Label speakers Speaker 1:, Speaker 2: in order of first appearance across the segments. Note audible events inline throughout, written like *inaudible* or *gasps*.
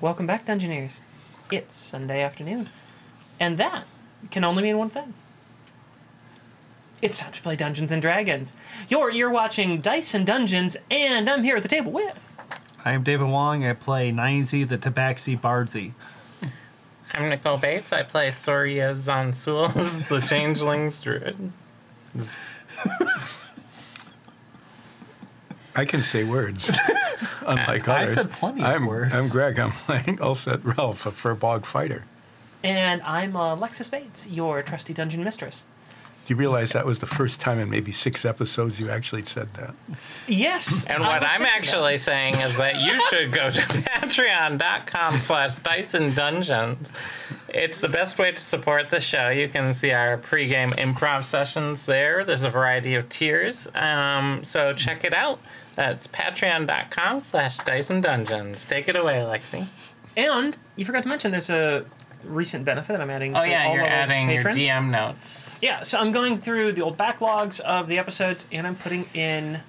Speaker 1: Welcome back, Dungeoneers. It's Sunday afternoon. And that can only mean one thing. It's time to play Dungeons and Dragons. You're you're watching Dice and Dungeons, and I'm here at the table with
Speaker 2: I am David Wong. I play Ninesy the Tabaxi Bardsy.
Speaker 3: I'm Nicole Bates. I play Soria Zansuls, *laughs* the Changeling's Druid.
Speaker 4: I can
Speaker 2: *laughs*
Speaker 4: say words, unlike
Speaker 2: I
Speaker 4: others.
Speaker 2: said plenty of
Speaker 4: I'm,
Speaker 2: words.
Speaker 4: I'm Greg. I'm *laughs* playing Ulset Ralph, a furbog fighter.
Speaker 1: and I'm uh, Lexus Bates, your trusty dungeon mistress.
Speaker 4: Do you realize that was the first time in maybe six episodes you actually said that?
Speaker 1: Yes.
Speaker 3: And
Speaker 1: I
Speaker 3: what
Speaker 1: was
Speaker 3: I'm
Speaker 1: thinking
Speaker 3: actually saying is that *laughs* you should go to patreon.com slash Dyson Dungeons. It's the best way to support the show. You can see our pregame improv sessions there. There's a variety of tiers. Um, so check it out. That's patreon.com slash Dyson Dungeons. Take it away, Lexi.
Speaker 1: that. And you forgot to mention there's a recent benefit I'm adding.
Speaker 3: Oh,
Speaker 1: to
Speaker 3: yeah,
Speaker 1: all
Speaker 3: you're
Speaker 1: those
Speaker 3: adding
Speaker 1: patrons.
Speaker 3: your DM notes.
Speaker 1: Yeah, so I'm going through the old backlogs of the episodes, and I'm putting in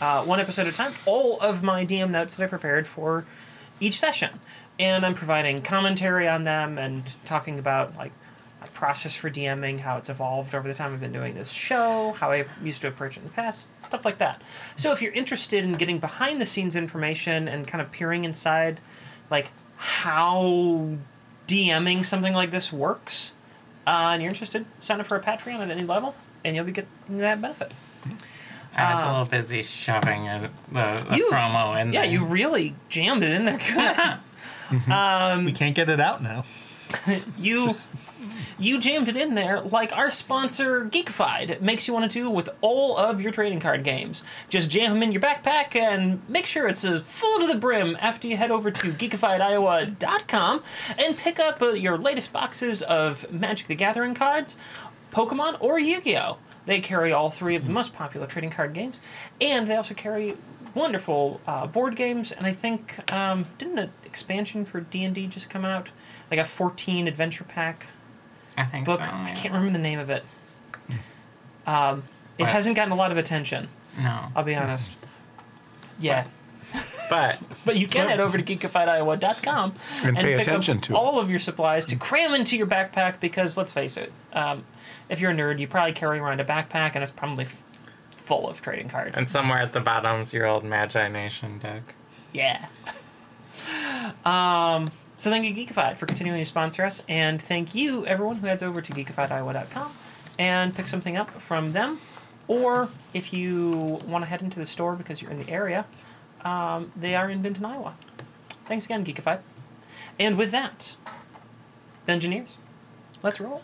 Speaker 1: uh, one episode at a time all of my DM notes that I prepared for each session, and I'm providing commentary on them and talking about like my process for DMing, how it's evolved over the time I've been doing this show, how I used to approach it in the past, stuff like that. So if you're interested in getting behind the scenes information and kind of peering inside, like how DMing something like this works uh, and you're interested, sign up for a Patreon at any level, and you'll be getting that benefit.
Speaker 3: I was a little busy shoving it, the, the
Speaker 1: You-
Speaker 3: promo in
Speaker 1: Yeah,
Speaker 3: there.
Speaker 1: you really jammed it in there. *laughs* Good.
Speaker 2: we can't get it out now.
Speaker 1: you
Speaker 2: Just-
Speaker 1: you jammed it in there like our sponsor Geekified It makes you want to do with all of your trading card games. Just jam them in your backpack and make sure it's uh, full to the brim after you head over to geekifiediowa.com and pick up uh, your latest boxes of Magic the Gathering cards, Pokemon, or Yu-Gi-Oh. They carry all three of the most popular trading card games, and they also carry wonderful uh, board games. And I think um, didn't an expansion for D and D just come out? Like a fourteen adventure pack
Speaker 3: I think
Speaker 1: book.
Speaker 3: so.
Speaker 1: I
Speaker 3: yeah.
Speaker 1: can't remember the name of it. Um, it
Speaker 3: What?
Speaker 1: hasn't gotten a lot of attention.
Speaker 3: No.
Speaker 1: I'll be honest. Yeah,
Speaker 3: But
Speaker 1: but you can head over to geekifiediowa.com
Speaker 4: And pay attention
Speaker 1: up
Speaker 4: to it.
Speaker 1: all of your supplies to cram into your backpack because let's face it, um, if you're a nerd, you probably carry around a backpack and it's probably f- full of trading cards.
Speaker 3: and somewhere at the bottom's your old Magi Nation deck.
Speaker 1: Yeah. um, so thank you, Geekified, for continuing to sponsor us, and thank you, everyone who heads over to geekifiediowa.com and pick something up from them. Or if you want to head into the store because you're in the area, um, they are in Benton, Iowa. Thanks again, Geekified. And with that, Dungeoneers, let's roll.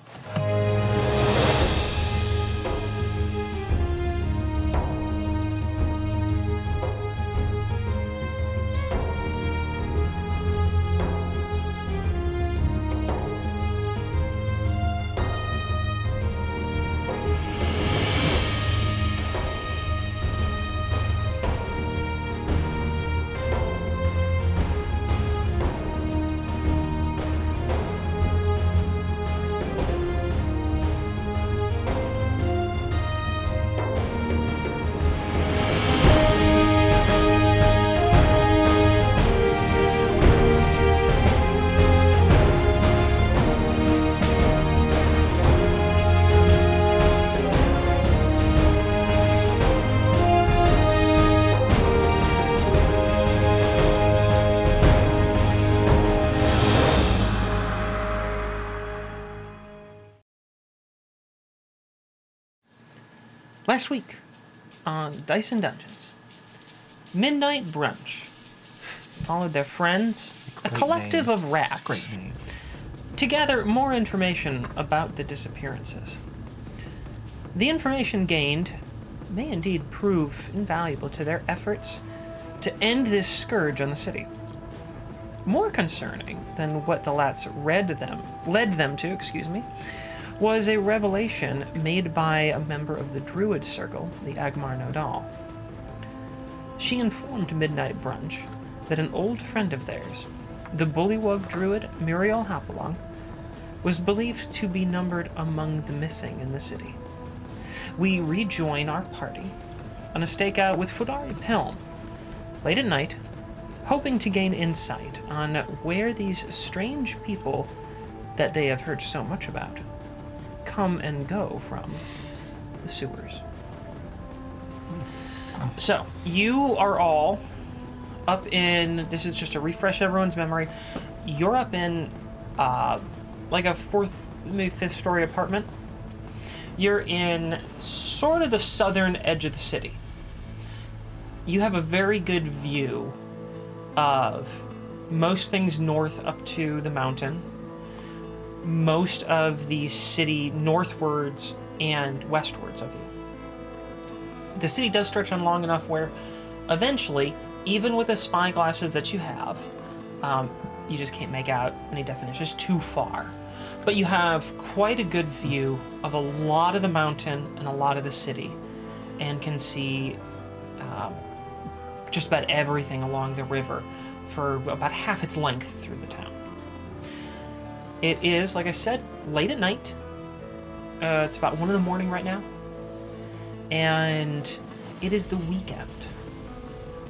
Speaker 1: Last week on Dice and Dungeons, Midnight Brunch followed their friends, a
Speaker 2: Great
Speaker 1: collective
Speaker 2: name.
Speaker 1: of rats,
Speaker 2: Great name.
Speaker 1: to gather more information about the disappearances. The information gained may indeed prove invaluable to their efforts to end this scourge on the city. More concerning than what the Lats read them, led them to, excuse me, was a revelation made by a member of the Druid Circle, the Agmar Nodal. She informed Midnight Brunch that an old friend of theirs, the Bullywug Druid Muriel Hopalong, was believed to be numbered among the missing in the city. We rejoin our party on a stakeout with Fudari Pelm late at night hoping to gain insight on where these strange people that they have heard so much about come and go from the sewers. So, you are all up in. This is just to refresh everyone's memory. You're up in, uh, like a fourth, maybe fifth story apartment. You're in sort of the southern edge of the city. You have a very good view of most things north up to the mountain, most of the city northwards and westwards of you the city does stretch on long enough where eventually, even with the spy glasses that you have, um, you just can't make out any definitions too far. But you have quite a good view of a lot of the mountain and a lot of the city, and can see um, just about everything along the river for about half its length through the town. It is, like I said, late at night. Uh, it's about one in the morning right now and it is the weekend.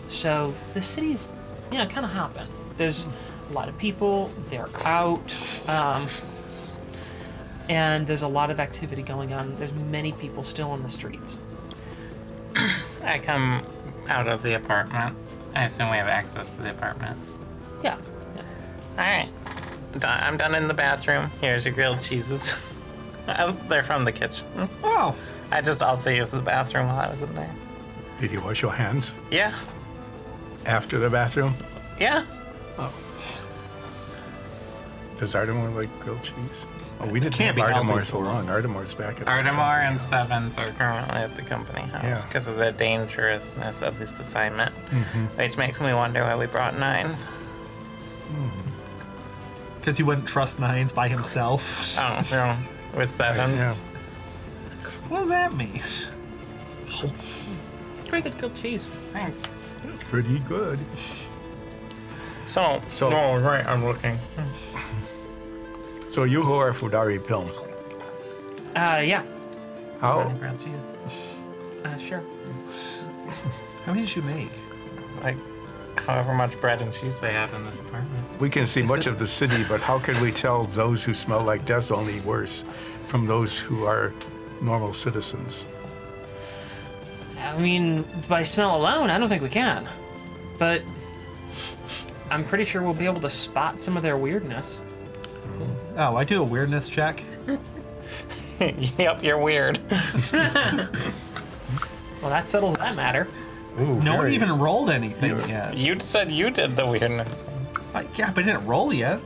Speaker 1: So the city's, you know, kind of hopping. There's a lot of people, they're out, um, and there's a lot of activity going on. There's many people still on the streets.
Speaker 3: I come out of the apartment. I assume we have access to the apartment.
Speaker 1: Yeah. yeah.
Speaker 3: All right. Do- I'm done in the bathroom. Here's your grilled cheeses. *laughs* Oh, They're from the kitchen.
Speaker 2: Oh,
Speaker 3: I just also used the bathroom while I was in there.
Speaker 4: Did you wash your hands
Speaker 3: Yeah.
Speaker 4: after the bathroom?
Speaker 3: Yeah.
Speaker 4: Does Ardemore like grilled cheese? Oh, we didn't
Speaker 2: Can't
Speaker 4: have
Speaker 2: be healthy
Speaker 4: Ardemore
Speaker 2: for
Speaker 4: so long. Ardemore's back at the
Speaker 3: Artemar
Speaker 4: company
Speaker 3: and
Speaker 4: house.
Speaker 3: Sevens are currently at the company house
Speaker 4: Yeah. Mm-hmm.
Speaker 3: because of the dangerousness of this assignment, which makes me wonder why we brought nines.
Speaker 2: because you wouldn't trust Nines by himself.
Speaker 3: Oh, no.
Speaker 4: *laughs*
Speaker 3: With sevens.
Speaker 4: Yeah.
Speaker 2: What does that mean?
Speaker 1: It's pretty good grilled cheese.
Speaker 3: Thanks.
Speaker 4: Pretty good.
Speaker 3: So,
Speaker 4: So-
Speaker 3: no, right, I'm looking.
Speaker 4: So you who are Fudari Pilm,
Speaker 1: Uh, yeah.
Speaker 4: how
Speaker 3: Grilled cheese.
Speaker 1: Uh, sure.
Speaker 2: How many did you make?
Speaker 3: Like, however much bread and cheese they have in this apartment.
Speaker 4: we can see much
Speaker 2: it-
Speaker 4: of the city, but how can we tell those who smell like death only worse from those who are normal citizens?
Speaker 1: I mean, by smell alone, I don't think we can. But I'm pretty sure we'll be able to spot some of their weirdness.
Speaker 2: Oh, I do a weirdness check.
Speaker 3: *laughs* yep, you're weird.
Speaker 1: Well, that settles that matter.
Speaker 4: Ooh,
Speaker 2: No one
Speaker 4: very-
Speaker 2: even rolled anything
Speaker 4: Yeah.
Speaker 2: yet.
Speaker 3: You said you did the weirdness.
Speaker 2: I, yeah, but I didn't roll yet.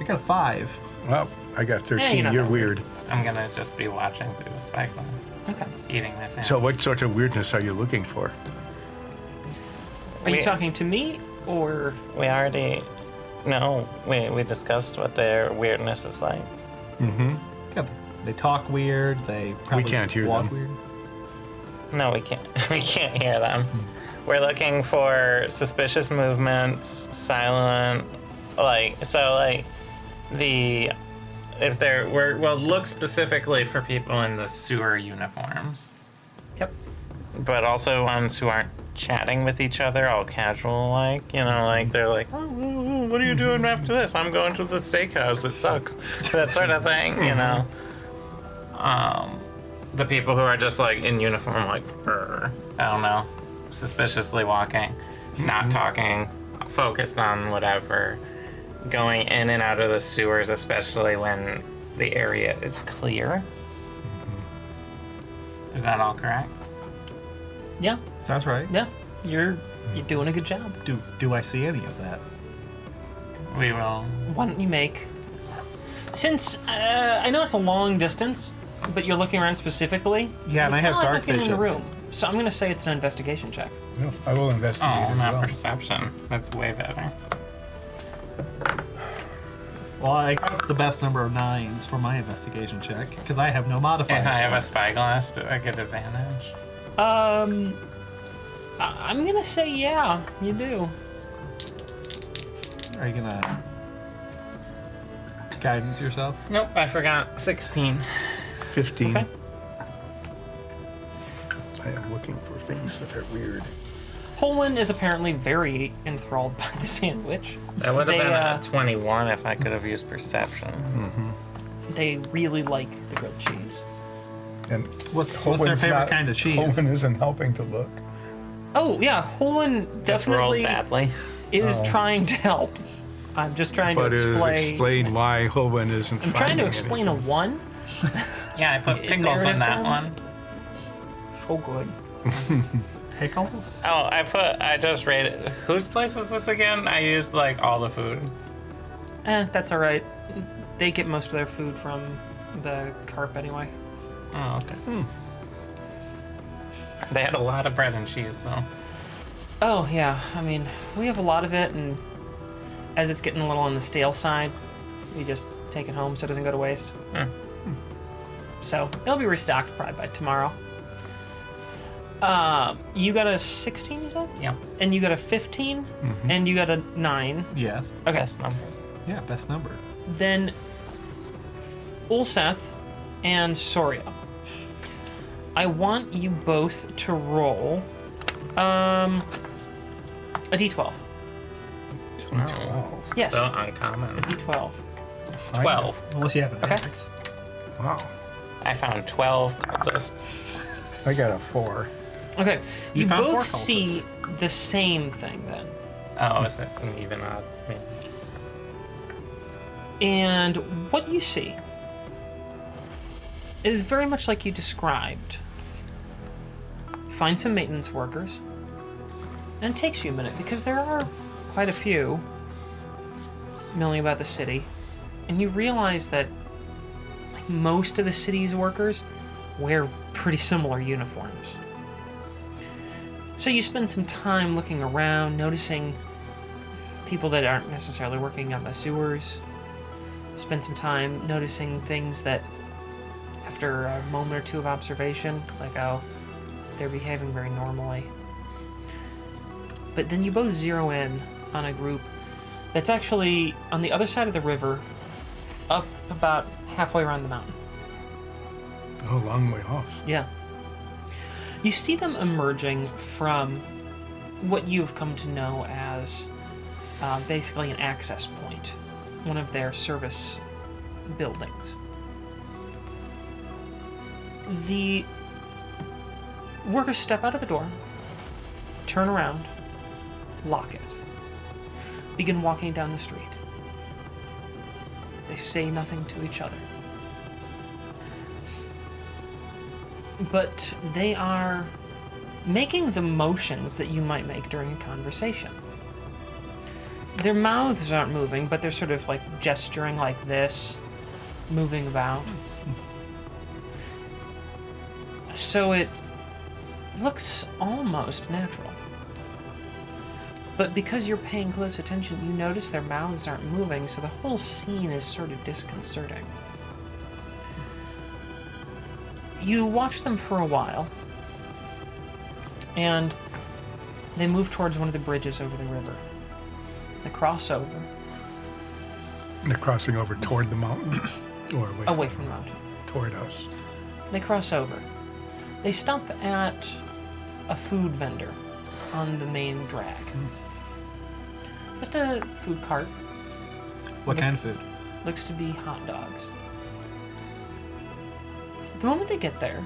Speaker 2: I got a five.
Speaker 4: Well, I got 13.
Speaker 1: not
Speaker 4: You're
Speaker 1: that
Speaker 4: weird.
Speaker 3: I'm gonna just be watching through the spyglass,
Speaker 1: Okay.
Speaker 3: eating this. sandwich.
Speaker 4: So what sort of weirdness are you looking for?
Speaker 1: Are you
Speaker 3: We-
Speaker 1: talking to me or
Speaker 3: we already, no, we we discussed what their weirdness is like.
Speaker 2: Yeah, they talk weird. They probably
Speaker 4: can't hear
Speaker 2: walk
Speaker 4: them.
Speaker 2: weird.
Speaker 3: No, we can't. *laughs* We can't hear them. We're looking for suspicious movements, silent, like so, like the if they're we're, we'll look specifically for people in the sewer uniforms,
Speaker 1: Yep.
Speaker 3: but also ones who aren't chatting with each other, all casual like, you know, like they're like, oh, oh, oh, "What are you doing after this? I'm going to the steakhouse. It sucks." *laughs* that sort of thing, you know. Um, the people who are just like in uniform, like, "Brr," I don't know, suspiciously walking, not talking, focused on whatever, going in and out of the sewers, especially when the area is clear. Is that all correct?
Speaker 1: Yeah.
Speaker 2: Sounds right.
Speaker 1: Yeah. You're you're doing a good job.
Speaker 2: Do do I see any of that?
Speaker 3: We will.
Speaker 1: Why don't you make since uh, I know it's a long distance, but you're looking around specifically.
Speaker 2: Yeah, and
Speaker 1: it's
Speaker 2: I
Speaker 1: kinda
Speaker 2: have
Speaker 1: like
Speaker 2: dark
Speaker 1: looking in
Speaker 2: vision.
Speaker 1: the room. So I'm gonna say it's an investigation check.
Speaker 4: No, I will investigate.
Speaker 3: Oh,
Speaker 4: as
Speaker 3: not
Speaker 4: well.
Speaker 3: perception. That's way better.
Speaker 2: Well, I got the best number of nines for my investigation check because I have no modifiers.
Speaker 3: If I have
Speaker 2: for
Speaker 3: a
Speaker 2: it.
Speaker 3: spyglass, do I get advantage?
Speaker 1: Um, I- I'm gonna say yeah, you do.
Speaker 2: Are you gonna guidance yourself?
Speaker 3: Nope, I forgot. 16.
Speaker 4: 15.
Speaker 1: Okay.
Speaker 4: I am looking for things that are weird.
Speaker 1: Holman is apparently very enthralled *laughs* by the sandwich.
Speaker 3: That would have
Speaker 1: They,
Speaker 3: been
Speaker 1: uh,
Speaker 3: a 21 if I could have used perception.
Speaker 1: They really like the grilled cheese.
Speaker 4: And
Speaker 2: What's what's their
Speaker 4: Holman's
Speaker 2: favorite
Speaker 4: not-
Speaker 2: kind of cheese?
Speaker 4: Holman isn't helping to look.
Speaker 1: Oh yeah, Holman
Speaker 3: Just rolled
Speaker 1: definitely
Speaker 3: badly.
Speaker 2: Oh.
Speaker 1: is trying to help. I'm just trying to
Speaker 4: But it is
Speaker 1: explain.
Speaker 4: explained why Holman isn't.
Speaker 1: I'm trying to explain a one.
Speaker 3: Yeah, I
Speaker 1: In
Speaker 3: put pickles
Speaker 1: narrative
Speaker 3: in that
Speaker 1: terms?
Speaker 3: one.
Speaker 1: So Oh, good.
Speaker 2: Pickles?
Speaker 3: Oh, I put. I just rated. Whose place is this again? I used like all the food.
Speaker 1: Eh, that's all right. They get most of their food from the carp anyway.
Speaker 3: Oh, okay. They had a lot of bread and cheese though.
Speaker 1: Oh yeah, I mean we have a lot of it, and as it's getting a little on the stale side, we just take it home so it doesn't go to waste.
Speaker 3: Hmm.
Speaker 1: So it'll be restocked probably by tomorrow. Uh, you got a 16, you said?
Speaker 3: Yeah.
Speaker 1: And you got a 15, and you got a 9.
Speaker 2: Yes.
Speaker 1: Okay.
Speaker 3: Mm-hmm. Best number.
Speaker 2: Yeah, best number.
Speaker 1: Then Ulseth and Soria. I want you both to roll um, a d12.
Speaker 4: Oh, Wow.
Speaker 1: Yes,
Speaker 3: So uncommon.
Speaker 1: d12.
Speaker 3: Twelve.
Speaker 2: Unless you have an
Speaker 1: Okay.
Speaker 2: axe.
Speaker 4: Wow.
Speaker 3: I found twelve cultists.
Speaker 4: I got a four.
Speaker 1: Okay, you,
Speaker 2: You found four
Speaker 1: both
Speaker 2: cultists.
Speaker 1: see the same thing then.
Speaker 3: Oh, is it an even odd? Maybe.
Speaker 1: And what you see is very much like you described. You find some maintenance workers, and it takes you a minute because there are quite a few milling about the city, and you realize that like most of the city's workers wear pretty similar uniforms. So you spend some time looking around, noticing people that aren't necessarily working on the sewers, spend some time noticing things that, after a moment or two of observation, like, oh, they're behaving very normally. But then you both zero in on a group that's actually on the other side of the river, up about halfway around the mountain.
Speaker 4: A Oh, long way off.
Speaker 1: Yeah. You see them emerging from what you've come to know as uh, basically an access point, one of their service buildings. The workers step out of the door, turn around, lock it, begin walking down the street. They say nothing to each other. but they are making the motions that you might make during a conversation. Their mouths aren't moving, but they're sort of like gesturing like this, moving about. So it looks almost natural. But because you're paying close attention, you notice their mouths aren't moving, so the whole scene is sort of disconcerting. you watch them for a while, and they move towards one of the bridges over the river. They cross over,
Speaker 4: They're crossing over toward the mountain, or away,
Speaker 1: away from the mountain.
Speaker 4: toward us.
Speaker 1: They cross over. They stop at a food vendor on the main drag. Just a food cart.
Speaker 2: What kind of food?
Speaker 1: looks to be hot dogs. The moment they get there,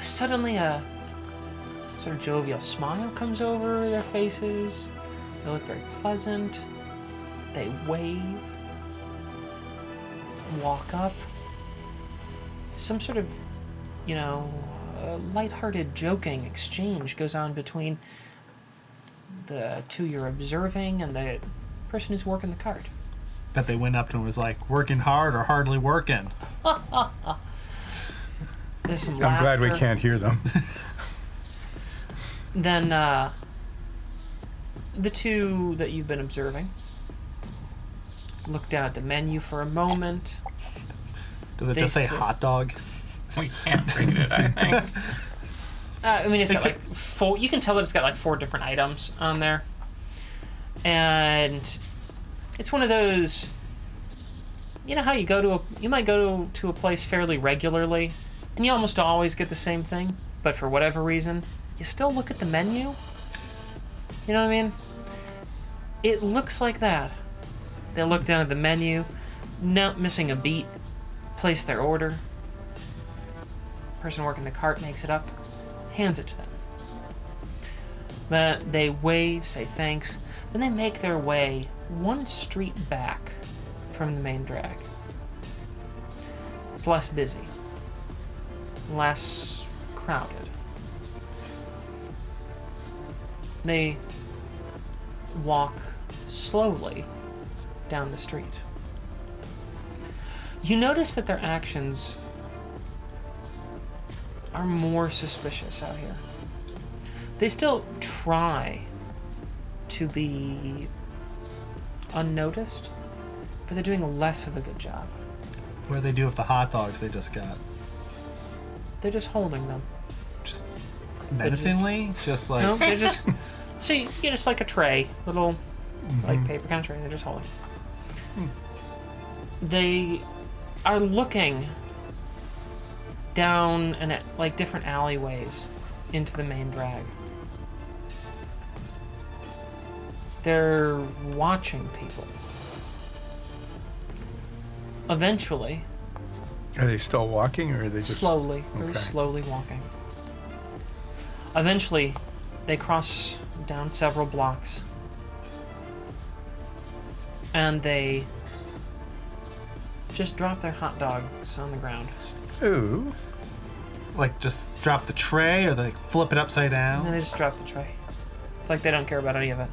Speaker 1: suddenly a sort of jovial smile comes over their faces. They look very pleasant. They wave, walk up. Some sort of, you know, uh, lighthearted joking exchange goes on between the two you're observing and the person who's working the cart.
Speaker 2: That they went up to and was like, working hard or hardly working.
Speaker 1: There's some
Speaker 4: I'm glad we
Speaker 1: laughter.
Speaker 4: can't hear them.
Speaker 1: Then uh, the two that you've been observing look down at the menu for a moment.
Speaker 2: Did they,
Speaker 1: They
Speaker 2: just say
Speaker 1: said-
Speaker 2: hot dog?
Speaker 3: We can't read it. I think.
Speaker 1: Uh, I mean, it's got
Speaker 2: Okay.
Speaker 1: like four. You can tell that it's got like four different items on there, and it's one of those. You know how you go to a you might go to, to a place fairly regularly, and you almost always get the same thing, but for whatever reason, you still look at the menu. You know what I mean? It looks like that. They look down at the menu, not missing a beat, place their order. Person working the cart makes it up, hands it to them. But they wave, say thanks, then they make their way one street back from the main drag. It's less busy, less crowded. They walk slowly down the street. You notice that their actions are more suspicious out here. They still try to be unnoticed, but they're doing less of a good job.
Speaker 2: What do they do with the hot dogs they just got?
Speaker 1: They're just holding them.
Speaker 2: Just menacingly? Just like
Speaker 1: No, they're just see, you get just like a tray, little like paper kind of tray. and They're just holding. They are looking down and at like different alleyways into the main drag. They're watching people. Eventually,
Speaker 4: Are they still walking or are they just
Speaker 1: slowly, very
Speaker 4: okay.
Speaker 1: slowly walking. Eventually, they cross down several blocks and they just drop their hot dogs on the ground.
Speaker 4: Ooh.
Speaker 2: like just drop the tray or they flip it upside down?
Speaker 1: And they just drop the tray. It's like they don't care about any of it.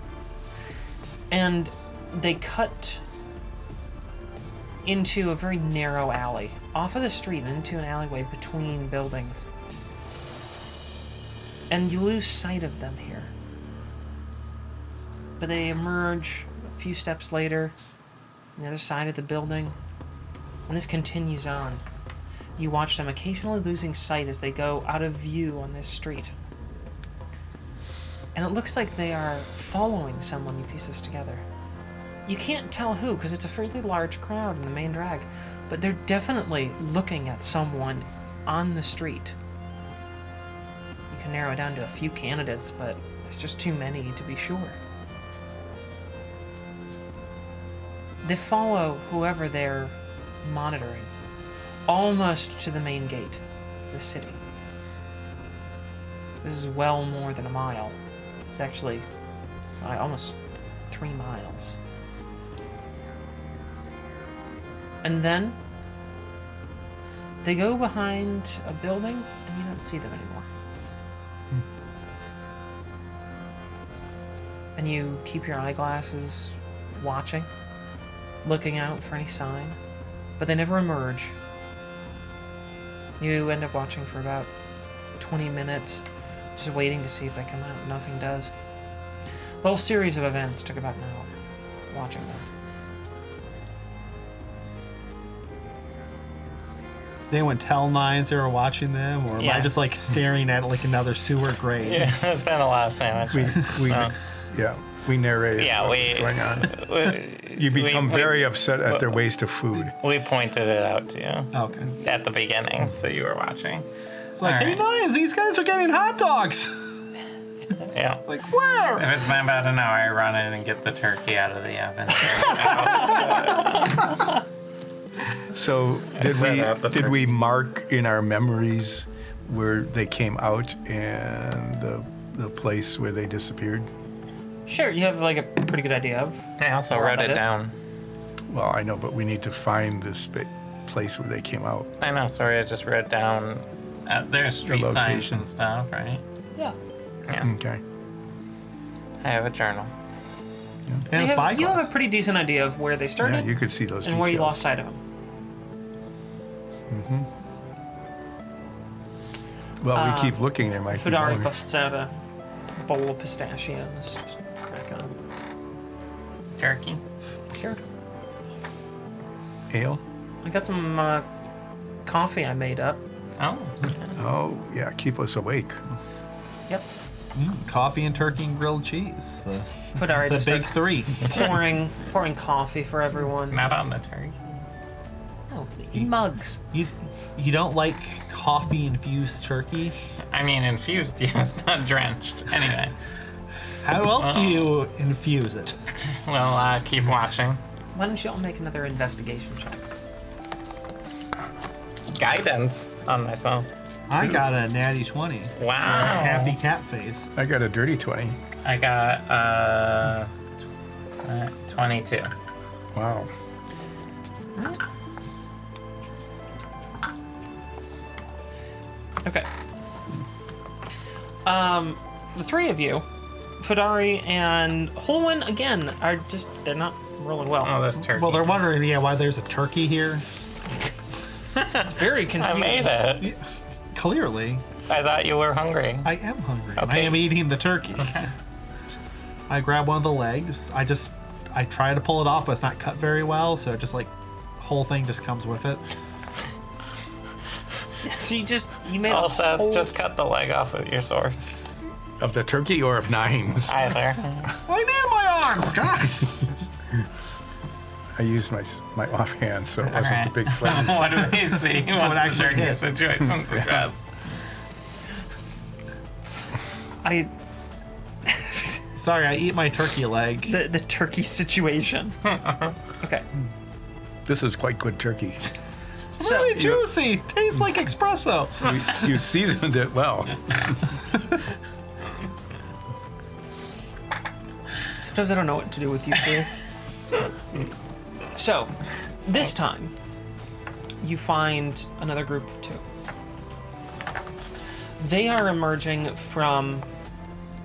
Speaker 1: And they cut into a very narrow alley, off of the street and into an alleyway between buildings. And you lose sight of them here. But they emerge a few steps later, on the other side of the building. And this continues on. You watch them occasionally losing sight as they go out of view on this street and it looks like they are following someone you piece this together. You can't tell who because it's a fairly large crowd in the main drag, but they're definitely looking at someone on the street. You can narrow it down to a few candidates, but there's just too many to be sure. They follow whoever they're monitoring, almost to the main gate of the city. This is well more than a mile. It's actually uh, almost three miles. And then they go behind a building and you don't see them anymore. And you keep your eyeglasses watching, looking out for any sign, but they never emerge. You end up watching for about 20 minutes, just waiting to see if they come out. Nothing does. The whole series of events took about an hour watching them.
Speaker 2: They went tell nines they were watching them, or am
Speaker 3: Yeah.
Speaker 2: I just like staring at like another sewer grate?
Speaker 3: *laughs* Yeah, there's been a lot of sandwiches.
Speaker 4: We we
Speaker 3: Uh.
Speaker 4: yeah, we narrated
Speaker 3: Yeah,
Speaker 4: what
Speaker 3: we-
Speaker 4: was going
Speaker 3: *laughs*
Speaker 4: on.
Speaker 3: We-
Speaker 4: You become
Speaker 3: we-
Speaker 4: very upset at their waste of food.
Speaker 3: We pointed it out to you
Speaker 2: Okay.
Speaker 3: at the beginning, so you were watching.
Speaker 2: It's like, hey,
Speaker 3: All
Speaker 2: nines, these guys are getting hot dogs. *laughs*
Speaker 3: Yeah.
Speaker 2: like, where?
Speaker 3: If it's been about an hour, I run in and get the turkey out of the oven.
Speaker 4: So did
Speaker 3: said at the
Speaker 4: we did
Speaker 3: turn.
Speaker 4: we mark in our memories where they came out and the the place where they disappeared?
Speaker 1: Sure, you have like a pretty good idea of.
Speaker 3: I also wrote
Speaker 1: That
Speaker 3: it
Speaker 1: is.
Speaker 3: down.
Speaker 4: Well, I know, but we need to find this spa- place where they came out.
Speaker 3: I know, sorry, I just wrote down. Uh, there's street signs
Speaker 4: location.
Speaker 3: and stuff, right?
Speaker 1: Yeah.
Speaker 4: Okay.
Speaker 3: I have a journal.
Speaker 1: So
Speaker 2: And
Speaker 1: you,
Speaker 2: a
Speaker 1: have, you have
Speaker 2: spyglass.
Speaker 1: a pretty decent idea of where they started
Speaker 4: Yeah, you could see those
Speaker 1: and
Speaker 4: details.
Speaker 1: where you lost sight of them.
Speaker 4: Well,
Speaker 1: uh,
Speaker 4: we keep looking. There might be
Speaker 1: Fudari
Speaker 4: more.
Speaker 1: busts out a bowl of pistachios. Just crack on.
Speaker 3: Turkey?
Speaker 1: Sure.
Speaker 4: ale.
Speaker 1: I got some uh, coffee I made up.
Speaker 3: Oh,
Speaker 4: Oh, yeah, keep us awake.
Speaker 1: Yep.
Speaker 2: Mm, coffee and turkey and grilled cheese. The,
Speaker 1: Fudari
Speaker 2: the
Speaker 1: just
Speaker 2: big
Speaker 1: starts
Speaker 2: three.
Speaker 1: pouring pouring coffee for everyone.
Speaker 3: not on the turkey.
Speaker 1: No, wildly in Oh, mugs.
Speaker 5: You, you don't like coffee infused turkey?
Speaker 3: I mean, infused, *laughs* yes, not drenched. Anyway,
Speaker 5: How else do you infuse it?
Speaker 3: well, uh, keep watching.
Speaker 1: Why don't you all make another investigation check?
Speaker 3: Guidance on myself.
Speaker 5: I got a natty 20.
Speaker 3: Wow.
Speaker 5: Happy
Speaker 3: Oh.
Speaker 5: cat face.
Speaker 4: I got a dirty 20.
Speaker 3: I got uh, uh, 22.
Speaker 4: Wow.
Speaker 1: Okay. Um, the three of you, Fadari and Holwyn, again, are just, they're not rolling well.
Speaker 3: Oh, that's turkey.
Speaker 5: Well, they're wondering, yeah, why there's a turkey here.
Speaker 1: It's very
Speaker 3: *laughs* I
Speaker 1: confusing.
Speaker 3: made it.
Speaker 5: Clearly,
Speaker 3: I thought you were hungry.
Speaker 5: I am hungry. and I
Speaker 3: Okay.
Speaker 5: am eating the turkey. *laughs* I grab one of the legs. I just, I try to pull it off, but it's not cut very well, so it just like, whole thing just comes with it.
Speaker 1: So you just, you made
Speaker 3: Well,
Speaker 1: a
Speaker 3: Seth,
Speaker 1: whole-
Speaker 3: just cut the leg off with your sword.
Speaker 4: Of the turkey or of *laughs* nines?
Speaker 3: *laughs* Either.
Speaker 5: I need my arm, guys.
Speaker 4: I used my s- my offhand, so it wasn't
Speaker 3: right.
Speaker 4: a big *laughs* flash.
Speaker 3: what do we see? *laughs* What's
Speaker 5: it
Speaker 3: the
Speaker 5: actually
Speaker 3: turkey
Speaker 5: is.
Speaker 3: *laughs* situation suggest?
Speaker 1: I,
Speaker 5: Sorry, I eat my turkey leg.
Speaker 1: the, the turkey
Speaker 3: *laughs*
Speaker 1: situation. okay.
Speaker 4: this is quite good turkey.
Speaker 1: So,
Speaker 5: really juicy. Tastes like espresso.
Speaker 4: You, you seasoned it well.
Speaker 1: Sometimes I don't know what to do with you two. so, this time, you find another group of two. They are emerging from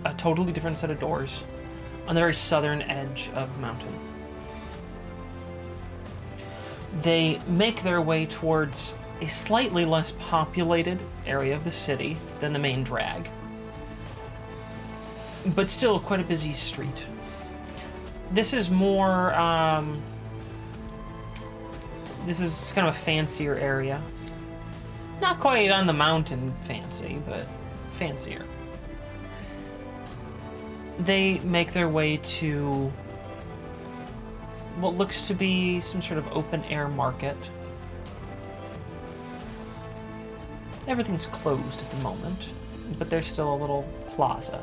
Speaker 1: a totally different set of doors on the very southern edge of the mountain. They make their way towards a slightly less populated area of the city than the main drag, but still quite a busy street this is more um, this is kind of a fancier area not quite on the mountain fancy but fancier they make their way to what looks to be some sort of open air market everything's closed at the moment but there's still a little plaza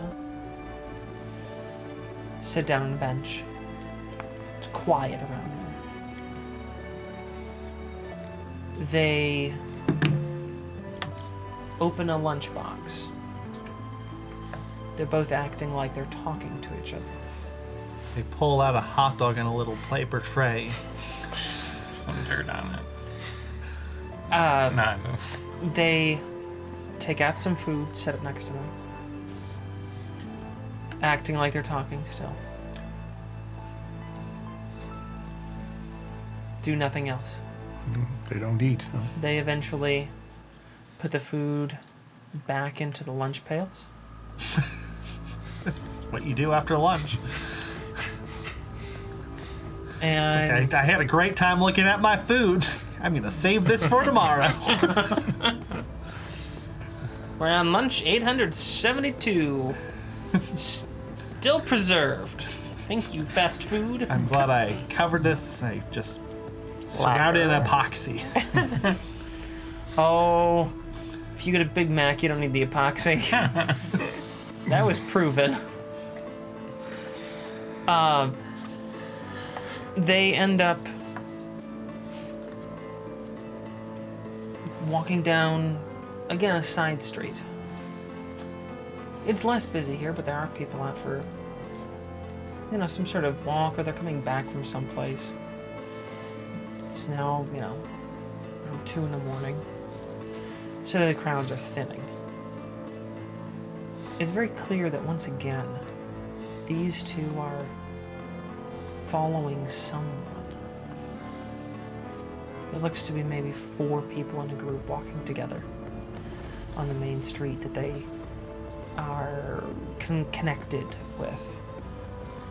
Speaker 1: sit down on a bench. It's quiet around them. They open a lunchbox. They're both acting like they're talking to each other.
Speaker 5: They pull out a hot dog in a little paper tray.
Speaker 3: Some dirt on it.
Speaker 1: Uh,
Speaker 3: No, I'm just-
Speaker 1: they take out some food, set it next to them, acting like they're talking still. Do nothing else.
Speaker 4: They don't eat. huh?
Speaker 1: They eventually put the food back into the lunch pails.
Speaker 5: That's what you do after lunch. I,
Speaker 1: And
Speaker 5: I had a great time looking at my food. I'm gonna save this
Speaker 1: *laughs*
Speaker 5: for tomorrow.
Speaker 1: we're on lunch 872. Still preserved. Thank you, fast food.
Speaker 5: I'm glad I covered this. I just surrounded in
Speaker 3: Ladder.
Speaker 5: epoxy.
Speaker 1: Oh, if you get a Big Mac, you don't need the epoxy. that was proven. Um, they end up walking down again a side street. It's less busy here, but there are people out for you know some sort of walk, or they're coming back from someplace. It's now you know around two in the morning so the crowds are thinning. It's very clear that once again, these two are following someone. It looks to be maybe four people in a group walking together on the main street that they are con- connected with.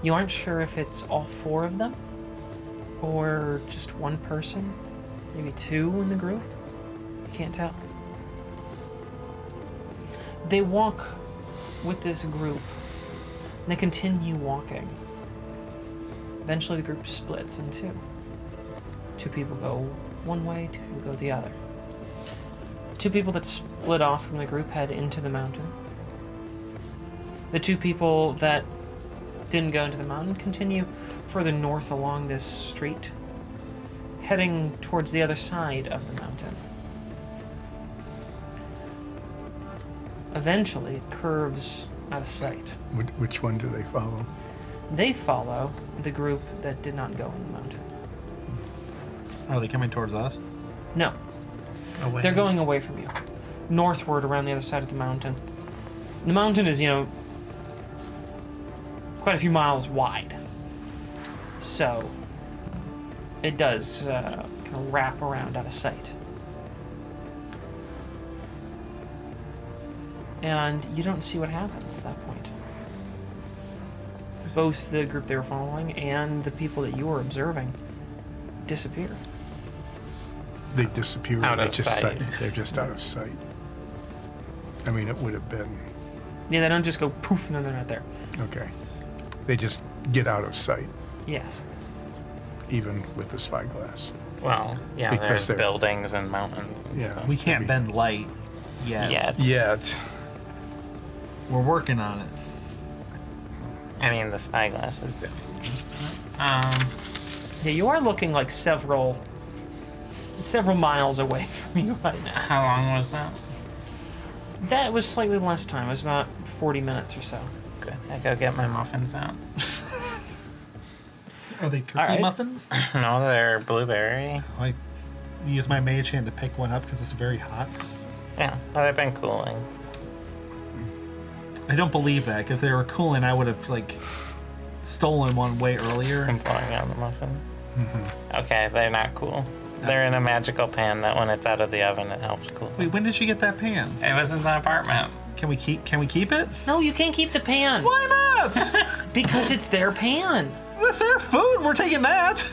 Speaker 1: You aren't sure if it's all four of them or just one person, maybe two in the group. You can't tell they walk with this group. And they continue walking. Eventually, the group splits in two. Two people go one way, two who go the other. Two people that split off from the group head into the mountain. The two people that didn't go into the mountain continue further north along this street, heading towards the other side of the mountain. Eventually, it curves out of sight.
Speaker 4: Wh- Which one do they follow?
Speaker 1: They follow the group that did not go in the mountain.
Speaker 5: Are they coming towards us?
Speaker 1: No,
Speaker 5: Away.
Speaker 1: they're going away from you, northward around the other side of the mountain. The mountain is, you know, quite a few miles wide. So, it does uh, kind of wrap around out of sight. And you don't see what happens at that point. Both the group they were following and the people that you were observing disappear.
Speaker 4: They disappear.
Speaker 3: Out
Speaker 4: they
Speaker 3: of
Speaker 4: just
Speaker 3: sight.
Speaker 4: They're just out of sight. I mean, it would have been
Speaker 1: Yeah, they don't just go poof, no, they're not there.
Speaker 4: okay. They just get out of sight,
Speaker 1: Yes.
Speaker 4: even with the spyglass.
Speaker 3: Well, yeah,
Speaker 4: Because
Speaker 3: there's
Speaker 4: they're-
Speaker 3: buildings and mountains and
Speaker 4: Yeah.
Speaker 3: stuff.
Speaker 5: We can't bend light yet.
Speaker 3: Yet.
Speaker 4: Yeah, it's
Speaker 5: We're working on it.
Speaker 3: I mean, the spyglass is doing. Um,
Speaker 1: Yeah, you are looking like several several miles away *laughs* from you right now.
Speaker 3: how long was that?
Speaker 1: That was slightly less time. It was about 40 minutes or so.
Speaker 3: Good. I go get my muffins out. *laughs*
Speaker 5: Are they turkey
Speaker 1: right.
Speaker 5: muffins?
Speaker 3: no, they're blueberry.
Speaker 5: I use my mage hand to pick one up because it's very hot.
Speaker 3: Yeah, well, they've been cooling.
Speaker 5: I don't believe that. 'cause If they were cooling, I would have like stolen one way earlier.
Speaker 3: I'm pulling out the muffin. Okay, they're not cool. They're in a magical pan that when it's out of the oven, it helps cool.
Speaker 5: Wait, when did you get that pan?
Speaker 3: It was in the apartment.
Speaker 5: Can we keep? Can we keep it?
Speaker 1: No, you can't keep the pan.
Speaker 5: Why not?
Speaker 1: Because it's their pan.
Speaker 5: That's their food. We're taking that.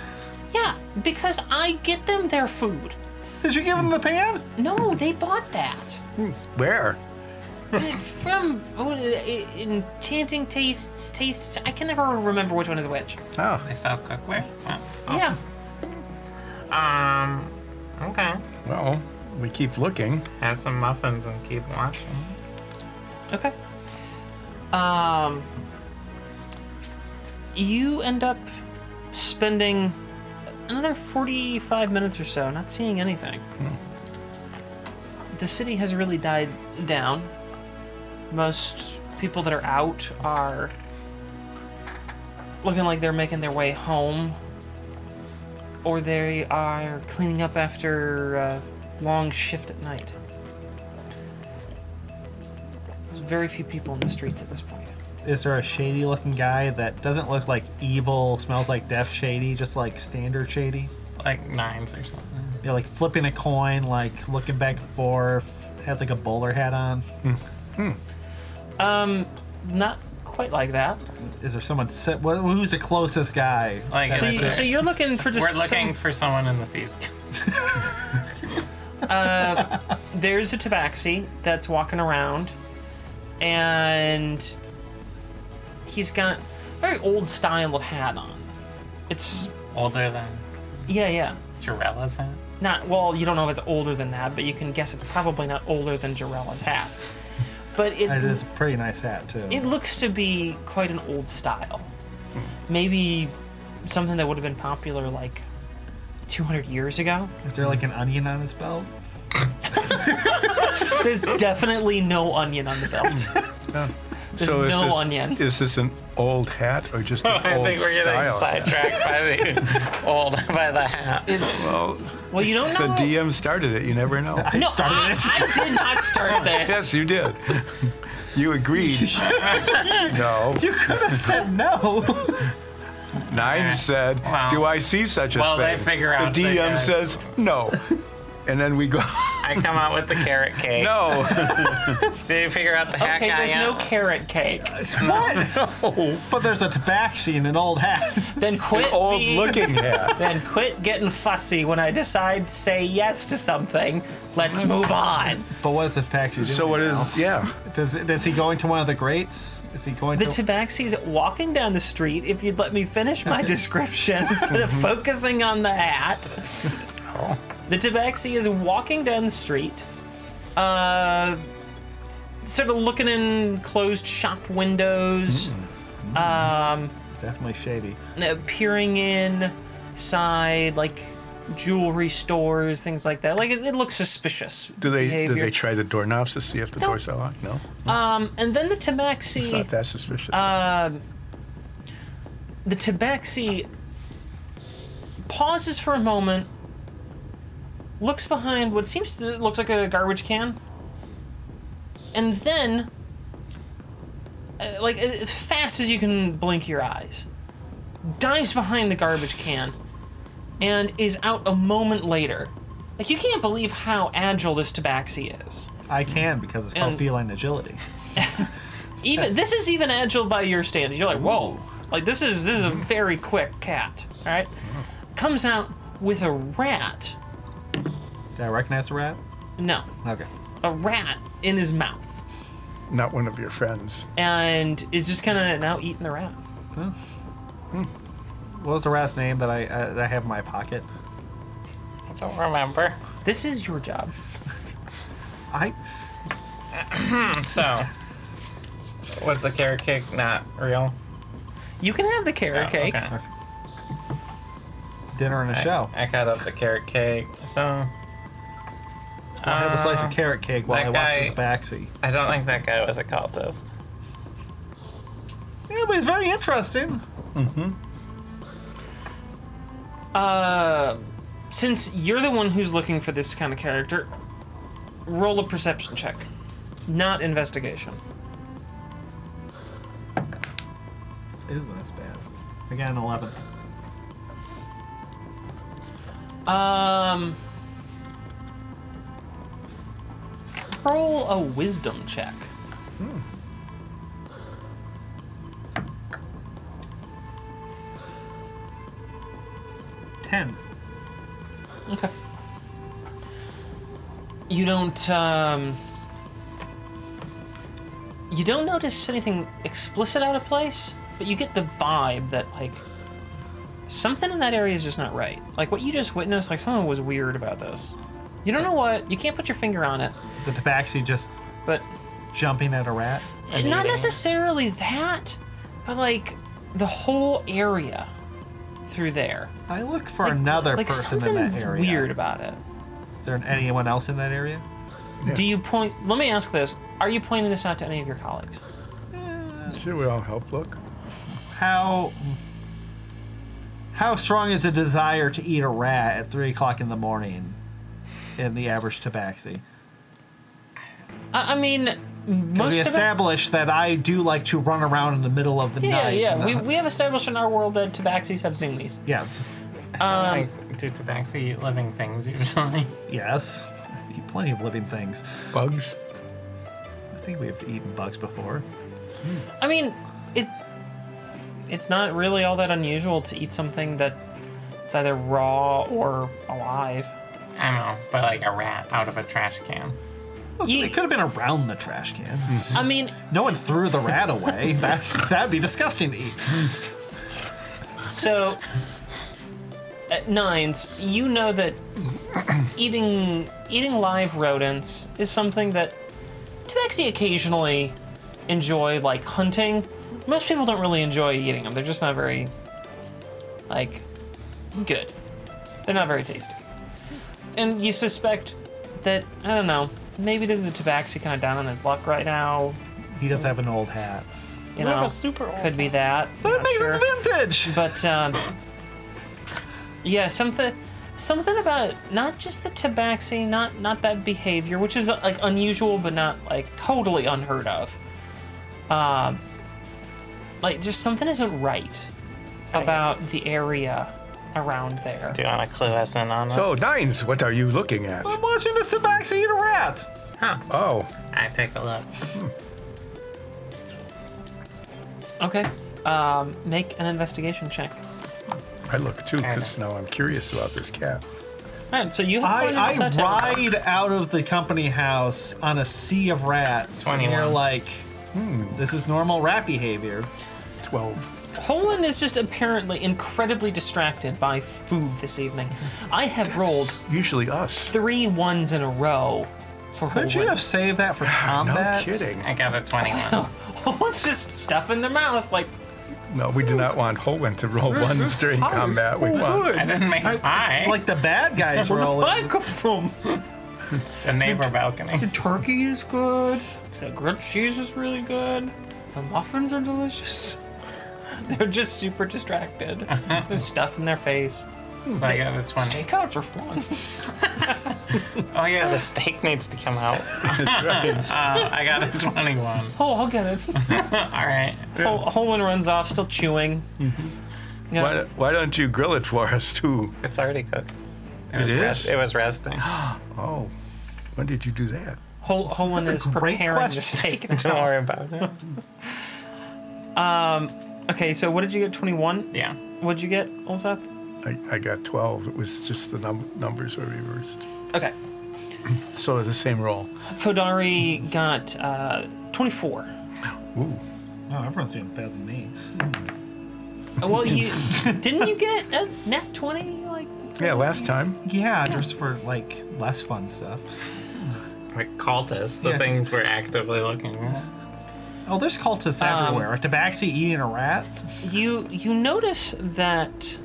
Speaker 1: Yeah, because I get them their food.
Speaker 5: Did you give them the pan?
Speaker 1: No, they bought that.
Speaker 4: where?
Speaker 1: From what, e- enchanting tastes, taste. I can never remember which one is which.
Speaker 4: Oh,
Speaker 3: They sell cookware. Wow.
Speaker 1: Yeah.
Speaker 3: Um, okay.
Speaker 4: well, we keep looking.
Speaker 3: Have some muffins and keep watching.
Speaker 1: Okay. Um, you end up spending another 45 minutes or so not seeing anything. The city has really died down. Most people that are out are looking like they're making their way home, or they are cleaning up after a long shift at night. There's very few people in the streets at this point.
Speaker 5: Is there a shady looking guy that doesn't look like evil, smells like deaf shady, just like standard shady?
Speaker 3: Like nines or something.
Speaker 5: Yeah, like flipping a coin, like looking back and forth, has like a bowler hat on.
Speaker 1: Not quite like that.
Speaker 5: Is there someone? Sit, wh- who's the closest guy?
Speaker 3: Like,
Speaker 5: that
Speaker 1: So,
Speaker 3: That's
Speaker 1: you,
Speaker 3: right.
Speaker 1: so you're looking for just
Speaker 3: We're
Speaker 1: Some,
Speaker 3: looking for someone in the thieves. Guild.
Speaker 1: there's a tabaxi that's walking around, and he's got a very old style of hat on. It's
Speaker 3: Older than
Speaker 1: yeah, yeah.
Speaker 3: Jurella's hat.
Speaker 1: Not well. You don't know if it's older than that, but you can guess it's probably not older than Jarella's hat. But it
Speaker 5: That is a pretty nice hat too.
Speaker 1: It looks to be quite an old style. Maybe something that would have been popular like 200 years ago.
Speaker 5: Is there like an onion on his belt?
Speaker 1: There's definitely no onion on the belt. There's
Speaker 4: so is
Speaker 1: no
Speaker 4: this,
Speaker 1: onion.
Speaker 4: Is this an old hat
Speaker 3: *laughs*
Speaker 4: or just an
Speaker 3: *laughs* I
Speaker 4: old
Speaker 3: think we're getting
Speaker 4: style?
Speaker 3: sidetracked
Speaker 1: *laughs*
Speaker 3: by the old by the hat.
Speaker 1: It's
Speaker 4: Well,
Speaker 1: well, you don't
Speaker 4: the
Speaker 1: know.
Speaker 4: DM started it. You never know.
Speaker 3: *laughs*
Speaker 1: no,
Speaker 5: started
Speaker 1: I,
Speaker 5: it.
Speaker 1: I did not start
Speaker 4: *laughs*
Speaker 1: this.
Speaker 4: yes, you did.
Speaker 3: *laughs*
Speaker 4: You agreed. no.
Speaker 5: *laughs* You could have said no.
Speaker 4: Nine said,
Speaker 3: Wow.
Speaker 4: "Do I see such a
Speaker 3: Well,
Speaker 4: thing?"
Speaker 3: they figure out
Speaker 4: The
Speaker 3: they
Speaker 4: DM
Speaker 3: got-
Speaker 4: says, "No," and then
Speaker 3: *laughs*
Speaker 4: we go,
Speaker 3: I come out with the carrot cake. *laughs*
Speaker 4: "No."
Speaker 3: Did you figure out the hat
Speaker 1: Okay,
Speaker 3: guy
Speaker 1: there's no
Speaker 3: yet?
Speaker 1: carrot cake.
Speaker 5: what? But there's a tabaxi and an old hat. *laughs*
Speaker 1: Then quit
Speaker 4: Old
Speaker 1: being-
Speaker 4: looking hat.
Speaker 1: Then quit getting fussy when I decide to say yes to something. Let's move on.
Speaker 5: But what is the tabaxi doing?
Speaker 4: So it is.
Speaker 5: now?
Speaker 4: Yeah.
Speaker 5: Does does he going to one of the greats? Is he going
Speaker 1: The
Speaker 5: to?
Speaker 1: tabaxi's walking down the street. If
Speaker 4: *laughs* Oh.
Speaker 1: you'd let me finish my description instead of focusing on the hat. The Tabaxi is walking down the street, uh, sort of looking in closed shop windows,
Speaker 4: Hmm.
Speaker 1: um,
Speaker 5: Definitely shady.
Speaker 1: n- peering in side like jewelry stores, things like that. Like it, it looks suspicious.
Speaker 4: Do they do
Speaker 1: behavior.
Speaker 4: they try the doorknobs to see if the
Speaker 1: No.
Speaker 4: door's unlocked? No,
Speaker 1: Um, and then the
Speaker 4: it's
Speaker 1: Tabaxi
Speaker 4: not that suspicious.
Speaker 3: Uh,
Speaker 1: the tabaxi pauses for a moment looks behind what seems to looks like a garbage can and then uh, like as fast as you can blink your eyes dives behind the garbage can and is out a moment later like you can't believe how agile this tabaxi is
Speaker 5: I can because it's called
Speaker 1: And-
Speaker 5: feline agility.
Speaker 1: even this is even agile by your standards. You're like, whoa, like this is this is a very quick cat. All right, comes out with a rat.
Speaker 5: Did I recognize the rat?
Speaker 1: No,
Speaker 5: Okay.
Speaker 1: a rat in his mouth,
Speaker 4: not one of your friends.
Speaker 1: and is just kind of now eating the rat.
Speaker 5: What was the rat's name that I uh, that I have in my pocket?
Speaker 3: I don't remember.
Speaker 1: This is your job.
Speaker 5: I
Speaker 3: So, was the carrot cake not real?
Speaker 1: You can have the carrot
Speaker 3: Oh,
Speaker 1: cake.
Speaker 3: okay.
Speaker 5: dinner and a show.
Speaker 3: I cut up the carrot cake, so
Speaker 5: I have a slice of
Speaker 3: Uh,
Speaker 5: carrot cake while I watch the
Speaker 3: that
Speaker 5: backseat.
Speaker 3: I don't think that guy was a cultist.
Speaker 5: Yeah, but it's very interesting.
Speaker 1: Uh, since you're the one who's looking for this kind of character, roll a perception check, not investigation.
Speaker 5: Ooh, that's bad. I got an eleven.
Speaker 1: Um, roll a wisdom check.
Speaker 5: Ten.
Speaker 1: Okay. You don't. Um, you don't notice anything explicit out of place, but you get the vibe that like something in that area is just not right. Like what you just witnessed, like someone was weird about this. You don't know what. You can't put your finger on it,
Speaker 5: The tabaxi just
Speaker 1: but
Speaker 5: jumping at a rat.
Speaker 1: not
Speaker 3: eating.
Speaker 1: necessarily that, but like the whole area through there.
Speaker 5: I look for another
Speaker 1: like
Speaker 5: person in
Speaker 1: something's
Speaker 5: that area.
Speaker 1: weird about it.
Speaker 5: Is there anyone else in that area?
Speaker 1: Do you point? Let me ask this: Are you pointing this out to any of your colleagues?
Speaker 4: Should we all help look?
Speaker 5: How how strong is a desire to eat a rat at three o'clock in the morning in the average tabaxi?
Speaker 1: I, I mean, most
Speaker 5: We
Speaker 1: of it.
Speaker 5: established that I do like to run around in the middle of the
Speaker 1: Yeah,
Speaker 5: night.
Speaker 1: yeah. We, we have established in our world that tabaxis have zoomies.
Speaker 5: yes,
Speaker 1: Um,
Speaker 3: like, do tabaxi eat living things usually? *laughs*
Speaker 5: yes. I eat plenty of living things.
Speaker 4: Bugs?
Speaker 5: I think we've eaten bugs before.
Speaker 1: I mean, it. It's not really all that unusual to eat something that it's either raw or alive.
Speaker 3: I don't know, but like a rat out of a trash can.
Speaker 5: Well, so
Speaker 1: Ye-
Speaker 5: it could have been around the trash can.
Speaker 1: I mean,
Speaker 5: No one threw the rat away. That that'd be disgusting to eat.
Speaker 1: so at nines, you know that eating eating live rodents is something that tabaxi occasionally enjoy, like hunting. Most people don't really enjoy eating them. They're just not very like good. They're not very tasty. And you suspect that I don't know. Maybe this is a tabaxi kind of down on his luck right now.
Speaker 5: He does have an old hat.
Speaker 1: You know, could be that.
Speaker 5: That
Speaker 1: Not
Speaker 5: makes
Speaker 1: sure.
Speaker 5: it vintage.
Speaker 1: But um, yeah, something something about not just the tabaxi, not not that behavior, which is like unusual but not like totally unheard of. Um, like just something isn't right about the area around there.
Speaker 3: Do you want to clue us in on it?
Speaker 4: So nines, what are you looking at?
Speaker 5: I'm watching this tabaxi eat a rat.
Speaker 3: Huh.
Speaker 4: Oh,
Speaker 3: I take a look.
Speaker 1: Okay, um, make an investigation check.
Speaker 4: I look too because now I'm curious about this cat.
Speaker 1: All right, so you have pointed
Speaker 5: I,
Speaker 1: this
Speaker 5: I
Speaker 1: out to everyone.
Speaker 5: ride out of the company house on a sea of rats, and you're
Speaker 3: 21.
Speaker 5: like, hmm, this is normal rat behavior.
Speaker 4: Twelve.
Speaker 1: Holman is just apparently incredibly distracted by food this evening. I have rolled
Speaker 4: Usually us.
Speaker 1: three ones in a row for
Speaker 2: Couldn't you
Speaker 1: *laughs* Holman.
Speaker 2: have saved that for
Speaker 4: No
Speaker 2: combat?
Speaker 4: kidding.
Speaker 3: I got a
Speaker 1: *laughs*
Speaker 3: 21.
Speaker 1: Holman's just stuff in their mouth like
Speaker 4: No, we do not want Holman to *laughs* roll ones during
Speaker 1: "Hi,
Speaker 4: combat. We want.
Speaker 1: Holman,
Speaker 3: I didn't make pie.
Speaker 2: Like the bad guys
Speaker 1: where the
Speaker 2: rolling.
Speaker 1: microphone.
Speaker 2: *laughs*
Speaker 3: the neighbor balcony.
Speaker 1: turkey is good. The grilled cheese is really good. The muffins are delicious. *laughs* They're just
Speaker 2: *laughs*
Speaker 1: super distracted. There's stuff in their face.
Speaker 3: So I got a 20.
Speaker 1: Steakouts
Speaker 2: *laughs*
Speaker 1: are fun.
Speaker 3: Oh, yeah, the steak needs to come
Speaker 5: *laughs*
Speaker 3: out. *laughs* uh, I got a 21.
Speaker 1: Oh, I'll get it.
Speaker 3: All right.
Speaker 1: Hol- Holman runs off, still chewing. Yeah.
Speaker 4: Why, why don't you grill it for us too?
Speaker 3: It's already cooked. It, was
Speaker 4: is?
Speaker 3: Rest, it was resting.
Speaker 4: Oh, when did you do that?
Speaker 1: Hol- Holman is
Speaker 2: That's a great
Speaker 1: preparing the
Speaker 2: question.
Speaker 1: steak. *laughs*
Speaker 3: Don't worry about it.
Speaker 1: Okay, so what did you get? 21?
Speaker 3: Yeah.
Speaker 1: What did you get, Olseth?
Speaker 4: I, I got 12. It was just the num- numbers were reversed.
Speaker 1: Okay.
Speaker 4: So the same roll.
Speaker 1: Fodari got uh, 24.
Speaker 4: Ooh.
Speaker 2: Oh, everyone's doing better than me.
Speaker 1: Uh, Well,
Speaker 4: *laughs*
Speaker 1: you didn't you get a nat 20? Like,
Speaker 4: Yeah, last time.
Speaker 2: Yeah, just for like less fun stuff.
Speaker 3: Like cultists, the
Speaker 2: Yeah,
Speaker 3: things
Speaker 2: just-
Speaker 3: we're actively looking at.
Speaker 2: Oh, there's cultists
Speaker 1: Um,
Speaker 2: everywhere. A tabaxi eating a rat.
Speaker 1: you you notice that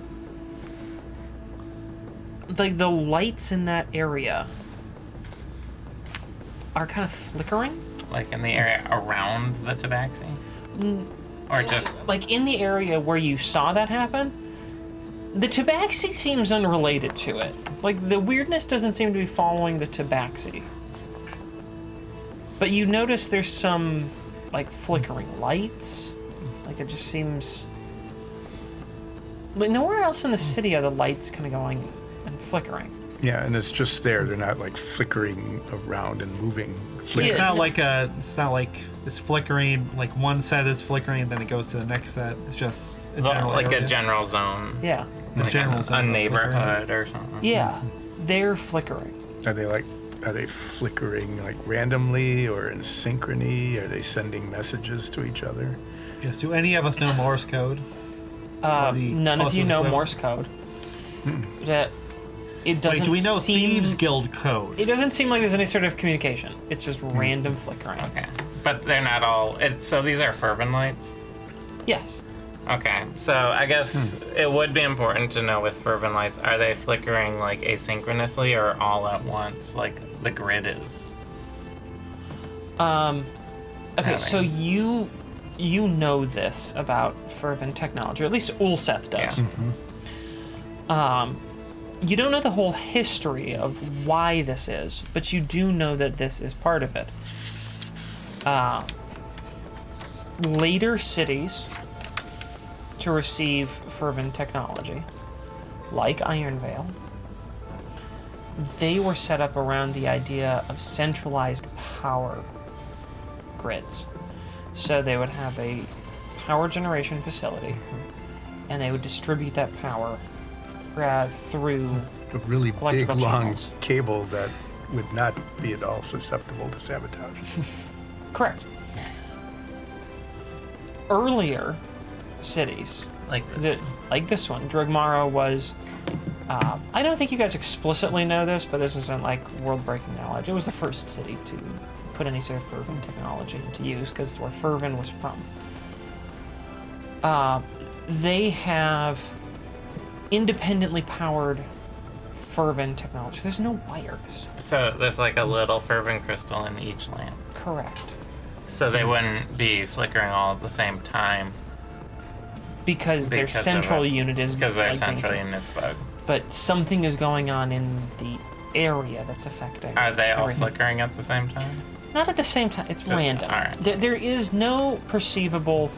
Speaker 1: like the lights in that area are kind of flickering
Speaker 3: Like in the area around the tabaxi? Or just.
Speaker 1: like in the area where you saw that happen the tabaxi seems unrelated to it like the weirdness doesn't seem to be following the tabaxi but you notice there's some like flickering lights like it just seems like nowhere else in the city are the lights kind of going and flickering
Speaker 4: Yeah, and it's just there. They're not like flickering around and moving. Flick-
Speaker 2: It's
Speaker 1: Yeah.
Speaker 2: not like a. It's not like it's flickering. Like one set is flickering, then it goes to the next set. It's just a general
Speaker 3: like
Speaker 2: area.
Speaker 3: a general zone.
Speaker 1: yeah
Speaker 2: A
Speaker 3: Like
Speaker 2: general
Speaker 3: a,
Speaker 2: zone
Speaker 3: a
Speaker 2: of
Speaker 3: neighborhood or something.
Speaker 1: yeah they're flickering
Speaker 4: Are they like, are they flickering like randomly or in synchrony? Are they sending messages to each other?
Speaker 2: Yes. Do any of us know Morse code?
Speaker 1: Uh,
Speaker 2: the
Speaker 1: none of you
Speaker 2: closest
Speaker 1: know
Speaker 2: equivalent.
Speaker 1: Morse code. That it doesn't
Speaker 2: Wait, do we know
Speaker 1: seem,
Speaker 2: Thieves Guild code?
Speaker 1: It doesn't seem like there's any sort of communication. It's just random flickering.
Speaker 3: Okay. But they're not all. It, so these are Furban lights?
Speaker 1: Yes.
Speaker 3: Okay. So I guess it would be important to know with Furban lights are they flickering like asynchronously or all at once? Like the grid is.
Speaker 1: Okay, so
Speaker 3: Apparently.
Speaker 1: you you know this about fervent technology, or at least Ulseth
Speaker 3: Yeah.
Speaker 1: does. Mm-hmm. Um, You don't know the whole history of why this is, but you do know that this is part of it. Uh, later cities to receive fervent technology, like Ironvale, they were set up around the idea of centralized power grids. So they would have a power generation facility, and they would distribute that power uh, through
Speaker 4: A really big,
Speaker 1: Electrical
Speaker 4: long
Speaker 1: channels.
Speaker 4: cable that would not be at all susceptible to sabotage.
Speaker 1: Correct. Earlier cities,
Speaker 3: Like
Speaker 1: the, like this one, Drugmaro was. Uh, I don't think you guys explicitly know this, but this isn't like world breaking knowledge. It was the first city to put any sort of Fervin technology into use because it's where Fervin was from. Uh, they have independently powered Fervin technology. There's no wires.
Speaker 3: So there's like a little Furban crystal in each lamp.
Speaker 1: Correct.
Speaker 3: So they wouldn't be flickering all at the same time
Speaker 1: because their
Speaker 3: Because of
Speaker 1: central
Speaker 3: it.
Speaker 1: unit is
Speaker 3: because they're
Speaker 1: like, being-
Speaker 3: central units bug.
Speaker 1: But something is going on in the area that's affecting.
Speaker 3: Are they all
Speaker 1: everything.
Speaker 3: flickering at the same time?
Speaker 1: Not at the same time. It's random.
Speaker 3: alright.
Speaker 1: There- there is no perceivable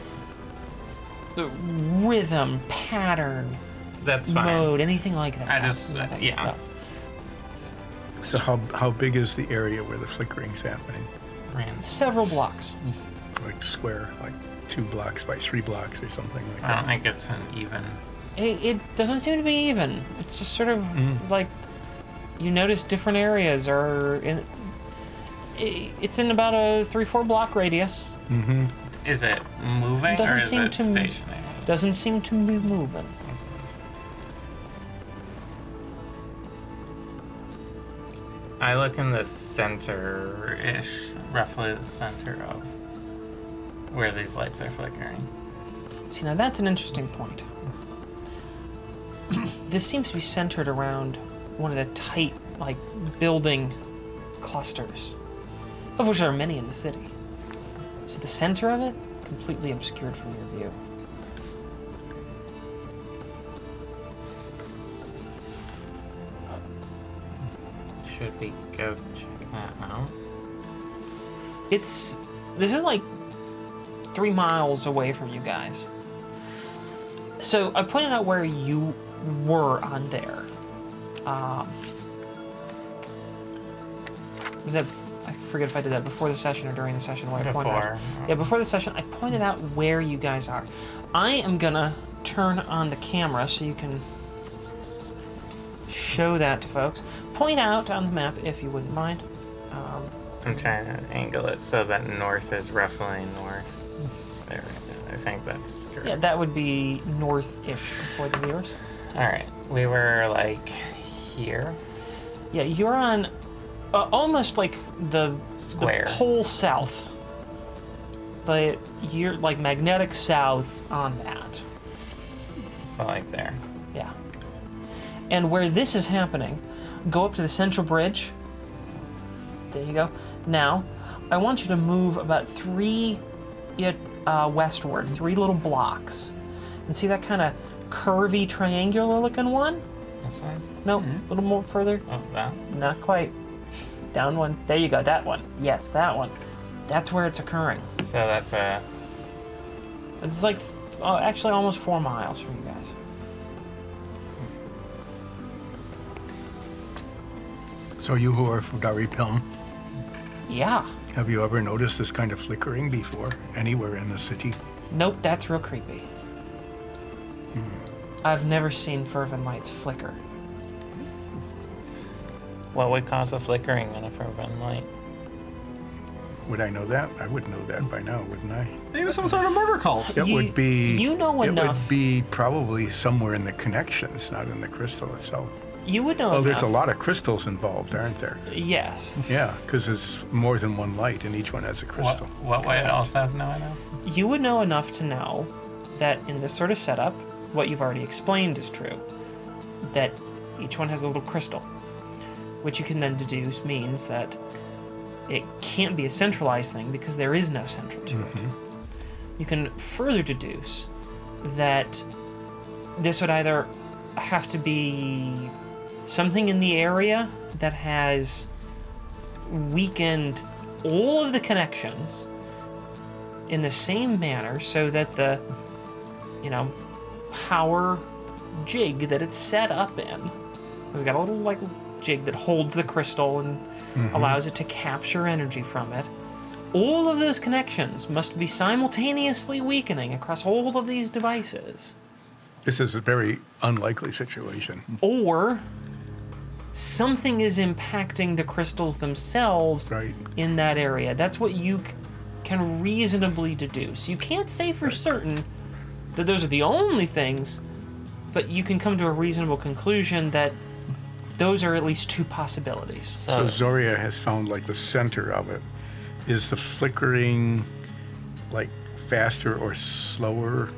Speaker 1: uh, rhythm, pattern,
Speaker 3: That's fine.
Speaker 1: mode, anything like that.
Speaker 3: I just- uh,
Speaker 1: Nothing.
Speaker 3: yeah.
Speaker 1: No.
Speaker 4: So how, how big is the area where the flickering's happening?
Speaker 3: Rand-
Speaker 1: Several blocks.
Speaker 3: Mm.
Speaker 4: Like square, like two blocks by three blocks or something like
Speaker 3: I don't
Speaker 4: that.
Speaker 3: think it's an even.
Speaker 1: It, it doesn't seem to be even. It's just sort of
Speaker 3: Mm.
Speaker 1: like you notice different areas are in. i it's in about a three, four block radius.
Speaker 3: Is it moving
Speaker 1: Doesn't
Speaker 3: or is
Speaker 1: seem
Speaker 3: it
Speaker 1: to-
Speaker 3: stationary?
Speaker 1: Doesn't seem to be moving.
Speaker 3: I look in the center ish, roughly the center of where these lights are flickering.
Speaker 1: See, now that's an interesting point. *clears throat* this seems to be centered around one of the tight, like, building clusters, of which there are many in the city. So the center of it, completely obscured from your view.
Speaker 3: Should we go check that out?
Speaker 1: It's. This is like three miles away from you guys. So I pointed out where you were on there. Um, was that. I forget if I did that before the session or during the session. What I pointed out.
Speaker 3: Before.
Speaker 1: Yeah, before the session, I pointed out where you guys are. I am gonna turn on the camera so you can show that to folks. Point out on the map if you wouldn't mind. Um,
Speaker 3: I'm trying to angle it so that north is roughly north. There we go. I think that's true.
Speaker 1: yeah, that would be north-ish for the viewers.
Speaker 3: All right. We were like here.
Speaker 1: Yeah, you're on uh, almost like the
Speaker 3: Square.
Speaker 1: the pole south. The you're like magnetic south on that.
Speaker 3: So like there.
Speaker 1: Yeah. And where this is happening, go up to the central bridge. There you go. Now, I want you to move about three it, uh, westward, three little blocks. And see that kind of curvy triangular looking one?
Speaker 3: This one?
Speaker 1: No, a little more further.
Speaker 3: Oh, that?
Speaker 1: Not quite. Down one. There you go, that one. Yes, that one. That's where it's occurring.
Speaker 3: So that's a.
Speaker 1: It's like, th- oh, actually, almost four miles from you guys.
Speaker 4: So you who are from Dari Pilm,
Speaker 1: Yeah.
Speaker 4: have you ever noticed this kind of flickering before anywhere in the city?
Speaker 1: Nope, that's real creepy.
Speaker 4: Hmm.
Speaker 1: I've never seen fervent lights flicker.
Speaker 3: What would cause a flickering in a proven light?
Speaker 4: Would I know that? I would know that by now, wouldn't I?
Speaker 2: Maybe some sort of murder
Speaker 1: *laughs*
Speaker 2: cult.
Speaker 4: It
Speaker 1: You-
Speaker 4: would be.
Speaker 1: you know
Speaker 4: It
Speaker 1: enough.
Speaker 4: would be probably somewhere in the connections, not in the crystal itself.
Speaker 1: You would know.
Speaker 4: Well, Oh, there's a
Speaker 1: enough.
Speaker 4: lot of crystals involved, aren't there?
Speaker 1: Yes,
Speaker 4: Yeah, because it's more than one light, and each one has a
Speaker 3: What,
Speaker 4: crystal.
Speaker 3: what would also no I know?
Speaker 1: you would know enough to know that in this sort of setup, what you've already explained is true. That each one has a little crystal, which you can then deduce means that it can't be a centralized thing because there is no central to it. You can further deduce that this would either have to be something in the area that has weakened all of the connections in the same manner so that the you know power jig that it's set up in it's got a little like jig that holds the crystal and allows it to capture energy from it all of those connections must be simultaneously weakening across all of these devices
Speaker 4: This is a very unlikely situation.
Speaker 1: or something is impacting the crystals themselves
Speaker 4: Right.
Speaker 1: in that area. That's what you c- can reasonably deduce. You can't say for certain that those are the only things, but you can come to a reasonable conclusion that those are at least two possibilities.
Speaker 4: So
Speaker 3: So,
Speaker 4: Zoria has found like the center of it. Is the flickering like faster or slower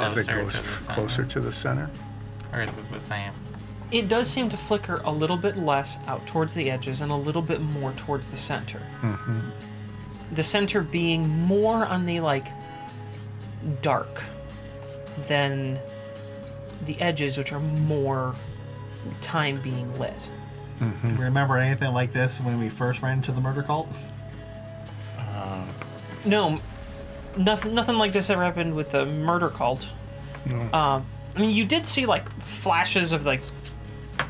Speaker 4: as it
Speaker 3: Closer
Speaker 4: goes
Speaker 3: to the center.
Speaker 4: closer to the center?
Speaker 3: or is it the same?
Speaker 1: It does seem to flicker a little bit less out towards the edges and a little bit more towards the center. The center being more on the like dark than the edges, which are more time being lit.
Speaker 2: Remember anything like this when we first ran into the murder cult?
Speaker 1: No, nothing. Nothing like this ever happened with the murder cult. Um, I mean, you did see like flashes of like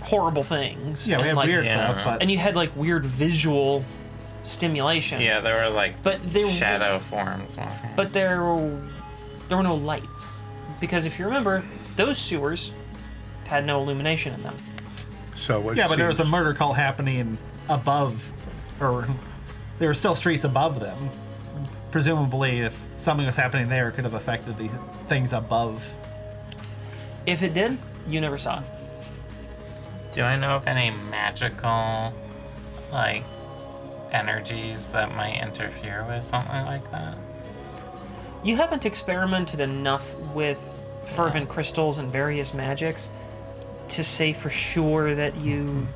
Speaker 1: horrible things.
Speaker 2: Yeah, we
Speaker 1: and,
Speaker 2: had
Speaker 1: like,
Speaker 2: weird
Speaker 3: Yeah.
Speaker 2: stuff, but
Speaker 1: and you had like weird visual stimulations.
Speaker 3: Yeah, there were like
Speaker 1: But there were-
Speaker 3: shadow forms walking.
Speaker 1: But there were, there were no lights because if you remember, those sewers had no illumination in them.
Speaker 4: So it
Speaker 2: yeah, but there was a
Speaker 4: seems-
Speaker 2: murder cult happening above, or there were still streets above them.
Speaker 5: presumably, if something was happening there, it could have affected the things above.
Speaker 1: If it did, you never saw it.
Speaker 3: Do I know of any magical, like, energies that might interfere with something like that?
Speaker 1: You haven't experimented enough with fervent crystals and various magics to say for sure that you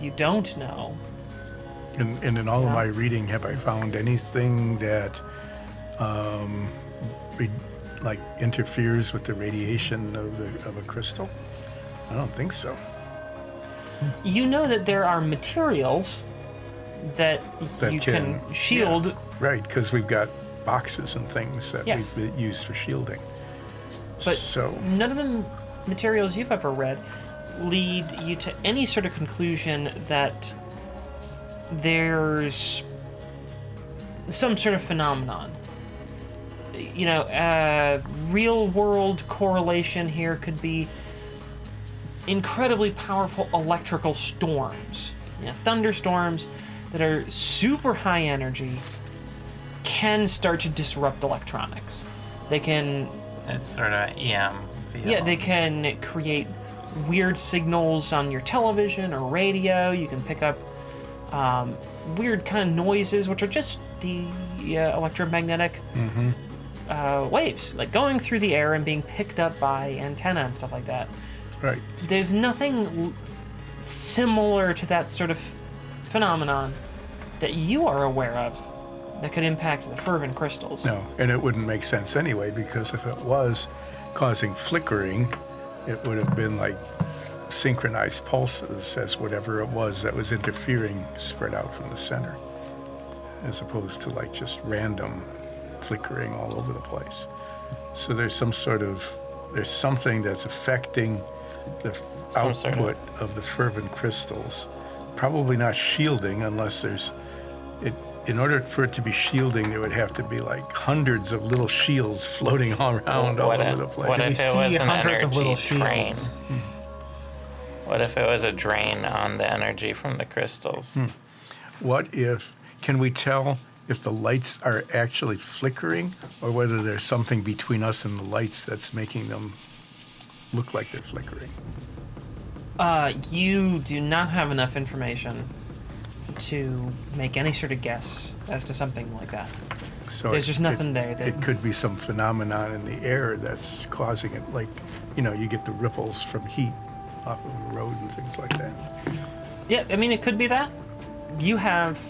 Speaker 1: you don't know.
Speaker 4: And, and in all of my reading, have I found anything that, um, re- like, interferes with the radiation of, the, of a crystal? I don't think so.
Speaker 1: You know that there are materials that,
Speaker 4: That
Speaker 1: you
Speaker 4: can-
Speaker 1: can, shield
Speaker 4: Right, because we've got boxes and things that
Speaker 1: Yes.
Speaker 4: we've used for shielding.
Speaker 1: But
Speaker 4: so,
Speaker 1: none of the m- materials you've ever read lead you to any sort of conclusion that there's some sort of phenomenon. You know, uh, real world correlation here could be incredibly powerful electrical storms, you know, thunderstorms that are super high energy can start to disrupt electronics. They can
Speaker 3: It's sort of E EM feel.
Speaker 1: yeah, they can create weird signals on your television or radio. You can pick up um, weird kind of noises, which are just the uh, electromagnetic uh, waves, like going through the air and being picked up by antenna and stuff like that.
Speaker 4: right.
Speaker 1: There's nothing l- similar to that sort of phenomenon that you are aware of that could impact the fervent crystals.
Speaker 4: No, and it wouldn't make sense anyway because if it was causing flickering, it would have been like synchronized pulses as whatever it was that was interfering spread out from the center, as opposed to like just random flickering all over the place. So there's some sort of there's something that's affecting the f-
Speaker 3: Some
Speaker 4: output
Speaker 3: sort of-
Speaker 4: of the fervent crystals. Probably not shielding unless there's it, in order for it to be shielding, there would have to be like hundreds of little shields floating *laughs* all around all
Speaker 3: What if-
Speaker 4: over the place.
Speaker 3: what
Speaker 5: We
Speaker 3: if it
Speaker 5: see
Speaker 3: was an
Speaker 5: hundreds of
Speaker 3: energy
Speaker 5: little
Speaker 3: train?
Speaker 5: shields.
Speaker 3: Hmm. What if it was a drain on the energy from the crystals?
Speaker 4: What if, can we tell if the lights are actually flickering or whether there's something between us and the lights that's making them look like they're flickering?
Speaker 1: Uh, you do not have enough information to make any sort of guess as to something like that.
Speaker 4: So
Speaker 1: There's
Speaker 4: it-
Speaker 1: just nothing
Speaker 4: it-
Speaker 1: there that-
Speaker 4: It could be some phenomenon in the air that's causing it, like, you know, you get the ripples from heat off of the road and things like that.
Speaker 1: Yeah, I mean, it could be that. You have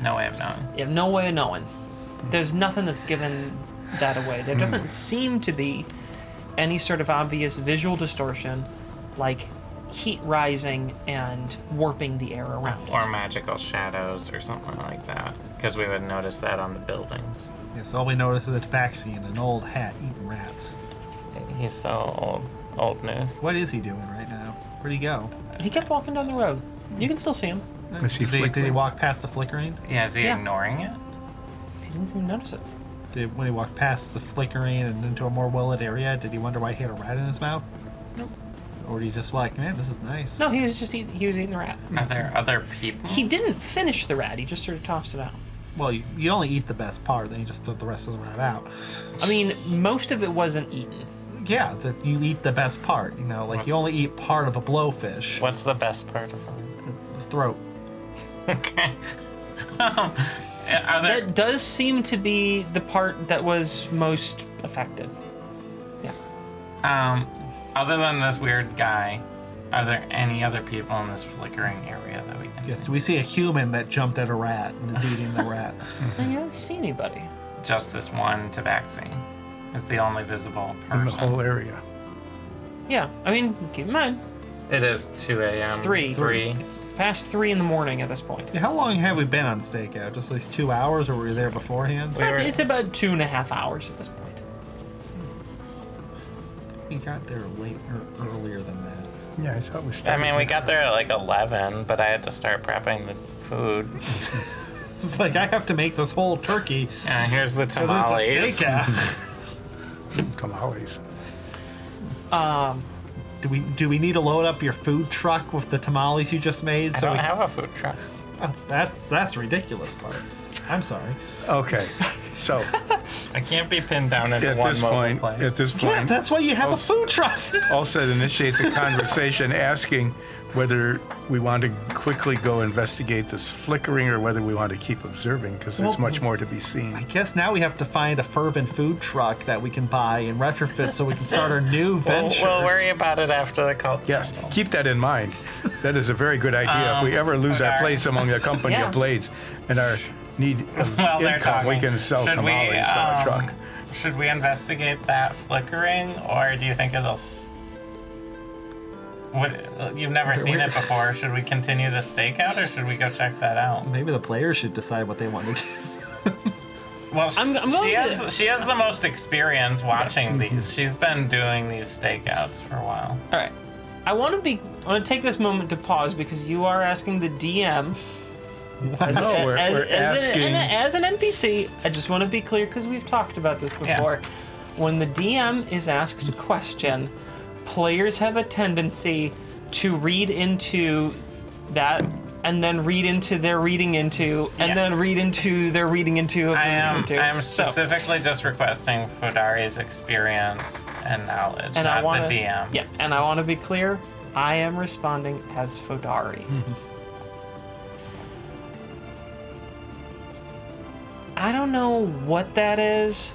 Speaker 3: No way of knowing.
Speaker 1: you have no way of knowing. There's nothing that's given that away. There doesn't seem to be any sort of obvious visual distortion, like heat rising and warping the air around it.
Speaker 3: Or magical shadows or something like that. Because we would notice that on the buildings.
Speaker 5: Yes, all we notice is a tabaxi and an old hat eating rats.
Speaker 3: He's so old. Old news.
Speaker 5: What is he doing right now? Where'd he go?
Speaker 1: He kept walking down the road. You can still see him.
Speaker 4: Is he
Speaker 5: did, he, did he
Speaker 4: flickering?
Speaker 5: walk past the flickering?
Speaker 3: Yeah, is he
Speaker 1: Yeah.
Speaker 3: ignoring it?
Speaker 1: He didn't even notice it.
Speaker 5: Did, when he walked past the flickering and into a more well-lit area, did he wonder why he had a rat in his mouth?
Speaker 1: Nope.
Speaker 5: Or did he just like, man, this is nice?
Speaker 1: No, he was just eat- he was eating the rat.
Speaker 3: Are there other people?
Speaker 1: He didn't finish the rat. He just sort of tossed it out.
Speaker 5: Well, you, you only eat the best part, then you just throw the rest of the rat out.
Speaker 1: I mean, most of it wasn't eaten.
Speaker 5: Yeah, that you eat the best part. You know, like you only eat part of a blowfish.
Speaker 3: What's the best part of them?
Speaker 5: The throat.
Speaker 3: *laughs* Okay. Um, *laughs* are there
Speaker 1: That does seem to be the part that was most affected. Yeah.
Speaker 3: Um, other than this weird guy, are there any other people in this flickering area that we can
Speaker 5: Yes,
Speaker 3: see?
Speaker 5: we see a human that jumped at a rat and is eating the rat.
Speaker 1: And you don't see anybody.
Speaker 3: Just this one tabaxi is the only visible
Speaker 4: In
Speaker 3: person.
Speaker 4: the whole area.
Speaker 1: Yeah. I mean, keep in mind,
Speaker 3: It is 2 a.m.
Speaker 1: Three.
Speaker 3: Three.
Speaker 1: it's past three in the morning at this point.
Speaker 5: How long have we been on stakeout? Just like two hours, or were we there beforehand?
Speaker 3: We were-
Speaker 1: It's about two and a half hours at this point.
Speaker 5: We got there late or earlier than that. *laughs*
Speaker 4: Yeah, I thought we
Speaker 3: I
Speaker 4: started.
Speaker 3: mean, we got there at like 11, but I had to start prepping the food.
Speaker 4: *laughs*
Speaker 5: It's like I have to make this whole turkey.
Speaker 3: And Uh, here's the
Speaker 5: for
Speaker 3: tamales.
Speaker 5: This stakeout.
Speaker 4: tamales.
Speaker 5: do we do we need to load up your food truck with the tamales you just made?
Speaker 3: I
Speaker 5: so
Speaker 3: don't
Speaker 5: we,
Speaker 3: have a food truck.
Speaker 5: Oh, that's that's ridiculous part. I'm sorry.
Speaker 4: Okay, so
Speaker 3: I can't be pinned down into
Speaker 4: at
Speaker 3: one
Speaker 4: this
Speaker 3: mobile
Speaker 4: point,
Speaker 3: place.
Speaker 4: at this
Speaker 5: Yeah,
Speaker 4: point,
Speaker 5: that's why you have a food truck. *laughs*
Speaker 4: also initiates a conversation asking whether we want to quickly go investigate this flickering or whether we want to keep observing because there's
Speaker 5: Well,
Speaker 4: much more to be seen.
Speaker 5: Guess now we have to find a fervent food truck that we can buy and retrofit so we can start our new
Speaker 3: *laughs* we'll,
Speaker 5: venture.
Speaker 3: we'll worry about it after the cult.
Speaker 4: Yes,
Speaker 3: circle.
Speaker 4: keep that in mind. That is a very good idea. if we ever lose our
Speaker 3: okay.
Speaker 4: place among the company
Speaker 1: Yeah.
Speaker 4: of blades and our need of
Speaker 3: Well, they're
Speaker 4: income,
Speaker 3: talking.
Speaker 4: we can sell
Speaker 3: Should we,
Speaker 4: tamales on a
Speaker 3: um,
Speaker 4: truck.
Speaker 3: Should we investigate that flickering, or do you think it'll? s- Would, you've never seen
Speaker 5: we-
Speaker 3: it before. Should we continue the stakeout, or should we go check that out?
Speaker 5: Maybe the players should decide what they want to do. *laughs*
Speaker 3: Well,
Speaker 1: I'm- I'm
Speaker 3: she
Speaker 1: going
Speaker 3: has
Speaker 1: to-
Speaker 3: she has the most experience watching these. She's been doing these stakeouts for a while.
Speaker 1: All right. I want to be. I want to take this moment to pause because you are asking the DM as,
Speaker 4: No,
Speaker 1: a-
Speaker 4: we're-
Speaker 1: as,
Speaker 4: we're
Speaker 1: as an-
Speaker 4: asking-
Speaker 1: an, as an NPC. I just want to be clear because we've talked about this
Speaker 3: Yeah.
Speaker 1: before. When the DM is asked a question, players have a tendency to read into that. And then read into their reading into, and
Speaker 3: Yeah.
Speaker 1: then read into their reading into. Of
Speaker 3: I am
Speaker 1: reading
Speaker 3: I
Speaker 1: into.
Speaker 3: am
Speaker 1: So,
Speaker 3: specifically just requesting Fudari's experience and knowledge,
Speaker 1: and
Speaker 3: not
Speaker 1: I want
Speaker 3: the DM.
Speaker 1: Yeah, and I want to be clear. I am responding as Fodari. *laughs* I don't know what that is,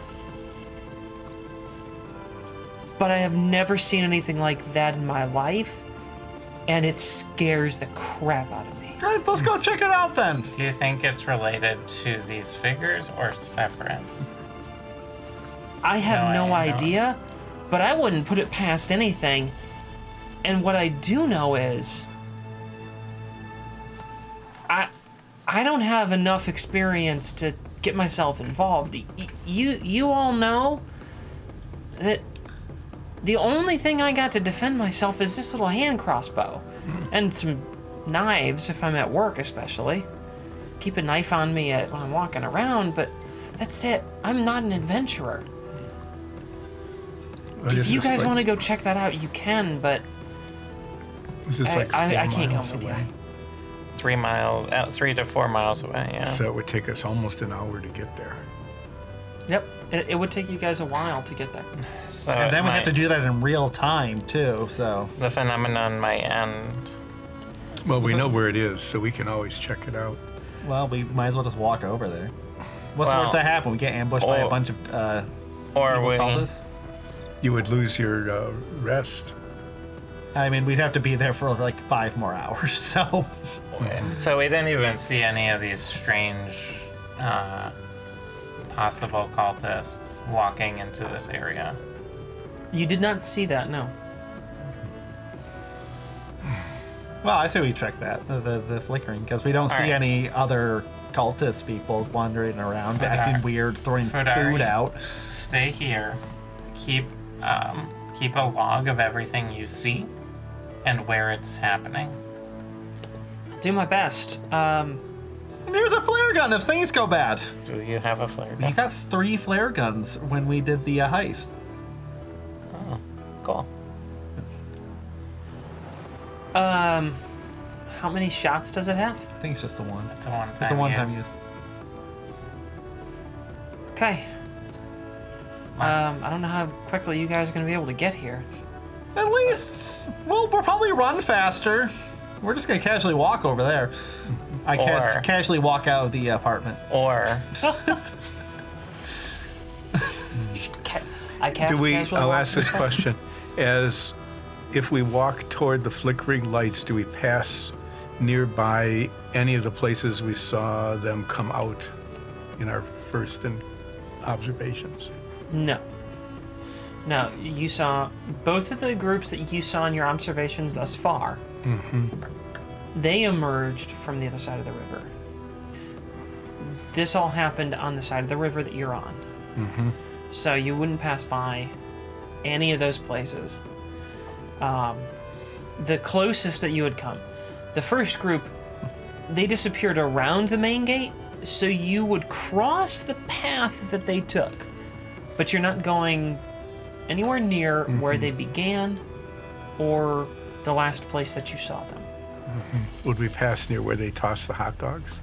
Speaker 1: but I have never seen anything like that in my life, and it scares the crap out of me.
Speaker 5: Great, let's go check it out then.
Speaker 3: Do you think it's related to these figures or separate?
Speaker 1: I have
Speaker 3: No,
Speaker 1: no,
Speaker 3: I don't.
Speaker 1: idea, but I wouldn't put it past anything. And what I do know is I I don't have enough experience to get myself involved. Y- you you all know that the only thing I got to defend myself is this little hand crossbow and some knives if I'm at work especially. Keep a knife on me at, when I'm walking around, but that's it. I'm not an adventurer. uh, If you guys want to go check that out, you can, but
Speaker 4: to, this is
Speaker 1: I,
Speaker 4: like
Speaker 1: I,
Speaker 4: four
Speaker 1: I can't come
Speaker 4: miles
Speaker 1: with
Speaker 4: away.
Speaker 1: you.
Speaker 3: Three miles, uh, three to four miles away. Yeah.
Speaker 4: So it would take us almost an hour to get there.
Speaker 1: Yep. It, it would take you guys a while to get there.
Speaker 3: So
Speaker 5: And then
Speaker 3: it
Speaker 5: we have to
Speaker 3: might-
Speaker 5: do that in real time too. So
Speaker 3: the phenomenon might end.
Speaker 4: Well, we know where it is, so we can always check it out.
Speaker 5: well, we might as well just walk over there. What's
Speaker 3: Well-
Speaker 5: worse that happen? We get ambushed by
Speaker 3: Oh.
Speaker 5: a bunch of uh,
Speaker 3: Or
Speaker 5: people
Speaker 3: we
Speaker 5: cultists?
Speaker 4: You would lose your uh, rest.
Speaker 5: I mean, we'd have to be there for like five more hours. *laughs* So
Speaker 3: So we didn't even see any of these strange uh, possible cultists walking into this area.
Speaker 1: You did not see that, no.
Speaker 5: Well, I say we check that the the, the flickering because we don't see
Speaker 3: Alright.
Speaker 5: any other cultist people wandering around acting weird, throwing
Speaker 3: Fodari.
Speaker 5: food out.
Speaker 3: Stay here. Keep um, keep a log of everything you see and where it's happening.
Speaker 1: Do my best. Um,
Speaker 5: And there's a flare gun if things go bad.
Speaker 3: Do you have a flare
Speaker 5: You
Speaker 3: gun?
Speaker 5: got three flare guns when we did the uh, heist.
Speaker 3: Cool.
Speaker 1: um, how many shots does it have?
Speaker 5: I think it's just the one.
Speaker 3: It's a one-time
Speaker 5: It's a one-time
Speaker 3: use.
Speaker 5: use.
Speaker 1: Okay. Um, I don't know how quickly you guys are going to be able to get here.
Speaker 5: At least, well, we'll probably run faster. We're just gonna casually walk over there. I
Speaker 3: Or-
Speaker 5: cas- casually walk out of the apartment. *laughs*
Speaker 3: Or
Speaker 1: Ca- I cast
Speaker 4: Do we?
Speaker 1: casual
Speaker 4: I'll
Speaker 1: walk-
Speaker 4: ask this question: As if we walk toward the flickering lights, do we pass nearby any of the places we saw them come out in our first in observations?
Speaker 1: No. No, you saw both of the groups that you saw in your observations thus far. They emerged from the other side of the river. This all happened on the side of the river that you're on. So you wouldn't pass by any of those places. Um, the closest that you had come, the first group, they disappeared around the main gate, so you would cross the path that they took but you're not going anywhere near where they began or the last place that you saw them.
Speaker 4: Would we pass near where they toss the hot dogs?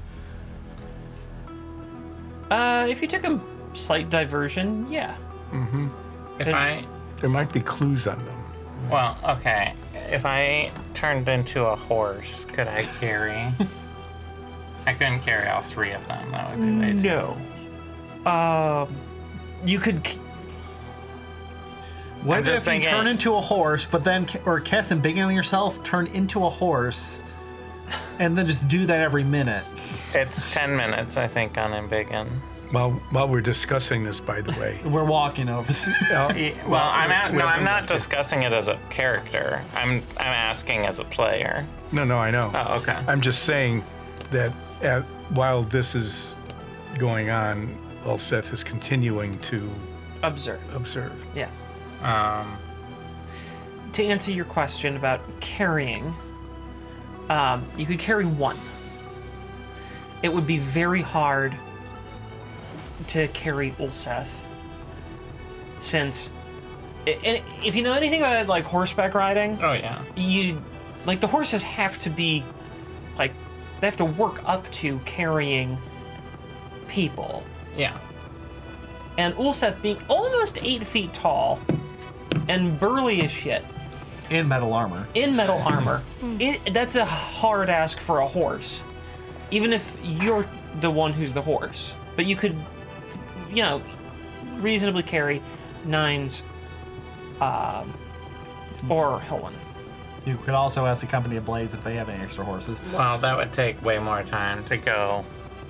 Speaker 1: Uh, if you took a slight diversion, yeah.
Speaker 3: If
Speaker 1: And-
Speaker 3: I
Speaker 4: There might be clues on them.
Speaker 3: well, okay. If I turned into a horse, could I carry? *laughs* I couldn't carry all three of them. That would be way too.
Speaker 1: No. Uh, you could. c-
Speaker 2: What
Speaker 3: I'm
Speaker 2: if
Speaker 3: just eh.
Speaker 2: you
Speaker 3: thinking-
Speaker 2: turn into a horse, but then, or Kess and Big on yourself turn into a horse, and then just do that every minute?
Speaker 3: It's ten minutes, I think, on Embiggen.
Speaker 4: While while we're discussing this, by the *laughs* way,
Speaker 2: We're walking over.
Speaker 3: *laughs*
Speaker 2: The,
Speaker 3: Well, I'm out.
Speaker 4: we
Speaker 3: No, I'm
Speaker 4: haven't
Speaker 3: not
Speaker 4: left yet.
Speaker 3: discussing it as a character. I'm I'm asking as a player.
Speaker 4: no, no, I know.
Speaker 3: Oh, okay.
Speaker 4: I'm just saying that at, while this is going on, Ulseth is continuing to
Speaker 1: Observe.
Speaker 4: observe.
Speaker 1: Yeah.
Speaker 3: Um,
Speaker 1: To answer your question about carrying, um, you could carry one. It would be very hard to carry Ulseth, since, i- i- if you know anything about like horseback riding,
Speaker 3: oh yeah.
Speaker 1: you like the horses have to be like they have to work up to carrying people
Speaker 3: Yeah.
Speaker 1: and ulseth being almost eight feet tall and burly as shit
Speaker 2: and metal armor.
Speaker 1: in metal armor it, that's a hard ask for a horse even if you're the one who's the horse but you could you know reasonably carry nines um, or helen
Speaker 2: You could also ask the company of Blades if they have any extra horses.
Speaker 3: Well, that would take way more time to go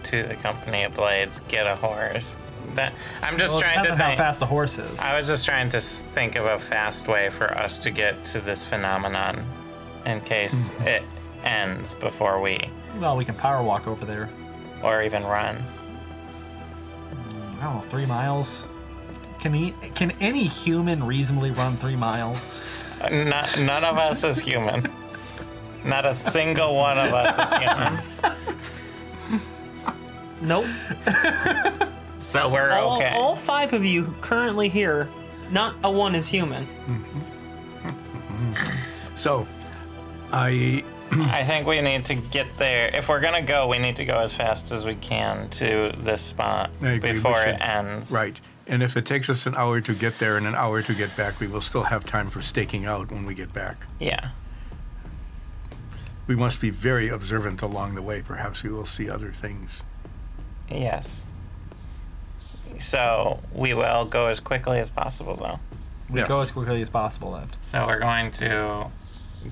Speaker 3: to the company of blades, get a horse. That I'm just
Speaker 2: Well, it
Speaker 3: trying
Speaker 2: depends
Speaker 3: to
Speaker 2: on how
Speaker 3: think.
Speaker 2: fast the horse is.
Speaker 3: I was just trying to s- think of a fast way for us to get to this phenomenon, in case
Speaker 4: Mm-hmm.
Speaker 3: it ends before we,
Speaker 2: Well, we can power walk over there.
Speaker 3: or even run.
Speaker 2: I don't know, three miles. Can he, Can any human reasonably run three miles?
Speaker 3: Not, none of us is
Speaker 4: *laughs*
Speaker 3: human. Not a single one of us is human.
Speaker 1: nope
Speaker 3: So we're
Speaker 1: all,
Speaker 3: okay.
Speaker 1: all five of you currently here, not a one is human.
Speaker 4: So, I
Speaker 3: I think we need to get there. If we're gonna go, we need to go as fast as we can to this spot
Speaker 4: I agree, we
Speaker 3: before it
Speaker 4: should-
Speaker 3: ends.
Speaker 4: right, and if it takes us an hour to get there and an hour to get back, we will still have time for staking out when we get back.
Speaker 3: Yeah.
Speaker 4: We must be very observant along the way. Perhaps we will see other things.
Speaker 3: Yes. So we will go as quickly as possible, though.
Speaker 2: We
Speaker 4: Yes.
Speaker 2: go as quickly as possible then.
Speaker 3: So we're going to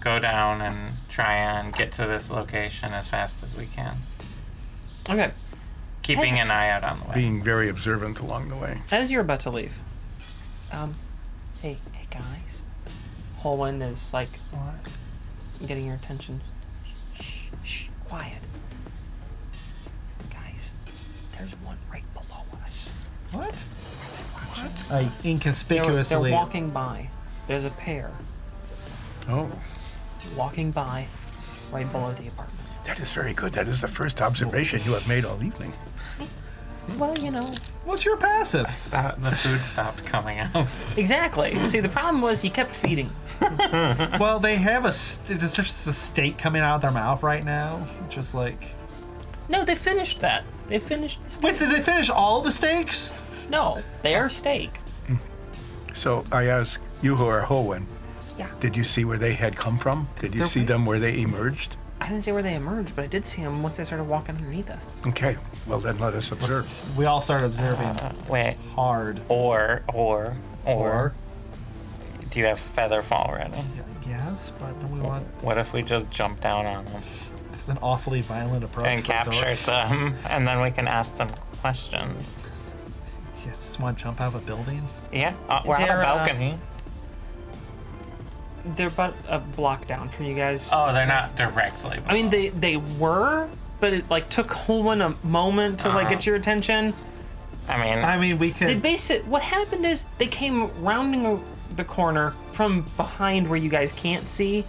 Speaker 3: go down and try and get to this location as fast as we can,
Speaker 1: Okay,
Speaker 3: keeping an eye out on the way.
Speaker 4: Being very observant along the way.
Speaker 1: as you're about to leave, um, hey, hey guys, Holwyn is like
Speaker 3: What?
Speaker 1: getting your attention. Shh, shh, quiet. Guys, there's one right below us.
Speaker 2: What? Like
Speaker 1: They're,
Speaker 2: inconspicuously.
Speaker 1: they're walking by. There's a pair
Speaker 4: Oh,
Speaker 1: walking by, right below the apartment.
Speaker 4: that is very good. That is the first observation you have made all evening.
Speaker 1: Well, you know,
Speaker 2: What's your passive?
Speaker 3: Stop, the food stopped coming out.
Speaker 1: exactly. See, the problem was you kept feeding.
Speaker 2: well, they have a. St- there's just a steak coming out of their mouth right now. Just like.
Speaker 1: No, they finished that. They finished the
Speaker 2: Wait, did they finish all the steaks?
Speaker 1: No, they are steak.
Speaker 4: So I ask you, who are Holwyn,
Speaker 1: Yeah.
Speaker 4: did you see where they had come from? Did you see them where they emerged?
Speaker 1: I didn't see where they emerged, but I did see them once they started walking underneath us.
Speaker 4: Okay, well then let us observe.
Speaker 2: We all start observing
Speaker 3: *laughs* Wait.
Speaker 2: hard.
Speaker 3: Or, or, or,
Speaker 2: Or.
Speaker 3: do you have feather fall ready?
Speaker 2: Yes, but do we want.
Speaker 3: What if we just jump down on them
Speaker 2: It's an awfully violent approach.
Speaker 3: and
Speaker 2: for Zora.
Speaker 3: capture them, and then we can ask them questions?
Speaker 2: You guys just want to jump out of a building?
Speaker 3: Yeah, uh, we're
Speaker 1: They're,
Speaker 3: on
Speaker 1: uh,
Speaker 3: a balcony.
Speaker 1: They're about a block down from you guys.
Speaker 3: oh, they're not directly.
Speaker 1: I mean, they they were, but it like took Holman a moment to like
Speaker 3: Uh-huh.
Speaker 1: get your attention.
Speaker 3: I mean,
Speaker 2: I mean, we could.
Speaker 1: They base it. What happened is they came rounding a- the corner from behind where you guys can't see,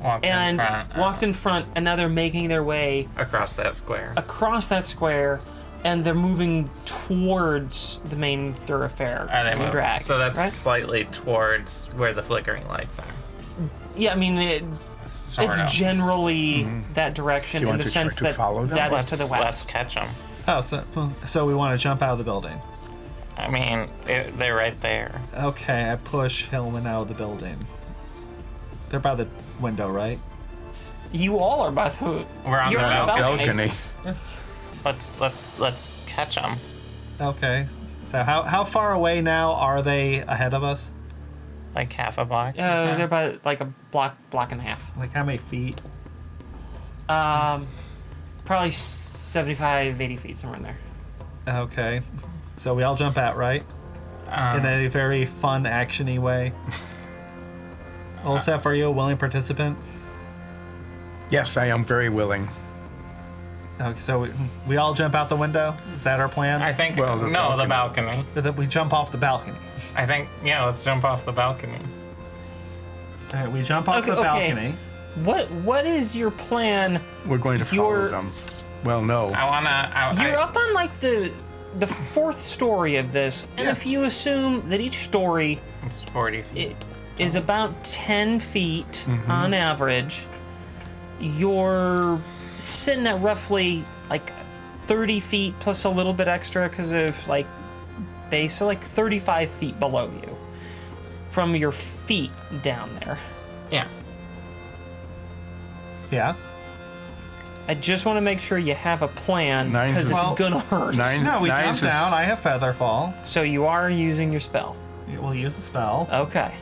Speaker 3: walked
Speaker 1: and
Speaker 3: in front, uh,
Speaker 1: walked in front, and now they're making their way
Speaker 3: across that square.
Speaker 1: across that square, and they're moving towards the main thoroughfare.
Speaker 3: Are Oh, they
Speaker 1: in
Speaker 3: moving?
Speaker 1: drag,
Speaker 3: so that's
Speaker 1: right?
Speaker 3: slightly towards where the flickering lights are.
Speaker 1: Yeah, I mean, it,
Speaker 3: sort
Speaker 1: it's
Speaker 3: of.
Speaker 1: generally that direction
Speaker 4: Mm-hmm. You
Speaker 1: in
Speaker 4: want
Speaker 1: the
Speaker 4: to try
Speaker 1: sense
Speaker 4: to
Speaker 1: that
Speaker 4: follow them?
Speaker 1: that is
Speaker 3: let's,
Speaker 1: to the
Speaker 3: Let's
Speaker 1: west.
Speaker 3: catch them.
Speaker 5: Oh, so
Speaker 2: hmm,
Speaker 5: so we want to jump out of the building.
Speaker 3: I mean, it, they're right there.
Speaker 5: Okay, I push Hillman out of the building. They're by the window, right?
Speaker 1: You all are by the.
Speaker 3: We're on
Speaker 1: You're
Speaker 3: the
Speaker 1: on the
Speaker 3: balcony.
Speaker 1: balcony.
Speaker 4: Balcony.
Speaker 3: Let's let's let's catch them.
Speaker 5: Okay. So how how far away now are they ahead of us?
Speaker 3: Like half a block. or
Speaker 1: Uh,
Speaker 3: so.
Speaker 1: they're by like a block, block and a half.
Speaker 5: Like how many feet?
Speaker 1: Um, probably 75, 80 feet somewhere in there.
Speaker 5: Okay. So we all jump out, right?
Speaker 3: Um,
Speaker 5: In a very fun, actiony
Speaker 3: *laughs*
Speaker 5: way. Olsef, are you a willing participant?
Speaker 4: Yes, I am very willing.
Speaker 5: Okay, so we, we all jump out the window. Is that our plan?
Speaker 3: I think
Speaker 4: Well, the
Speaker 3: no, the balcony.
Speaker 5: Or that we jump off the balcony.
Speaker 3: I think yeah, let's jump off the balcony.
Speaker 5: All right, we jump off
Speaker 1: Okay,
Speaker 5: the
Speaker 1: okay.
Speaker 5: balcony.
Speaker 1: What What is your plan?
Speaker 4: We're going to follow
Speaker 1: You're-
Speaker 4: them. Well, no.
Speaker 3: I wanna. I, I-
Speaker 1: You're up on like the the fourth story of this, and
Speaker 4: Yeah.
Speaker 1: if you assume that each story
Speaker 3: It's forty feet.
Speaker 1: i- is about 10 feet
Speaker 3: Mm-hmm.
Speaker 1: on average, you're sitting at roughly like 30 feet plus a little bit extra because of like base, so like 35 feet below you from your feet down there.
Speaker 3: yeah.
Speaker 5: Yeah.
Speaker 1: I just want to make sure you have a plan
Speaker 4: Nine's
Speaker 1: because
Speaker 4: is-
Speaker 1: it's
Speaker 5: Well,
Speaker 1: gonna hurt.
Speaker 4: nine-
Speaker 5: No, we
Speaker 4: Nice
Speaker 5: jump
Speaker 4: is-
Speaker 5: down. I have feather fall.
Speaker 1: So you are using your spell.
Speaker 5: We'll use a spell.
Speaker 1: Okay.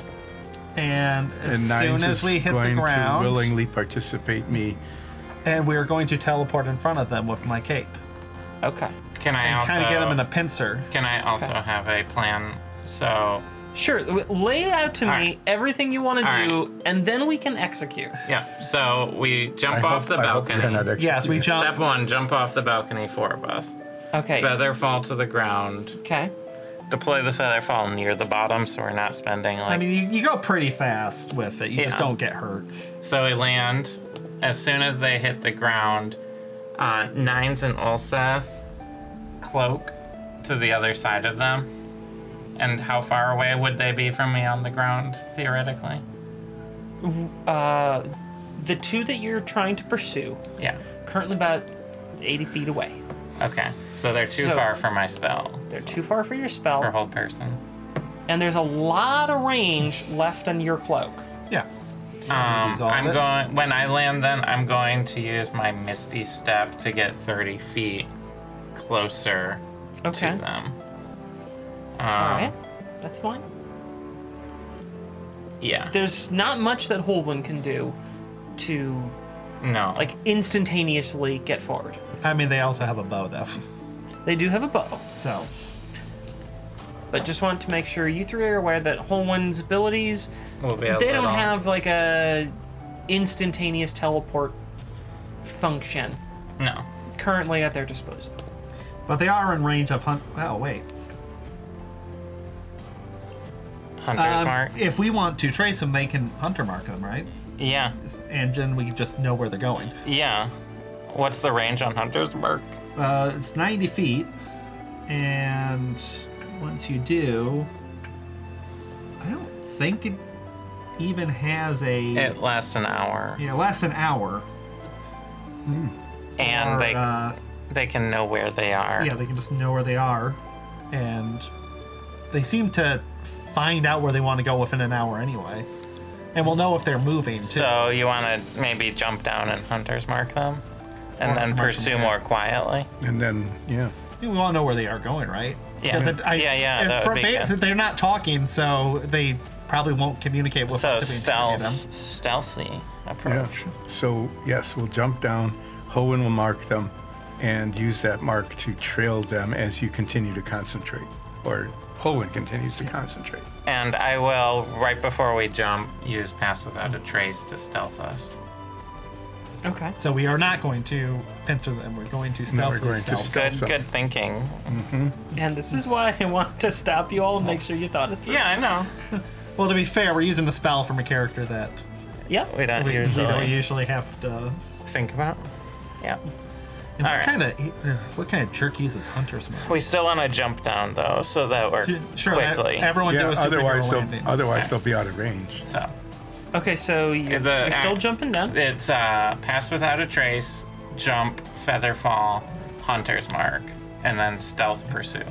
Speaker 5: And as
Speaker 4: and
Speaker 5: soon
Speaker 4: Nines
Speaker 5: as
Speaker 4: is
Speaker 5: we hit the
Speaker 4: going
Speaker 5: ground,
Speaker 4: to willingly participate me.
Speaker 5: and we're going to teleport in front of them with my cape
Speaker 1: Okay.
Speaker 3: Can I
Speaker 5: and
Speaker 3: also
Speaker 5: kind of get them in a pincer.
Speaker 3: Can I also have a plan? So
Speaker 1: Sure. w- Lay out to
Speaker 3: All
Speaker 1: me
Speaker 3: right.
Speaker 1: everything you want to
Speaker 3: All
Speaker 1: do, and then we can execute.
Speaker 3: yeah. So we jump
Speaker 4: I
Speaker 3: off
Speaker 4: hope-
Speaker 3: the
Speaker 4: I hope you're
Speaker 3: balcony.
Speaker 4: not
Speaker 5: Yes, we
Speaker 4: executing.
Speaker 5: jump.
Speaker 3: Step one: jump off the balcony. Four of us.
Speaker 1: Okay.
Speaker 3: Feather fall to the ground.
Speaker 1: Okay.
Speaker 3: Deploy the feather fall near the bottom, so we're not spending like.
Speaker 5: I mean, you, you go pretty fast with it. You just
Speaker 3: Yeah.
Speaker 5: don't get hurt.
Speaker 3: So we land. As soon as they hit the ground, uh, Nines and Ulseth cloak to the other side of them. And how far away would they be from me on the ground, theoretically?
Speaker 1: Uh, the two that you're trying to pursue
Speaker 3: Yeah.
Speaker 1: currently about 80 feet away.
Speaker 3: Okay. So they're too
Speaker 1: So-
Speaker 3: far for my spell.
Speaker 1: They're too far for your
Speaker 3: for
Speaker 1: spell,
Speaker 3: whole person.
Speaker 1: and there's a lot of range left on your cloak.
Speaker 5: Yeah.
Speaker 3: Um,
Speaker 5: Resolve
Speaker 3: I'm
Speaker 5: it.
Speaker 3: going. When I land, then I'm going to use my Misty Step to get 30 feet closer
Speaker 1: Okay.
Speaker 3: to them. Um,
Speaker 1: All right. That's fine.
Speaker 3: Yeah.
Speaker 1: There's not much that Holwyn can do to
Speaker 3: No.
Speaker 1: like instantaneously get forward.
Speaker 5: I mean, they also have a bow though,
Speaker 1: They do have a bow,
Speaker 5: so
Speaker 1: but just want to make sure you three are aware that Holwyn's abilities
Speaker 3: we'll be able
Speaker 1: they
Speaker 3: to
Speaker 1: don't
Speaker 3: roll.
Speaker 1: have like a instantaneous teleport function
Speaker 3: No.
Speaker 1: currently at their disposal.
Speaker 5: But they are in range of hunt. Oh wait.
Speaker 3: Hunter's
Speaker 5: Um,
Speaker 3: mark.
Speaker 5: If we want to trace them, they can hunter mark them, right?
Speaker 3: Yeah.
Speaker 5: And then we just know where they're going.
Speaker 3: Yeah. What's the range on Hunter's mark?
Speaker 5: Uh, it's 90 feet, and once you do, I don't think it even has a
Speaker 3: It lasts an hour,
Speaker 5: yeah less an hour.
Speaker 3: and
Speaker 5: or,
Speaker 3: they
Speaker 5: uh,
Speaker 3: they can know where they are.
Speaker 5: yeah, they can just know where they are, and they seem to find out where they want to go within an hour anyway. And we'll know if they're moving too.
Speaker 3: So you want to maybe jump down and Hunter's mark them, and
Speaker 5: Or
Speaker 3: then
Speaker 5: mark them,
Speaker 3: pursue
Speaker 5: yeah.
Speaker 3: more quietly.
Speaker 4: And then, yeah.
Speaker 5: we want to know where they are going, right?
Speaker 3: Yeah.
Speaker 5: Because it- I-
Speaker 3: Yeah, yeah,
Speaker 5: if
Speaker 3: that would
Speaker 5: from
Speaker 3: be
Speaker 5: base,
Speaker 3: good.
Speaker 5: they're not talking, so they probably won't communicate with
Speaker 3: So
Speaker 5: us if we interrogate
Speaker 3: stealth,
Speaker 5: them.
Speaker 3: stealthy
Speaker 4: Yeah.
Speaker 3: approach.
Speaker 4: So yes, we'll jump down. Hohen will mark them, and use that mark to trail them as you continue to concentrate, or Hohen continues to concentrate.
Speaker 3: And I will, right before we jump, use pass without a trace to stealth us.
Speaker 1: Okay.
Speaker 5: So we are not going to pincer them. We're going to
Speaker 4: No,
Speaker 5: stealthily
Speaker 4: we're going to
Speaker 5: stealth.
Speaker 3: Good,
Speaker 4: stealth them.
Speaker 3: good thinking.
Speaker 1: And this is why I want to stop you all and make sure you thought it through.
Speaker 3: Yeah, I know.
Speaker 5: well, to be fair, we're using a spell from a character that
Speaker 1: Yep.
Speaker 3: We don't
Speaker 5: we, we
Speaker 3: usually
Speaker 5: don't usually have to.
Speaker 3: think about. Yeah.
Speaker 5: And
Speaker 3: All
Speaker 5: what
Speaker 3: right.
Speaker 5: kind of eh, what kind of jerkies is Hunter's mark?
Speaker 3: We still want to jump down though, so that we're
Speaker 5: Sure, that-
Speaker 3: quickly.
Speaker 5: everyone do
Speaker 4: Yeah.
Speaker 5: a superhero
Speaker 4: Otherwise, they'll
Speaker 5: landing.
Speaker 4: otherwise they'll be out of range.
Speaker 3: so
Speaker 1: Okay, so you're,
Speaker 3: The
Speaker 1: you're still
Speaker 3: act-
Speaker 1: jumping down.
Speaker 3: It's uh, pass without a trace, jump, feather fall, hunter's mark, and then stealth pursue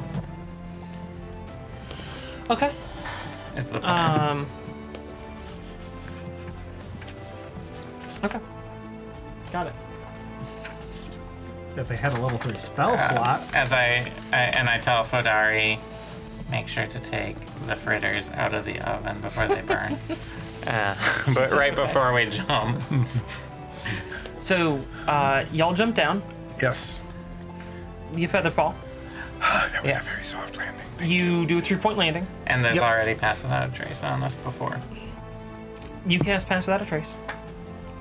Speaker 1: Okay.
Speaker 3: is the plan.
Speaker 1: Um. Okay. Got it.
Speaker 2: If they had a level three spell slot,
Speaker 3: Uh, As I, I and I tell Fodari, make sure to take the fritters out of the oven before they burn. uh, but
Speaker 1: says
Speaker 3: right
Speaker 1: okay.
Speaker 3: before we jump,
Speaker 1: So uh, y'all jump down.
Speaker 4: Yes.
Speaker 1: You feather fall.
Speaker 4: Oh, That was
Speaker 3: Yes.
Speaker 4: a very soft landing.
Speaker 1: You do a three point landing.
Speaker 3: and there's
Speaker 2: Yep.
Speaker 3: already pass without a trace on us before.
Speaker 1: You cast Pass Without a Trace.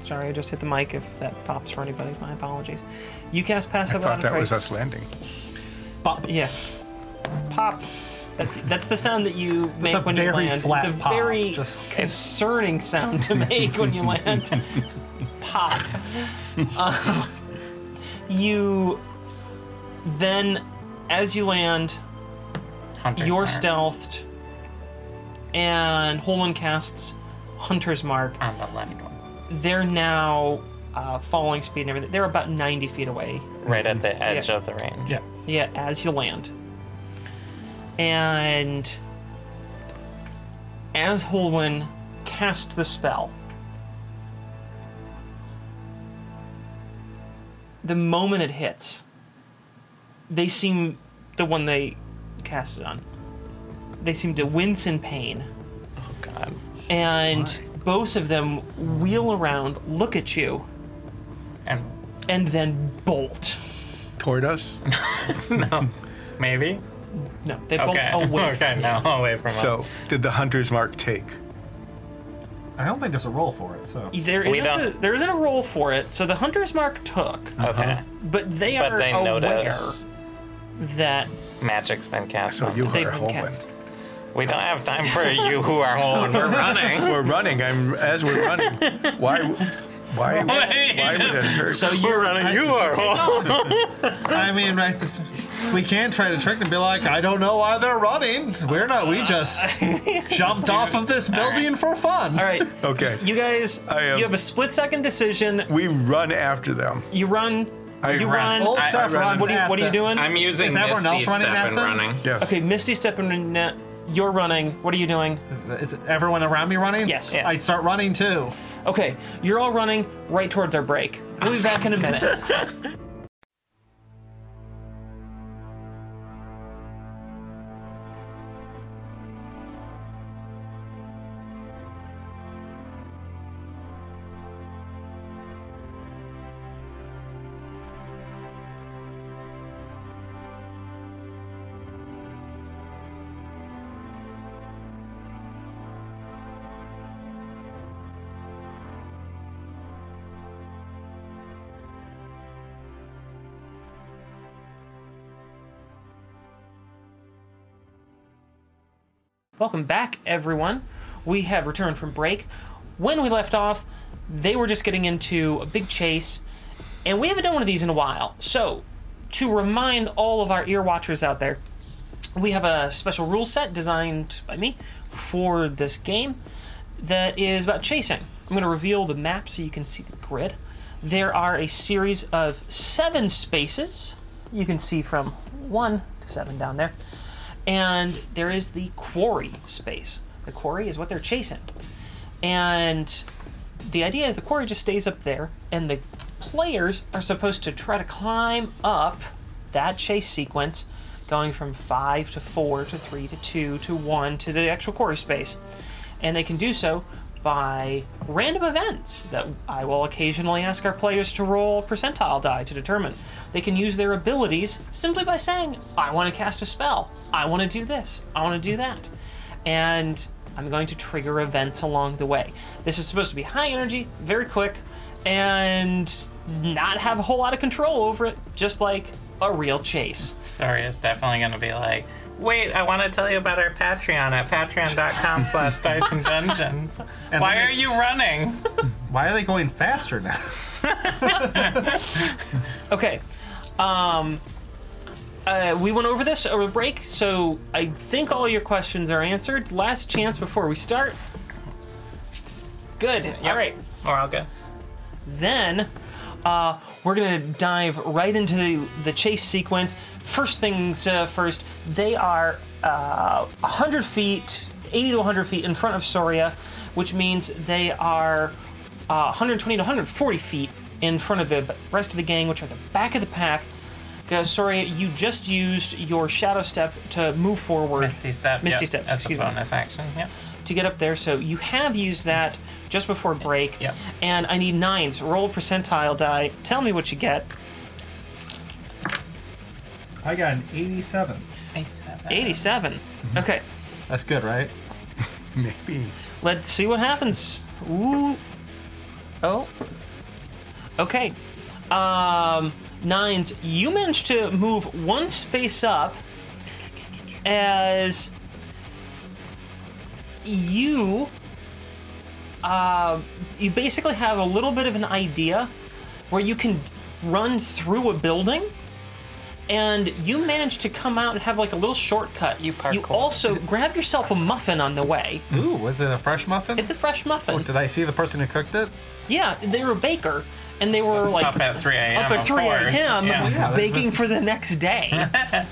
Speaker 1: Sorry, I just hit the mic if that pops for anybody. My apologies. You cast Pass
Speaker 4: I
Speaker 1: Without
Speaker 4: thought
Speaker 1: a
Speaker 4: that
Speaker 1: Trace.
Speaker 4: was us landing.
Speaker 2: pop.
Speaker 1: Yes. Pop. That's that's the sound that you make
Speaker 2: a
Speaker 1: when you
Speaker 2: very
Speaker 1: land.
Speaker 2: flat
Speaker 1: it's a
Speaker 2: pop,
Speaker 1: very
Speaker 2: just-
Speaker 1: concerning sound to make when you land.
Speaker 2: *laughs*
Speaker 1: pop. Um, you then, as you land,
Speaker 3: Hunter's
Speaker 1: you're
Speaker 3: mark.
Speaker 1: stealthed, and Holman casts Hunter's Mark.
Speaker 3: on the left one,
Speaker 1: They're now uh, following speed and everything. They're about 90 feet away
Speaker 3: right at the edge
Speaker 1: Yeah.
Speaker 3: of the range.
Speaker 2: Yeah.
Speaker 1: yeah, as you land. And as Holwyn cast the spell, the moment it hits, they seem the one they cast it on. They seem to wince in pain,
Speaker 3: Oh God.
Speaker 1: and both of them wheel around, look at you,
Speaker 3: And
Speaker 1: and then bolt.
Speaker 4: Toward us?
Speaker 3: maybe.
Speaker 1: No, they
Speaker 3: Okay. *laughs*
Speaker 1: bolt away. from
Speaker 3: okay. No, away from us.
Speaker 4: So, did the hunter's mark take?
Speaker 2: I don't think there's a roll for it, so
Speaker 1: There isn't,
Speaker 3: We
Speaker 1: a,
Speaker 3: don't-
Speaker 1: there isn't a roll for it, so the hunter's mark took,
Speaker 3: Okay.
Speaker 1: but they
Speaker 3: But
Speaker 1: are
Speaker 3: they
Speaker 1: aware
Speaker 3: notice
Speaker 1: that
Speaker 3: magic's been cast.
Speaker 4: So
Speaker 3: on
Speaker 4: you
Speaker 3: them.
Speaker 1: they've
Speaker 4: are
Speaker 1: been
Speaker 4: Holman.
Speaker 1: cast.
Speaker 3: We don't have time for you who are home. We're *laughs* running.
Speaker 4: We're running. I'm as we're *laughs* running. Why? Why?
Speaker 3: Wait.
Speaker 4: Why would it hurt?
Speaker 1: So you
Speaker 3: running. You are home.
Speaker 2: I mean, right? this- We can try to trick them, be like, I don't know why they're running. We're not. We
Speaker 1: *laughs*
Speaker 2: just jumped off of this building for fun.
Speaker 1: all right.
Speaker 4: okay.
Speaker 1: You guys,
Speaker 4: I am-
Speaker 1: you have a split second decision.
Speaker 4: we run after them.
Speaker 1: You run.
Speaker 4: I
Speaker 1: you run.
Speaker 4: ran.
Speaker 2: Old
Speaker 3: I- I
Speaker 2: Seth
Speaker 4: ran
Speaker 2: runs
Speaker 4: into-
Speaker 1: what, are you,
Speaker 2: at
Speaker 1: what are you
Speaker 2: the-
Speaker 1: doing?
Speaker 3: I'm using
Speaker 2: Is
Speaker 3: Misty
Speaker 2: everyone else running
Speaker 3: step
Speaker 2: at
Speaker 3: and
Speaker 2: them?
Speaker 3: running.
Speaker 4: Yes.
Speaker 1: okay, Misty stepping. Net. You're running. What are you doing?
Speaker 2: Is everyone around me running?
Speaker 1: Yes. Yeah.
Speaker 2: I start running too.
Speaker 1: Okay, you're all running right towards our break. We'll be back in a minute. Welcome back, everyone. We have returned from break. When we left off, they were just getting into a big chase, and we haven't done one of these in a while. So, to remind all of our ear watchers out there, we have a special rule set designed by me for this game that is about chasing. I'm going to reveal the map so you can see the grid. There are a series of seven spaces. You can see from one to seven down there. And there is the quarry space. The quarry is what they're chasing. And the idea is the quarry just stays up there, and the players are supposed to try to climb up that chase sequence, going from five to four to three to two to one to the actual quarry space. And they can do so by random events that I will occasionally ask our players to roll a percentile die to determine. They can use their abilities simply by saying, I want to cast a spell, I want to do this, I want to do that and I'm going to trigger events along the way. This is supposed to be high energy, very quick, and not have a whole lot of control over it, just like a real chase.
Speaker 3: Sorry, it's definitely going to be like, wait, I want to tell you about our Patreon at patreon.com slash Dyson Dungeons. Why
Speaker 2: then
Speaker 3: are
Speaker 2: it's-
Speaker 3: you running?
Speaker 2: Why are they going faster now? *laughs*
Speaker 1: Okay. Um, uh, we went over this over the break, so I think all your questions are answered. Last chance before we start. Good. All right.
Speaker 3: We're all good.
Speaker 1: Then uh, we're going to dive right into the, the chase sequence. First things uh, first, they are uh, 100 feet, 80 to 100 feet in front of Soria, which means they are uh, 120 to 140 feet in front of the b- rest of the gang, which are the back of the pack. Uh, Soria, you just used your shadow step to move forward.
Speaker 3: Misty step.
Speaker 1: Misty
Speaker 3: yep,
Speaker 1: steps,
Speaker 3: That's
Speaker 1: excuse
Speaker 3: a
Speaker 1: me
Speaker 3: bonus action. Yep.
Speaker 1: to get up there. So you have used that just before break.
Speaker 3: Yep.
Speaker 1: And I need nines. Roll percentile die. Tell me what you get.
Speaker 2: I got an 87.
Speaker 3: 87.
Speaker 1: 87. Okay.
Speaker 2: That's good, right?
Speaker 4: Maybe.
Speaker 1: Let's see what happens. Ooh. Oh. Okay. Um, nines, you managed to move one space up as you uh, you basically have a little bit of an idea where you can run through a building and you manage to come out and have like a little shortcut.
Speaker 3: You
Speaker 1: You
Speaker 3: parkour.
Speaker 1: also grab yourself a muffin on the way.
Speaker 5: Ooh, was it a fresh muffin?
Speaker 1: Hmm. It's a fresh muffin.
Speaker 5: Did I see the person who cooked it?
Speaker 1: Yeah, they were a baker, and they were like
Speaker 3: Up at 3 a.m.
Speaker 1: up at
Speaker 3: of
Speaker 1: 3
Speaker 3: course.
Speaker 1: a.m.
Speaker 3: Yeah.
Speaker 5: that's
Speaker 1: baking for the next
Speaker 3: *laughs*
Speaker 1: day.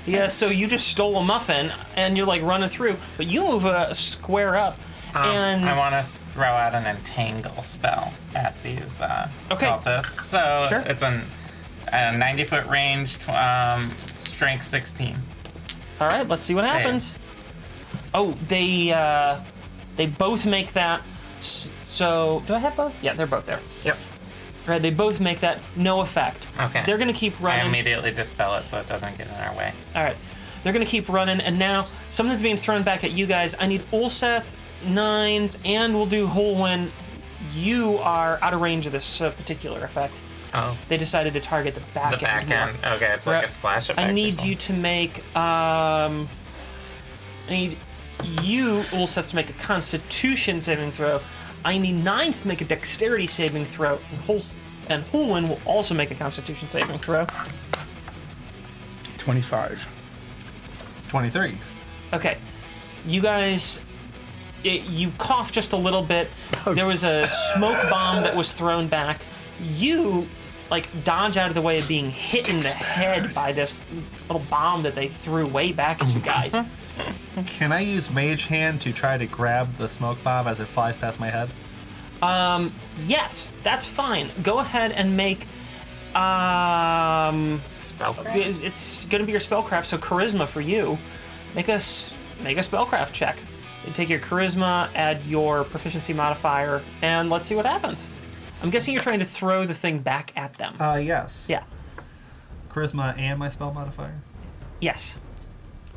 Speaker 1: yeah, so you just stole a muffin and you're like running through, but you move a square up,
Speaker 3: Um,
Speaker 1: and
Speaker 3: I want to throw out an entangle spell at these uh,
Speaker 1: Okay.
Speaker 3: cultists. So
Speaker 1: Sure.
Speaker 3: it's an, a 90 foot range, tw- um, strength 16.
Speaker 1: all right, let's see what
Speaker 3: Same.
Speaker 1: happens. Oh, they uh, they both make that. S- So do I have both? Yeah, they're both there.
Speaker 3: Yep.
Speaker 1: Right, they both make that. No effect.
Speaker 3: Okay.
Speaker 1: They're gonna keep
Speaker 3: I
Speaker 1: running.
Speaker 3: immediately dispel it so it doesn't get in our way.
Speaker 1: All right. They're going to keep running, and now something's being thrown back at you guys. I need Ulseth, Nines, and we'll do Holwyn. You are out of range of this uh, particular effect.
Speaker 3: Oh.
Speaker 1: They decided to target the back
Speaker 3: The back
Speaker 1: more.
Speaker 3: end. Okay, it's like
Speaker 1: Right.
Speaker 3: a splash effect.
Speaker 1: I
Speaker 3: or
Speaker 1: need
Speaker 3: something.
Speaker 1: you to make. Um, I need you, Ulseth, to make a Constitution saving throw. I need Nines to make a Dexterity saving throw, and Hols- and Holwyn will also make a Constitution saving throw.
Speaker 4: 25.
Speaker 5: 23.
Speaker 1: Okay, you guys, it, you cough just a little bit. There was a smoke bomb that was thrown back. You like dodge out of the way of being hit in the head by this little bomb that they threw way back at you guys.
Speaker 5: Can I use Mage Hand to try to grab the smoke bomb as it flies past my head?
Speaker 1: Yes, that's fine. Go ahead and make. Um,
Speaker 3: Spellcraft.
Speaker 1: it- it's gonna be your spellcraft, so charisma for you. Make us make a spellcraft check. Take your charisma, add your proficiency modifier, and let's see what happens. I'm guessing you're trying to throw the thing back at them.
Speaker 5: Uh, yes.
Speaker 1: yeah.
Speaker 5: Charisma and my spell modifier.
Speaker 1: Yes.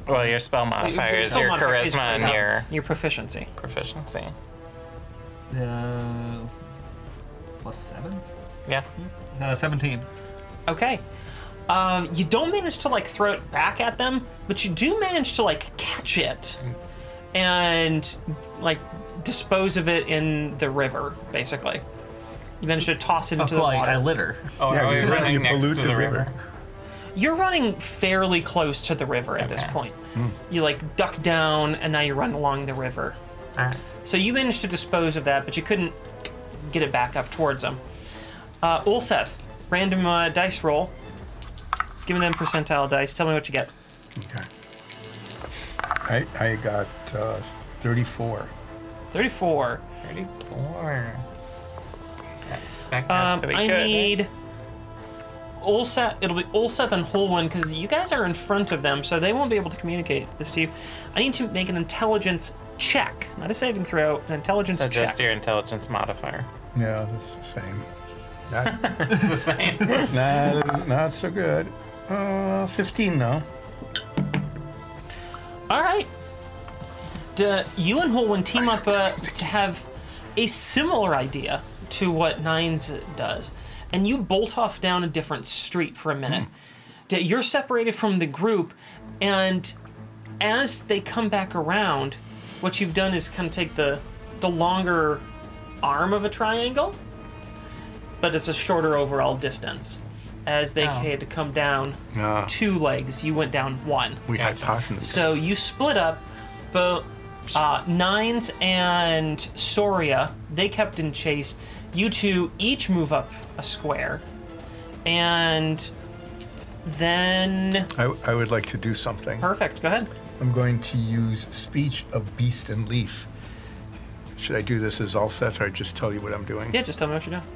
Speaker 3: Well, your spell modifier is
Speaker 1: Spell
Speaker 3: your
Speaker 1: modifier is
Speaker 3: charisma and your
Speaker 1: your proficiency.
Speaker 3: proficiency.
Speaker 5: Uh, plus seven?
Speaker 3: Yeah.
Speaker 5: Uh, 17.
Speaker 1: Okay. Um, you don't manage to like throw it back at them, but you do manage to like catch it
Speaker 5: Mm.
Speaker 1: and like dispose of it in the river, basically. You manage to toss it
Speaker 5: Oh,
Speaker 1: into
Speaker 5: cool,
Speaker 1: the
Speaker 5: I,
Speaker 1: water.
Speaker 5: I litter.
Speaker 3: Oh,
Speaker 4: Yeah,
Speaker 3: are we
Speaker 4: you-
Speaker 3: running
Speaker 4: you
Speaker 3: next
Speaker 4: pollute
Speaker 3: to
Speaker 4: the
Speaker 3: the river?
Speaker 4: river.
Speaker 1: You're running fairly close to the river at this
Speaker 3: Okay.
Speaker 1: point.
Speaker 5: Mm.
Speaker 1: You like duck down and now you run along the river.
Speaker 3: All right.
Speaker 1: So you managed to dispose of that, but you couldn't get it back up towards them. Uh, Ulseth, random uh, dice roll. Give me them percentile dice. Tell me what you get.
Speaker 4: Okay. I, I got uh, 34.
Speaker 1: 34.
Speaker 3: 34. Okay, That has
Speaker 1: Um,
Speaker 3: to be
Speaker 1: I
Speaker 3: good.
Speaker 1: need Ulseth. It'll be Ulseth and Holwyn because you guys are in front of them, so they won't be able to communicate this to you. I need to make an intelligence check, not a saving throw, an intelligence
Speaker 3: So
Speaker 1: check.
Speaker 3: just your intelligence modifier. *laughs*
Speaker 4: Yeah, that's the same. Not,
Speaker 3: It's the same. *laughs*
Speaker 4: not, not so good. Uh, 15, though.
Speaker 1: All right. D- you and Holwyn team up uh, to have a similar idea to what Nines does, and you bolt off down a different street for a minute. D- you're separated from the group, and as they come back around, what you've done is kind of take the the longer arm of a triangle, but it's a shorter overall distance. As they had to come down
Speaker 4: Ah.
Speaker 1: two legs, you went down one.
Speaker 4: We
Speaker 3: Gotcha.
Speaker 4: hypothesized.
Speaker 1: So you split up, but Uh, Nines and Soria, they kept in chase. You two each move up a square. And then.
Speaker 4: I, I would like to do something.
Speaker 1: Perfect, go ahead.
Speaker 4: I'm going to use speech of beast and leaf. Should I do this as all set or just tell you what I'm doing?
Speaker 1: Yeah, just tell me what you're doing.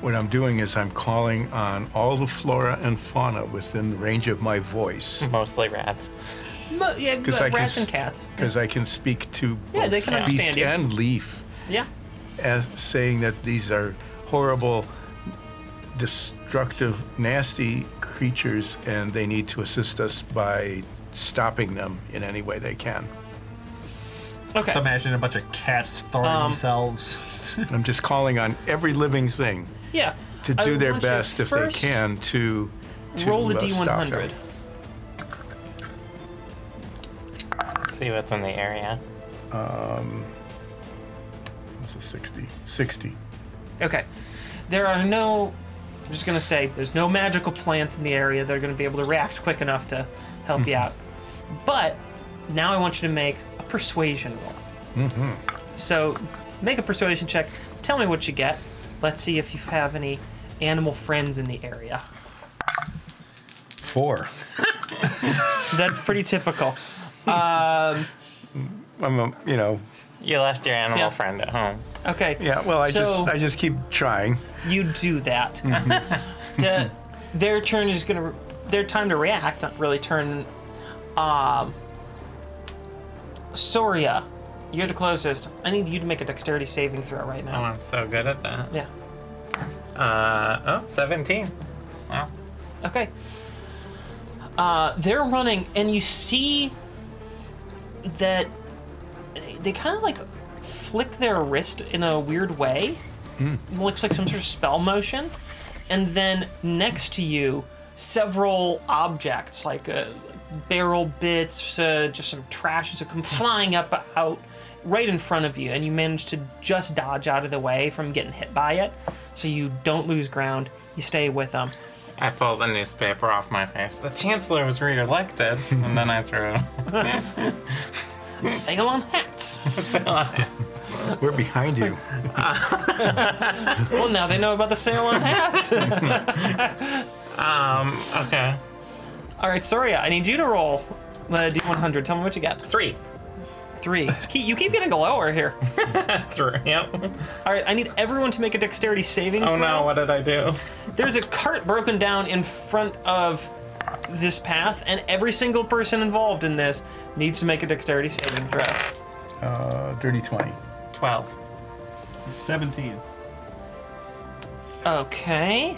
Speaker 4: What I'm doing is I'm calling on all the flora and fauna within the range of my voice
Speaker 3: Mostly rats.
Speaker 1: Mo- yeah,
Speaker 4: 'Cause
Speaker 1: but
Speaker 4: I can
Speaker 1: Hmm. rats and
Speaker 4: s-
Speaker 1: cats.
Speaker 4: because I can speak to
Speaker 1: Yeah, they can
Speaker 4: both beast
Speaker 1: understand you.
Speaker 4: and leaf
Speaker 1: Yeah.
Speaker 4: as saying that these are horrible, destructive, nasty creatures and they need to assist us by stopping them in any way they can.
Speaker 1: Okay. Um,
Speaker 5: So imagine a bunch of cats throwing themselves.
Speaker 4: I'm just calling on every living thing
Speaker 1: yeah.
Speaker 4: to
Speaker 1: I
Speaker 4: do their
Speaker 1: want you
Speaker 4: best if they
Speaker 1: first
Speaker 4: can to, to
Speaker 1: Roll a
Speaker 4: uh, stop them.
Speaker 1: D100.
Speaker 3: See what's in the area.
Speaker 4: That's a 60. 60.
Speaker 1: Okay. There are no. I'm just gonna say there's no magical plants in the area that are gonna be able to react quick enough to help
Speaker 4: Mm-hmm.
Speaker 1: you out. But now I want you to make a persuasion roll. Mm-hmm. So make a persuasion check. Tell me what you get. Let's see if you have any animal friends in the area.
Speaker 4: Four.
Speaker 1: That's pretty typical.
Speaker 4: I'm, um, you know,
Speaker 3: You left your animal
Speaker 1: Yeah.
Speaker 3: friend at home.
Speaker 1: Okay.
Speaker 4: yeah. Well, I
Speaker 1: So-
Speaker 4: just, I just keep trying.
Speaker 1: you do that. The- their turn is going to, their time to react, not really turn. Um, Soria, you're the closest. I need you to make a dexterity saving throw right
Speaker 3: Oh,
Speaker 1: now.
Speaker 3: I'm so good at that.
Speaker 1: Yeah.
Speaker 3: Uh, oh, 17. Wow.
Speaker 1: Okay. Uh, they're running, and you see that they- they kind of like flick their wrist in a weird way. It looks like some sort of spell motion. And then next to you, several objects, like uh, barrel bits, uh, just some trash, and so come flying up out right in front of you. And you manage to just dodge out of the way from getting hit by it. So you don't lose ground, you stay with them.
Speaker 3: I pulled the newspaper off my face. The chancellor was *laughs* reelected, and then I threw
Speaker 1: sail on hats.
Speaker 3: it.
Speaker 4: We're behind you.
Speaker 1: well, now they know about the sail on hats. *laughs* All
Speaker 3: um, *laughs* okay.
Speaker 1: right, Soria, I need you to roll the D100. Tell me what you got.
Speaker 3: Three.
Speaker 1: Three. Keep- You keep getting lower here.
Speaker 3: Three. *laughs* Yep.
Speaker 1: All right, I need everyone to make a dexterity saving. throw.
Speaker 3: Oh no, what did I do?
Speaker 1: There's a cart broken down in front of this path, and every single person involved in this needs to make a dexterity saving throw.
Speaker 4: *laughs* Uh, dirty 20.
Speaker 3: 12.
Speaker 5: 17.
Speaker 1: Okay.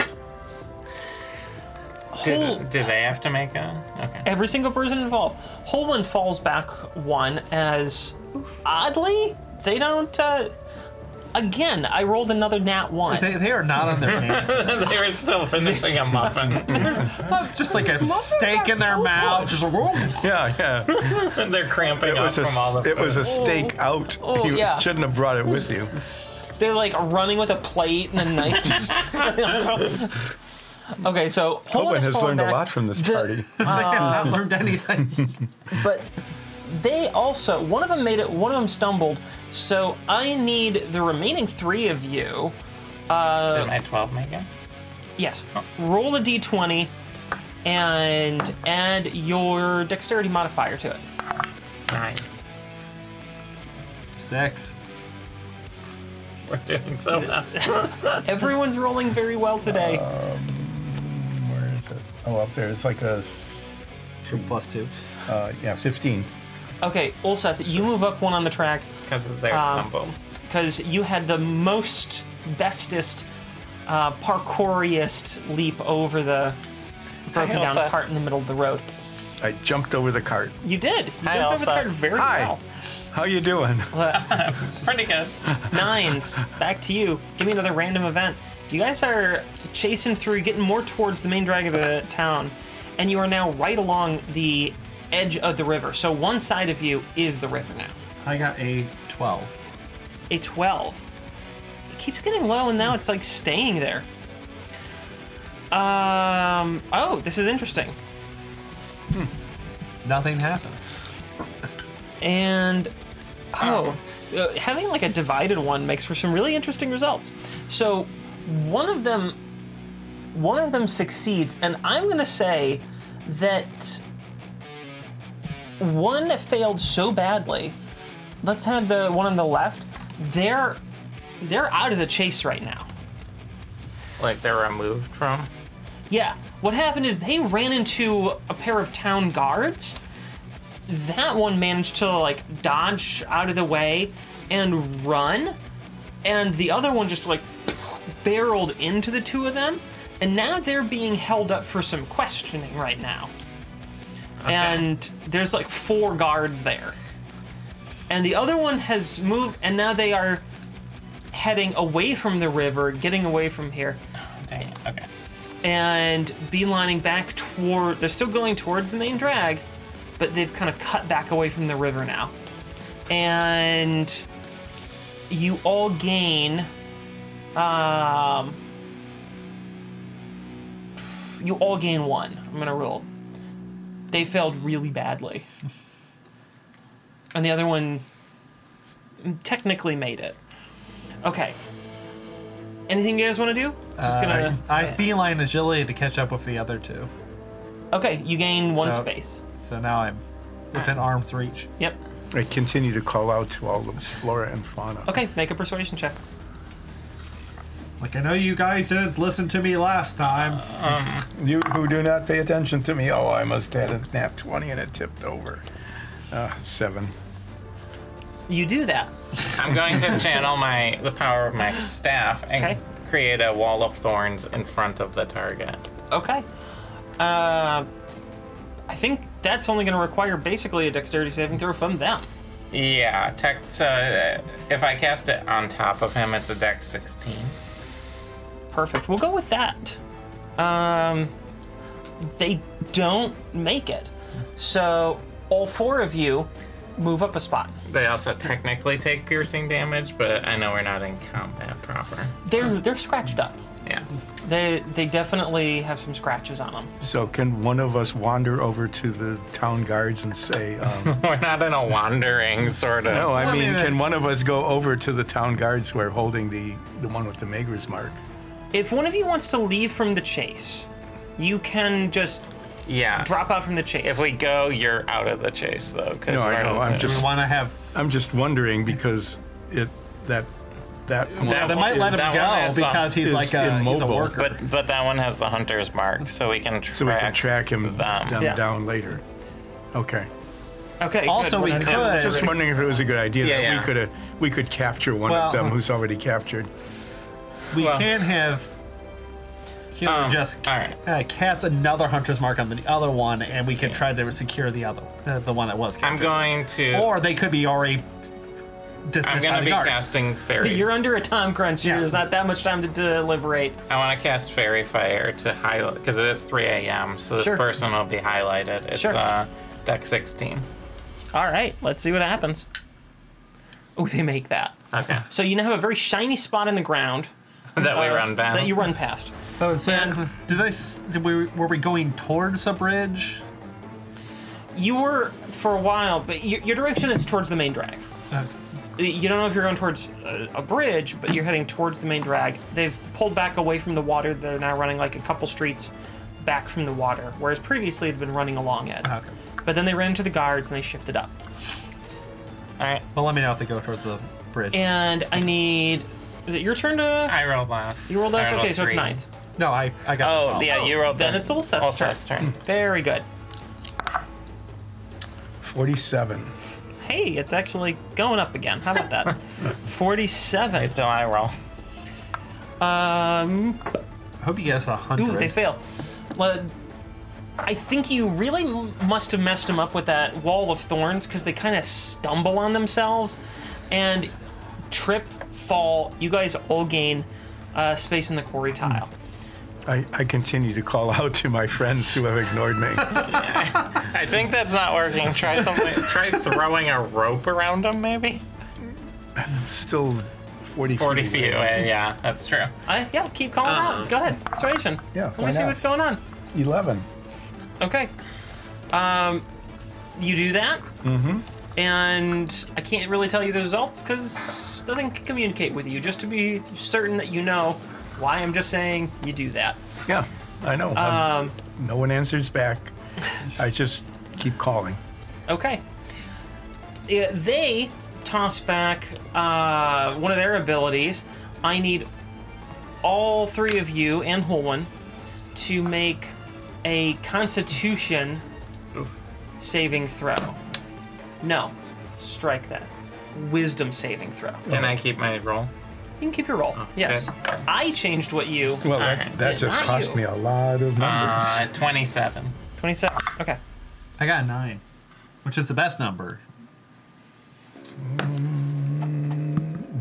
Speaker 1: Hol-
Speaker 3: Did, did they have to make a? Okay.
Speaker 1: every single person involved. Holman falls back one as oddly they don't. Uh, again, I rolled another nat one.
Speaker 5: They, they are not on
Speaker 1: *laughs*
Speaker 5: their hand.
Speaker 3: *laughs* they were still *laughs* finishing a *laughs* muffin.
Speaker 5: Just like a steak in their mouth. Just like, "Whoa."
Speaker 4: Yeah, yeah.
Speaker 3: They're cramping
Speaker 4: It
Speaker 3: up
Speaker 4: was a,
Speaker 3: from all the
Speaker 4: it was
Speaker 3: food.
Speaker 4: a stake out.
Speaker 1: Oh,
Speaker 4: you
Speaker 1: yeah.
Speaker 4: shouldn't have brought it
Speaker 1: *laughs*
Speaker 4: with you.
Speaker 1: They're like running with a plate and a knife. *laughs* Just- *laughs* okay, so Holman
Speaker 4: Owen has
Speaker 1: fallen
Speaker 4: learned a
Speaker 1: back.
Speaker 4: lot from this
Speaker 1: The- *laughs*
Speaker 4: party.
Speaker 5: They have
Speaker 1: Um,
Speaker 5: not learned anything.
Speaker 1: but they also one of them made it one of them stumbled so i need the remaining three of you
Speaker 3: Did my 12 make it?
Speaker 1: yes roll a d20 and add your dexterity modifier to it
Speaker 3: Nine. *laughs*
Speaker 5: Six.
Speaker 3: We're doing so well.
Speaker 1: Everyone's rolling very well today.
Speaker 4: Where is it? Oh, up there. It's like a, s-
Speaker 5: Two plus two.
Speaker 4: uh, yeah, 15.
Speaker 1: okay, Ulseth, you move up one on the track
Speaker 3: Because they're
Speaker 1: Um,
Speaker 3: stumbled.
Speaker 1: because you had the most bestest, uh, parkouriest leap over the broken down
Speaker 3: Ulseth.
Speaker 1: cart in the middle of the road.
Speaker 4: I jumped over the cart.
Speaker 1: You did. You
Speaker 3: Hi,
Speaker 1: jumped over the
Speaker 3: Ulseth.
Speaker 1: cart very
Speaker 4: Hi.
Speaker 1: well.
Speaker 4: How you doing?
Speaker 3: Pretty good.
Speaker 1: Nines, back to you. Give me another random event. You guys are chasing through, getting more towards the main drag of the town, and you are now right along the edge of the river. So one side of you is the river now.
Speaker 5: I got a 12.
Speaker 1: a 12. It keeps getting low, and now it's like staying there. Um. Oh, this is interesting.
Speaker 5: Nothing happens.
Speaker 1: And Oh, uh, having like a divided one makes for some really interesting results. So, one of them, one of them succeeds, and I'm gonna say that one failed so badly. Let's have the one on the left. They're they're out of the chase right now.
Speaker 3: Like they're removed from.
Speaker 1: Yeah, what happened is they ran into a pair of town guards. That one managed to like dodge out of the way and run, and the other one just like barreled into the two of them, and now they're being held up for some questioning right now. And there's like four guards there. And the other one has moved, and now they are heading away from the river, getting away from here
Speaker 3: Dang it. Okay.
Speaker 1: and beelining back toward. They're still going towards the main drag, but they've kind of cut back away from the river now. And you all gain. Um, you all gain one. I'm gonna roll. They failed really badly. And the other one technically made it. Okay. Anything you guys want to do? Just gonna.
Speaker 5: Uh, I feline agility to catch up with the other two.
Speaker 1: Okay, you gain one
Speaker 5: So-
Speaker 1: space.
Speaker 5: So now I'm within arm's reach.
Speaker 1: Yep.
Speaker 4: I continue to call out to all the flora and fauna.
Speaker 1: Okay, make a persuasion check.
Speaker 5: Like I know you guys didn't listen to me last time.
Speaker 4: You who do not pay attention to me, oh, I must have had a nat 20 and it tipped over. Uh, seven.
Speaker 1: You do that.
Speaker 3: I'm going
Speaker 1: *laughs*
Speaker 3: to channel my the power of my staff and
Speaker 1: Okay.
Speaker 3: create a wall of thorns in front of the target.
Speaker 1: Okay. Uh, I think that's only going to require basically a dexterity saving throw from them.
Speaker 3: Yeah, tech. Uh, if I cast it on top of him, it's a deck 16.
Speaker 1: Perfect. We'll go with that. Um, they don't make it. So all four of you move up a spot.
Speaker 3: They also technically take piercing damage, but I know we're not in combat proper.
Speaker 1: They're they're scratched up.
Speaker 3: Yeah.
Speaker 1: They they definitely have some scratches on them.
Speaker 4: So can one of us wander over to the town guards and say, um,
Speaker 3: *laughs* We're not in a wandering sort of.
Speaker 4: no, Oh, I
Speaker 5: I mean,
Speaker 4: mean, can
Speaker 5: uh,
Speaker 4: one of us go over to the town guards who are holding the, the one with the Mager's mark?
Speaker 1: If one of you wants to leave from the chase, you can just
Speaker 3: Yeah.
Speaker 1: drop out from the chase.
Speaker 3: If we go, you're out of the chase, though. 'cause
Speaker 4: No, I
Speaker 3: we're-
Speaker 4: know, I'm
Speaker 5: Do we
Speaker 4: just-
Speaker 5: want to have?
Speaker 4: I'm just wondering because it that that
Speaker 3: That
Speaker 5: they
Speaker 3: one
Speaker 5: might let
Speaker 3: is-
Speaker 5: him
Speaker 3: that one
Speaker 5: go
Speaker 3: is the-
Speaker 5: because he's
Speaker 4: is
Speaker 5: like a, he's a
Speaker 4: immobile.
Speaker 5: worker.
Speaker 3: But but that one has the hunter's mark, so we can track.
Speaker 4: so we can track him
Speaker 3: them.
Speaker 4: them
Speaker 1: Yeah.
Speaker 4: down later. Okay.
Speaker 1: okay. good.
Speaker 5: Also, we
Speaker 1: We're not-
Speaker 5: could-
Speaker 4: Just wondering if it was a good idea
Speaker 3: Yeah,
Speaker 4: that
Speaker 3: yeah.
Speaker 4: we could uh, we could capture one
Speaker 5: Well- uh-huh.
Speaker 4: of them who's already captured.
Speaker 5: we
Speaker 3: well-
Speaker 5: can have. Can
Speaker 3: Um,
Speaker 5: just
Speaker 3: all right.
Speaker 5: uh, cast another hunter's mark on the other one, and we can try to secure the other, uh, the one that was.
Speaker 3: I'm
Speaker 5: captured.
Speaker 3: going to.
Speaker 5: Or they could be already dismissed
Speaker 3: I'm
Speaker 5: by
Speaker 3: gonna
Speaker 5: the
Speaker 3: be
Speaker 5: guards.
Speaker 3: casting fairy.
Speaker 1: You're under a time crunch.
Speaker 5: Yeah.
Speaker 1: There's not that much time to deliberate.
Speaker 3: I want to cast fairy fire to highlight because it is 3 a.m. So this
Speaker 1: Sure.
Speaker 3: person will be highlighted. It's
Speaker 1: Sure.
Speaker 3: uh, deck 16.
Speaker 1: All right, let's see what happens. Oh, they make that.
Speaker 3: Okay.
Speaker 1: So you now have a very shiny spot in the ground
Speaker 3: that we
Speaker 1: uh,
Speaker 3: run down.
Speaker 1: that you run past.
Speaker 5: Oh, so
Speaker 1: And-
Speaker 5: did they? s- Did we? Were we going towards a bridge?
Speaker 1: You were for a while, but your, your direction is towards the main drag.
Speaker 5: Uh,
Speaker 1: You don't know if you're going towards uh, a, a bridge, but you're heading towards the main drag. They've pulled back away from the water. They're now running like a couple streets back from the water, whereas previously they've been running along it.
Speaker 5: okay.
Speaker 1: But then they ran into the guards and they shifted up.
Speaker 3: All right.
Speaker 5: Well, let me know if they go towards the bridge.
Speaker 1: And I need. Is it your turn to?
Speaker 3: I rolled last.
Speaker 1: You rolled dice?
Speaker 3: I
Speaker 1: Okay, so it's
Speaker 3: three.
Speaker 1: nines.
Speaker 5: no, I, I got.
Speaker 3: Oh,
Speaker 5: the
Speaker 3: yeah, you rolled
Speaker 1: Then
Speaker 3: the-
Speaker 1: it's Olseth's
Speaker 3: Olseth's turn.
Speaker 1: Very good.
Speaker 4: Forty-seven.
Speaker 1: Hey, it's actually going up again. How about
Speaker 3: *laughs*
Speaker 1: that? 47.
Speaker 3: Do I roll?
Speaker 1: Um,
Speaker 5: I hope you get us a hundred.
Speaker 1: ooh, they fail. Well, I think you really m- must have messed them up with that wall of thorns because they kind of stumble on themselves and trip, fall. You guys all gain uh, space in the quarry tile.
Speaker 4: I, I continue to call out to my friends who have
Speaker 3: *laughs*
Speaker 4: ignored me.
Speaker 3: I think that's not working. Try something. *laughs* try throwing a rope around him, maybe.
Speaker 4: Still forty.
Speaker 3: 40
Speaker 4: feet
Speaker 3: feet away. Yeah, that's true.
Speaker 1: I, yeah, keep calling
Speaker 3: Uh-huh.
Speaker 1: out. Go ahead. Persuasion.
Speaker 4: Yeah,
Speaker 1: Let
Speaker 4: why
Speaker 1: me see
Speaker 4: not?
Speaker 1: what's going on.
Speaker 4: Eleven.
Speaker 1: Okay. Um, you do that. Mm-hmm. and I can't really tell you the results because doesn't communicate with you. Just to be certain that you know why I'm just saying you do that.
Speaker 4: Yeah, I know. Um, no one answers back. I just keep calling.
Speaker 1: Okay. Yeah, they toss back uh, one of their abilities. I need all three of you and Holwyn to make a Constitution saving throw. No, strike that. Wisdom saving throw. You
Speaker 3: Can I keep my roll?
Speaker 1: can keep your roll. Yes.
Speaker 3: okay.
Speaker 1: I changed what you.
Speaker 4: Well,
Speaker 3: Alright,
Speaker 4: that, that
Speaker 1: did
Speaker 4: just
Speaker 1: not
Speaker 4: cost
Speaker 1: you.
Speaker 4: me a lot of numbers.
Speaker 3: Uh, 27.
Speaker 1: 27. Okay.
Speaker 5: I got a nine, which is the best number.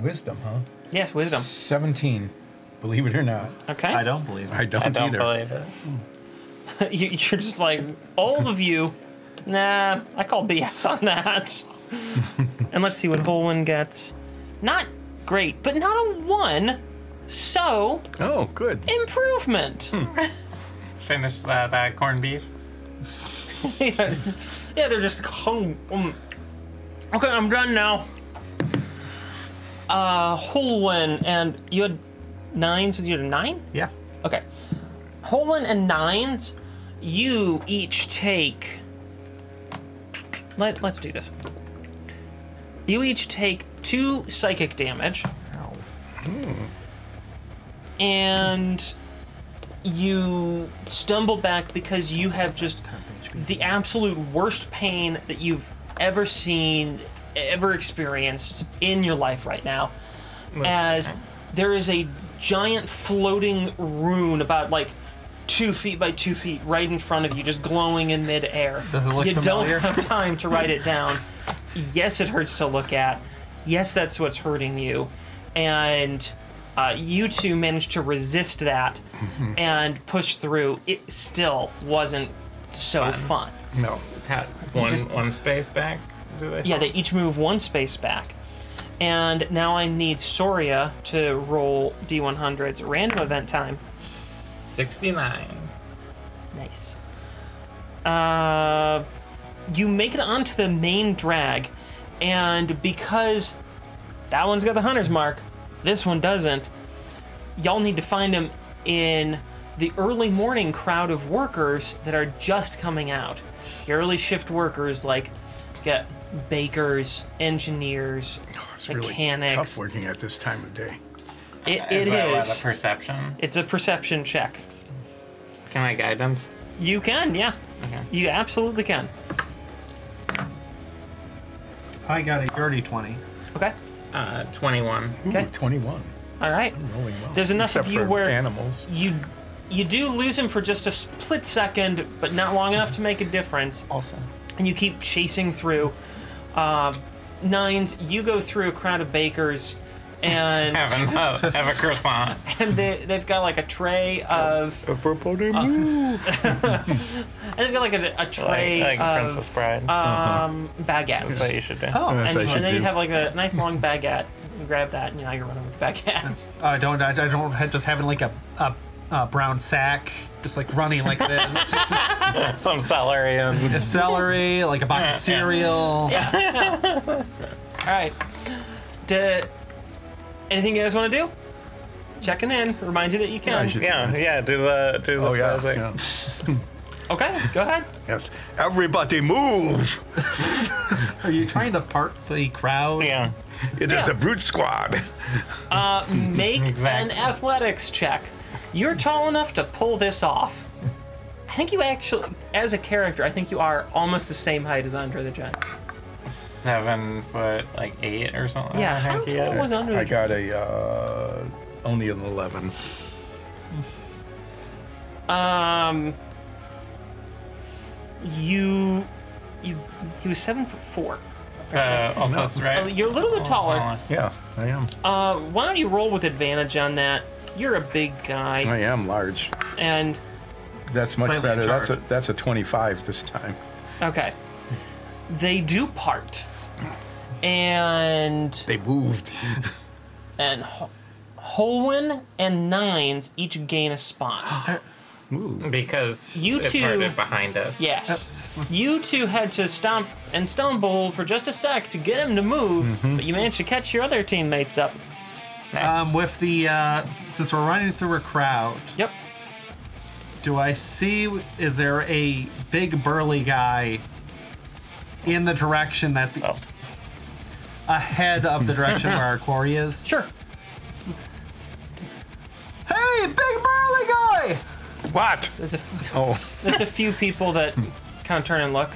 Speaker 4: Wisdom, huh?
Speaker 1: Yes, wisdom.
Speaker 4: 17, believe it or not.
Speaker 1: Okay.
Speaker 5: I don't believe it.
Speaker 4: I don't,
Speaker 3: I don't
Speaker 4: either.
Speaker 3: believe
Speaker 1: *laughs*
Speaker 3: it.
Speaker 1: you, you're just like all of you. Nah, I call BS on that. *laughs* and let's see what Holwyn gets. Not great, but not a one. So
Speaker 4: Oh, good.
Speaker 1: improvement.
Speaker 3: Finish that uh, corned beef.
Speaker 1: *laughs* yeah, they're just. Oh, um, okay, I'm done now. Uh, Holwyn and you had nines. You had a nine.
Speaker 5: Yeah.
Speaker 1: Okay. Holman and Nines, you each take. Let, let's do this. You each take two psychic damage. And you stumble back because you have just the absolute worst pain that you've ever seen, ever experienced in your life right now as there is a giant floating rune about like two feet by two feet right in front of you, just glowing in midair.
Speaker 5: Does it look
Speaker 1: you don't
Speaker 5: familiar?
Speaker 1: have time to
Speaker 5: *laughs*
Speaker 1: write it down. Yes, it hurts to look at. Yes, that's what's hurting you. And uh, you two managed to resist that and push through. It still wasn't so fun.
Speaker 4: No.
Speaker 3: Had one,
Speaker 1: just-
Speaker 3: one space back. Do they?
Speaker 1: Yeah, they each move one space back. And now I need Soria to roll D100's random event time.
Speaker 3: 69.
Speaker 1: Nice. Uh, you make it onto the main drag, and because that one's got the hunter's mark, this one doesn't, y'all need to find him in the early morning crowd of workers that are just coming out. The early shift workers, like, get bakers, engineers,
Speaker 4: It's really
Speaker 1: mechanics.
Speaker 4: tough working at this time of day.
Speaker 1: It,
Speaker 3: Is
Speaker 1: it
Speaker 3: that a lot
Speaker 1: is.
Speaker 3: of perception?
Speaker 1: it's a perception check.
Speaker 3: Can I guidance?
Speaker 1: You can, yeah.
Speaker 3: Okay.
Speaker 1: You absolutely can.
Speaker 5: I got a dirty 20.
Speaker 1: Okay.
Speaker 3: Uh, 21.
Speaker 4: Ooh,
Speaker 1: Okay.
Speaker 4: 21.
Speaker 1: All right.
Speaker 4: Rolling well.
Speaker 1: There's enough
Speaker 4: Except
Speaker 1: of you
Speaker 4: for
Speaker 1: where-
Speaker 4: animals.
Speaker 1: You you do lose him for just a split second, but not long enough to make a difference.
Speaker 3: Awesome.
Speaker 1: And you keep chasing through. Uh, nines, you go through a crowd of bakers,
Speaker 3: *laughs*
Speaker 1: and
Speaker 3: Have, an, uh, have a croissant.
Speaker 1: and they, they've got like a tray of,
Speaker 4: Everybody
Speaker 1: Oh. *laughs* and they've got like a, a tray
Speaker 3: Like, like
Speaker 1: of
Speaker 3: Princess Bride.
Speaker 1: um baguettes.
Speaker 3: That's what you should do.
Speaker 5: Oh,
Speaker 1: and,
Speaker 4: That's what I should
Speaker 1: and then
Speaker 4: do.
Speaker 1: you have like a nice long baguette. You grab that, and you know you're running with the baguette.
Speaker 4: *laughs*
Speaker 5: I don't. I, I don't have, just having like a, a, a brown sack, just like running like this.
Speaker 3: Some celery and
Speaker 5: a celery, like a box of cereal.
Speaker 1: All right. D- anything you guys want to do? Checking in. Remind you that you
Speaker 4: I
Speaker 1: can.
Speaker 4: should-
Speaker 3: Yeah, yeah. Do the do the
Speaker 4: Oh, yeah.
Speaker 3: phrasing.
Speaker 4: yeah. *laughs*
Speaker 1: Okay, go ahead.
Speaker 4: Yes. Everybody move!
Speaker 5: Are you trying to part the crowd?
Speaker 3: Yeah.
Speaker 4: It is
Speaker 1: Yeah.
Speaker 4: the brute squad.
Speaker 1: Make
Speaker 3: Exactly.
Speaker 1: an athletics check. You're tall enough to pull this off. I think you actually, as a character, I think you are almost the same height as Andre the Giant.
Speaker 3: Seven foot like eight or something.
Speaker 1: Yeah,
Speaker 3: I
Speaker 1: how
Speaker 3: think he
Speaker 1: tall
Speaker 3: is.
Speaker 1: was Andre the
Speaker 4: I
Speaker 1: Giant?
Speaker 4: got a, uh, only an 11.
Speaker 1: You, you, he was seven foot four.
Speaker 3: So also that's right.
Speaker 1: You're a little bit taller.
Speaker 3: Taller.
Speaker 4: Yeah, I am.
Speaker 1: Uh, why don't you roll with advantage on that? You're a big guy,
Speaker 4: I am large.
Speaker 1: and
Speaker 4: That's much
Speaker 5: Slightly
Speaker 4: better. That's a
Speaker 5: charred.
Speaker 4: that's a 25 this time.
Speaker 1: okay, they do part, and
Speaker 4: They moved. *laughs*
Speaker 1: and Ho- Holwyn and Nines each gain a spot.
Speaker 2: Ooh.
Speaker 3: because
Speaker 1: You
Speaker 3: it
Speaker 1: two-
Speaker 3: parted behind us.
Speaker 1: Yes. You two had to stomp and stumble for just a sec to get him to move,
Speaker 5: Mm-hmm.
Speaker 1: but you managed to catch your other teammates up.
Speaker 3: Nice.
Speaker 5: Um, with the uh, since we're running through a crowd,
Speaker 1: Yep.
Speaker 5: do I see? Is there a big burly guy in the direction that the,
Speaker 1: Oh.
Speaker 5: ahead of the direction where our quarry is?
Speaker 1: Sure.
Speaker 5: *laughs* Hey, big burly guy!
Speaker 4: What?
Speaker 1: There's a
Speaker 5: *laughs*
Speaker 1: f-
Speaker 4: Oh,
Speaker 1: *laughs* there's a few people that kind of turn and look.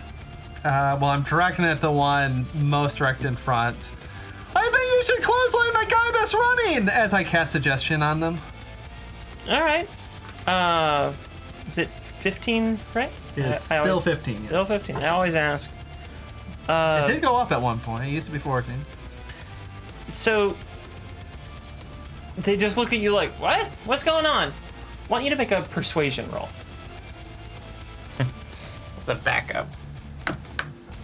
Speaker 5: Uh, well, I'm directing at the one most direct in front. I think you should clothesline that guy that's running! As I cast suggestion on them.
Speaker 1: All right. Uh, is it 15? Right?
Speaker 5: It is
Speaker 1: I- I
Speaker 5: still
Speaker 1: always-
Speaker 5: 15,
Speaker 1: Still
Speaker 5: yes.
Speaker 1: 15. I always ask.
Speaker 5: it did go up at one point. It used to be 14.
Speaker 1: So they just look at you like, "What? What's going on?" Want you to make a persuasion roll.
Speaker 3: the backup.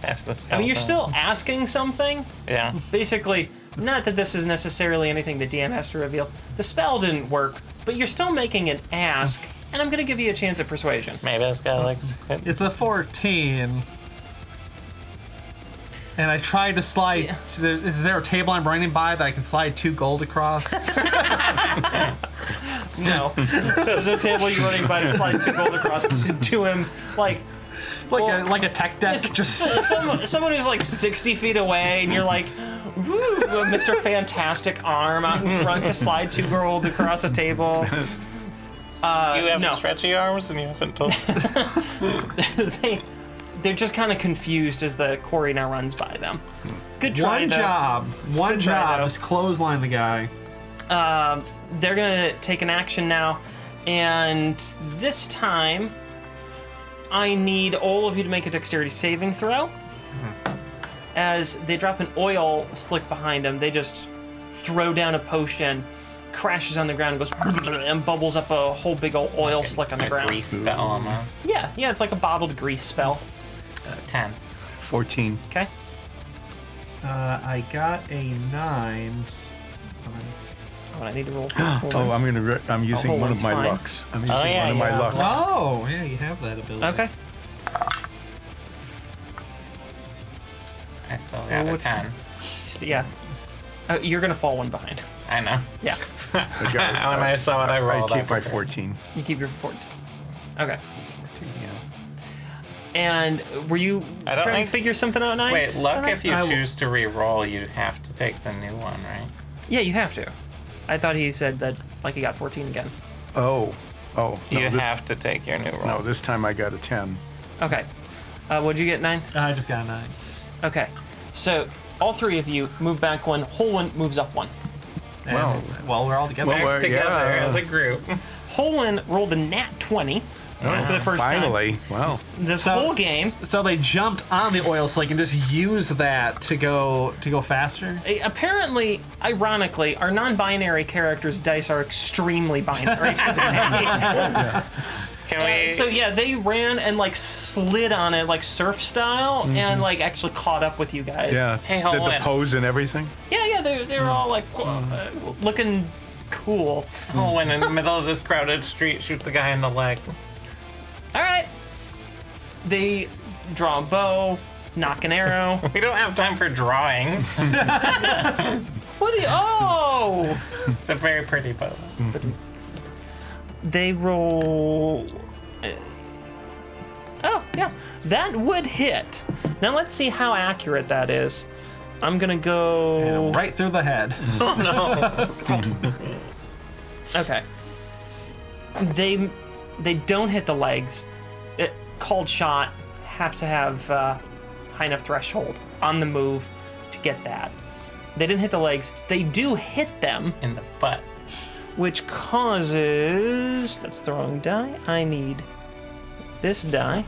Speaker 3: After the spell.
Speaker 1: I mean, you're
Speaker 5: Oh,
Speaker 3: done.
Speaker 1: still asking something.
Speaker 3: Yeah.
Speaker 1: Basically, not that this is necessarily anything the DM has to reveal. The spell didn't work, but you're still making an ask, and I'm going to give you a chance at persuasion.
Speaker 3: Maybe this guy
Speaker 4: *laughs*
Speaker 3: likes.
Speaker 5: It's a 14. And I tried to slide.
Speaker 1: Yeah.
Speaker 5: so there- Is there a table I'm running by that I can slide two
Speaker 1: *laughs*
Speaker 5: gold across?
Speaker 1: No. There's a table you're running by to slide two gold across to him. Like,
Speaker 5: like,
Speaker 1: Well,
Speaker 5: a, like a tech
Speaker 1: *laughs*
Speaker 5: desk? Just. *laughs*
Speaker 1: So- someone, someone who's like 60 feet away, and you're like, woo, Mr. Fantastic arm out in front to slide two gold across a table. *laughs*
Speaker 3: you have
Speaker 1: no.
Speaker 3: stretchy arms and you
Speaker 1: *laughs*
Speaker 3: haven't told.
Speaker 1: they, they're just kind of confused as the quarry now runs by them. Good try.
Speaker 5: One
Speaker 1: though.
Speaker 5: job. One
Speaker 1: try,
Speaker 5: job.
Speaker 1: though.
Speaker 5: Just clothesline the guy.
Speaker 1: They're going to take an action now, and this time I need all of you to make a dexterity saving throw. As they drop an oil slick behind them, they just throw down a potion, crashes on the ground, and goes *laughs* and bubbles up a whole big old oil slick on the
Speaker 3: a
Speaker 1: ground.
Speaker 3: grease spell almost. Uh,
Speaker 1: Yeah, yeah, it's like a bottled grease spell.
Speaker 3: Ten.
Speaker 4: 14.
Speaker 1: Okay.
Speaker 5: Uh, I got a nine.
Speaker 1: Oh, I need to
Speaker 3: *gasps*
Speaker 1: roll.
Speaker 4: Oh, I'm gonna. Re- I'm using
Speaker 1: Oh,
Speaker 4: one of
Speaker 1: it's
Speaker 4: my
Speaker 1: fine.
Speaker 4: lucks. I'm using
Speaker 3: yeah,
Speaker 4: one of my
Speaker 3: yeah.
Speaker 4: lucks.
Speaker 5: Oh, yeah, you have that ability.
Speaker 1: okay.
Speaker 3: I still got a
Speaker 1: what's-
Speaker 3: ten.
Speaker 1: Just- Yeah. Uh, you're gonna fall one behind. *laughs*
Speaker 3: I know.
Speaker 1: Yeah.
Speaker 4: *laughs* I got
Speaker 3: When
Speaker 4: it.
Speaker 3: I saw it, I rolled
Speaker 4: I
Speaker 3: up.
Speaker 4: keep my 14.
Speaker 1: You keep your 14. Okay.
Speaker 4: 14 yeah.
Speaker 1: And were you
Speaker 3: I don't
Speaker 1: trying
Speaker 3: think-
Speaker 1: to figure something out nice?
Speaker 3: Wait, luck. If you
Speaker 5: I will-
Speaker 3: choose to re-roll, you have to take the new one, right?
Speaker 1: Yeah, you have to. I thought he said that, like, he got 14 again.
Speaker 4: Oh, oh. No,
Speaker 3: you
Speaker 4: this,
Speaker 3: have to take your new roll.
Speaker 4: no, this time I got a 10.
Speaker 1: Okay. Uh, what'd you get, nines?
Speaker 5: I just got a nine.
Speaker 1: Okay. So, all three of you move back one, whole one moves up one.
Speaker 5: And-
Speaker 4: Wow.
Speaker 5: well, we're all together.
Speaker 4: Well, we're-
Speaker 3: together
Speaker 4: yeah.
Speaker 3: as a group. *laughs*
Speaker 1: Whole one rolled a nat 20 for the first
Speaker 4: Finally. Wow.
Speaker 1: time. This
Speaker 5: So-
Speaker 1: whole game.
Speaker 5: So they jumped on the oil slick and just used that to go to go faster.
Speaker 1: A- eh, Apparently, ironically, our non-binary characters' dice are extremely
Speaker 3: *laughs*
Speaker 1: binary. *laughs*
Speaker 3: Can we?
Speaker 1: Uh, so yeah, they ran and like slid on it like surf style, and like actually caught up with you guys.
Speaker 4: Yeah.
Speaker 3: Hey,
Speaker 4: Did the
Speaker 3: Holland.
Speaker 4: pose and everything?
Speaker 1: Yeah, yeah, they're, they're all like qu- uh, looking cool.
Speaker 3: Oh, when in the middle of this crowded street, shoot the guy in the leg.
Speaker 1: All right. They draw a bow, knock an arrow.
Speaker 3: We don't have time for drawings. *laughs*
Speaker 1: what do you. Oh!
Speaker 3: It's a very pretty bow.
Speaker 1: They roll. uh, Oh, yeah. That would hit. Now let's see how accurate that is. I'm gonna go.
Speaker 5: Right through the head.
Speaker 1: *laughs* Okay. They they don't hit the legs. It, cold shot have to have uh, high enough threshold on the move to get that. They didn't hit the legs. They do hit them,
Speaker 3: in the butt.
Speaker 1: which causes that's the wrong die. I need this die.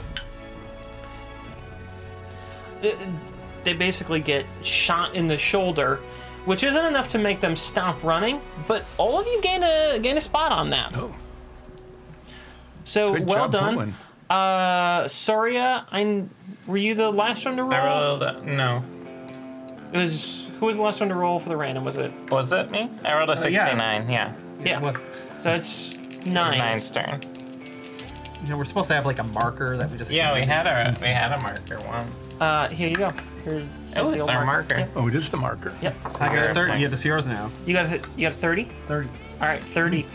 Speaker 1: Uh, They basically get shot in the shoulder, which isn't enough to make them stop running. But all of you gain a gain a spot on that.
Speaker 4: Oh,
Speaker 1: So
Speaker 4: good
Speaker 1: well
Speaker 4: job
Speaker 1: done.
Speaker 4: Holland.
Speaker 1: Uh, Soria, I were you the last one to roll?
Speaker 3: I rolled a, no.
Speaker 1: It was who was the last one to roll for the random? Was it?
Speaker 3: Was it me? I rolled a
Speaker 5: yeah.
Speaker 3: 69, yeah.
Speaker 1: Yeah.
Speaker 5: Well,
Speaker 1: So it's nine.
Speaker 3: Nine stern.
Speaker 5: You know, we're supposed to have like a marker that we just.
Speaker 3: Yeah, we had a we had a marker once.
Speaker 1: Uh, here you go. Here- here's
Speaker 3: Oh,
Speaker 1: the
Speaker 3: it's
Speaker 1: old
Speaker 3: our marker.
Speaker 1: Yep.
Speaker 4: Oh, it is the marker.
Speaker 1: yep.
Speaker 3: So
Speaker 5: I got
Speaker 3: there
Speaker 5: a
Speaker 3: are
Speaker 5: thirty. Yeah,
Speaker 3: points.
Speaker 5: this is yours now.
Speaker 1: You got a, you got a thirty.
Speaker 5: Thirty.
Speaker 1: All right, thirty.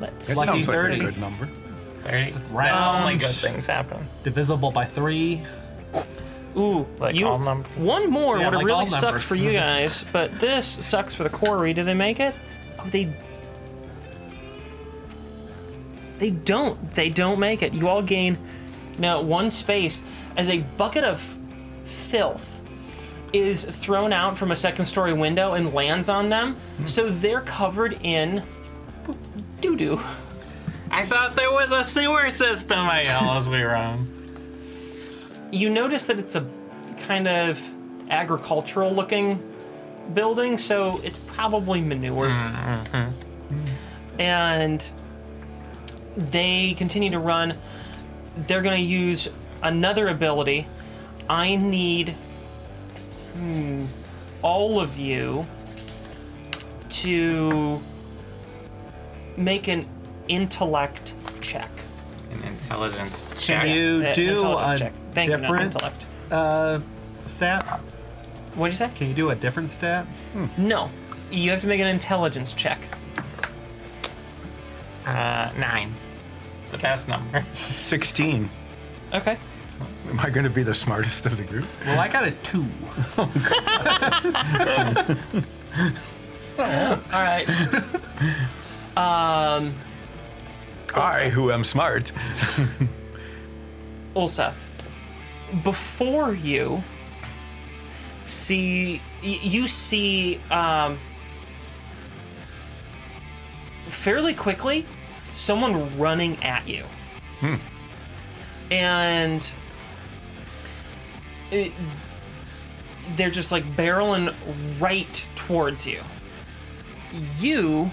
Speaker 1: Let's.
Speaker 4: That
Speaker 5: Lucky
Speaker 4: sounds like
Speaker 5: 30.
Speaker 4: a good number.
Speaker 3: Thirty. Um,
Speaker 5: This is
Speaker 3: Then Only
Speaker 5: round.
Speaker 3: good things happen.
Speaker 5: Divisible by three.
Speaker 1: Ooh,
Speaker 3: Like
Speaker 1: you,
Speaker 3: all numbers.
Speaker 1: One more
Speaker 5: Yeah,
Speaker 1: would have
Speaker 5: like all
Speaker 1: really sucked
Speaker 5: numbers.
Speaker 1: for you guys, but this sucks for the quarry. Do they make it? Oh, they. They don't. They don't make it. You all gain now one space as a bucket of filth is thrown out from a second story window and lands on them. So they're covered in doo doo.
Speaker 3: I thought there was a sewer system. I yell as we run.
Speaker 1: you notice that it's a kind of agricultural looking building, so it's probably manured. And they continue to run. They're going to use another ability. I need hmm, all of you to make an intellect check.
Speaker 3: An intelligence check.
Speaker 5: Can you
Speaker 1: Uh,
Speaker 5: do
Speaker 1: intelligence
Speaker 5: a
Speaker 1: check. Thank you, not
Speaker 5: different
Speaker 1: intellect.
Speaker 5: uh, stat?
Speaker 1: What'd you say?
Speaker 5: Can you do a different stat?
Speaker 1: No, you have to make an intelligence check.
Speaker 3: Uh, nine. The best number.
Speaker 4: 16.
Speaker 1: Okay.
Speaker 4: Am I going to be the smartest of the group?
Speaker 5: Well, I got a two.
Speaker 1: All right.
Speaker 4: I, who am smart.
Speaker 1: Ulseth, before you see, y- you see um, fairly quickly someone running at you. And it, they're just like barreling right towards you. You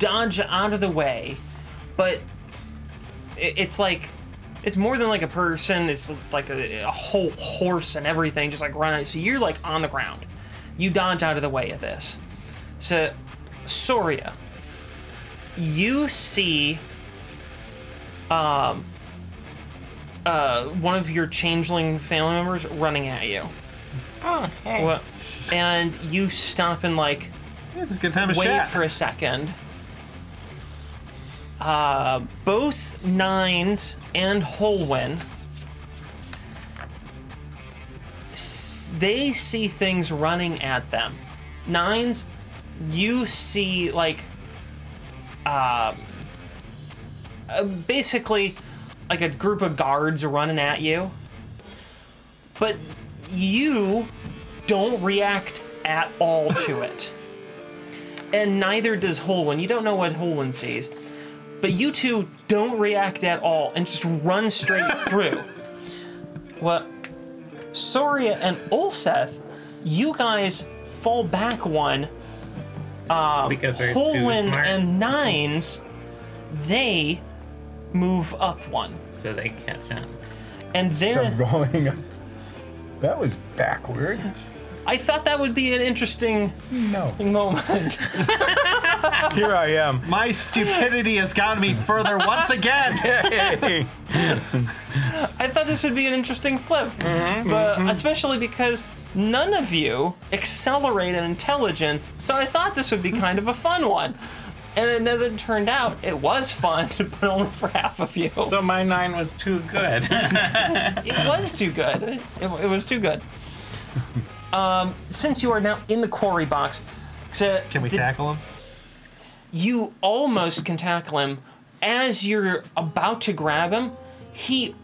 Speaker 1: dodge out of the way, but it- it's like it's more than like a person it's like a, a whole horse and everything just like running so you're like on the ground you dodge out of the way of this so soria you see um uh one of your changeling family members running at you
Speaker 3: Oh, hey.
Speaker 1: Wha- and you stop and like
Speaker 5: Yeah, this is a good time to
Speaker 1: wait
Speaker 5: chat.
Speaker 1: for a second. Uh, both Nines and Holwyn, s- they see things running at them. Nines, you see like, um, uh, basically, like a group of guards running at you, but you don't react at all to it and neither does Holwyn. You don't know what Holwyn sees, but you two don't react at all and just run
Speaker 3: *laughs*
Speaker 1: straight through. What? Soria and Ulseth, you guys fall back one.
Speaker 3: because we're too
Speaker 1: Holwyn
Speaker 3: smart.
Speaker 1: and Nines, they move up one,
Speaker 3: So they catch up.
Speaker 1: and they're.
Speaker 4: I'm going. That was backward.
Speaker 1: I thought that would be an interesting
Speaker 4: No.
Speaker 1: moment.
Speaker 4: Here I am.
Speaker 5: My stupidity has gotten me further
Speaker 1: *laughs*
Speaker 5: once again.
Speaker 1: I thought this would be an interesting flip,
Speaker 5: Mm-hmm.
Speaker 1: but especially because none of you accelerate in intelligence, so I thought this would be kind of a fun one. And as it turned out, it was fun, *laughs* but only for half of you.
Speaker 3: So my nine was too good.
Speaker 1: it was too good. It, it was too
Speaker 5: *laughs*
Speaker 1: good. Um, since you are now in the quarry box, so
Speaker 5: Can we
Speaker 1: the-
Speaker 5: tackle him?
Speaker 1: you almost can tackle him as you're about to grab him he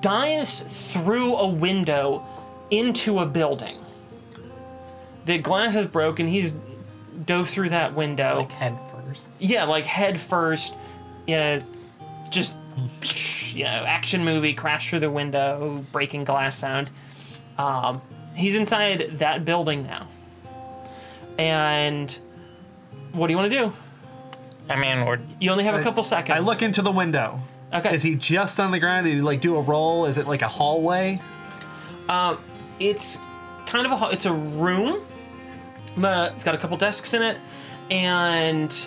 Speaker 1: dives through a window into a building the glass is broken he's dove through that window
Speaker 3: Head first.
Speaker 1: yeah, like head first, yeah, just you know, action movie, crash through the window, breaking glass sound. Um, he's inside that building now. And what do you want to do?
Speaker 3: *laughs* I mean, we're
Speaker 1: You only have a couple seconds.
Speaker 5: I look into the window.
Speaker 1: Okay.
Speaker 5: Is he just on the ground? Did he like do a roll? Is it like a hallway?
Speaker 1: It's kind of a hall- it's a room, but it's got a couple desks in it, and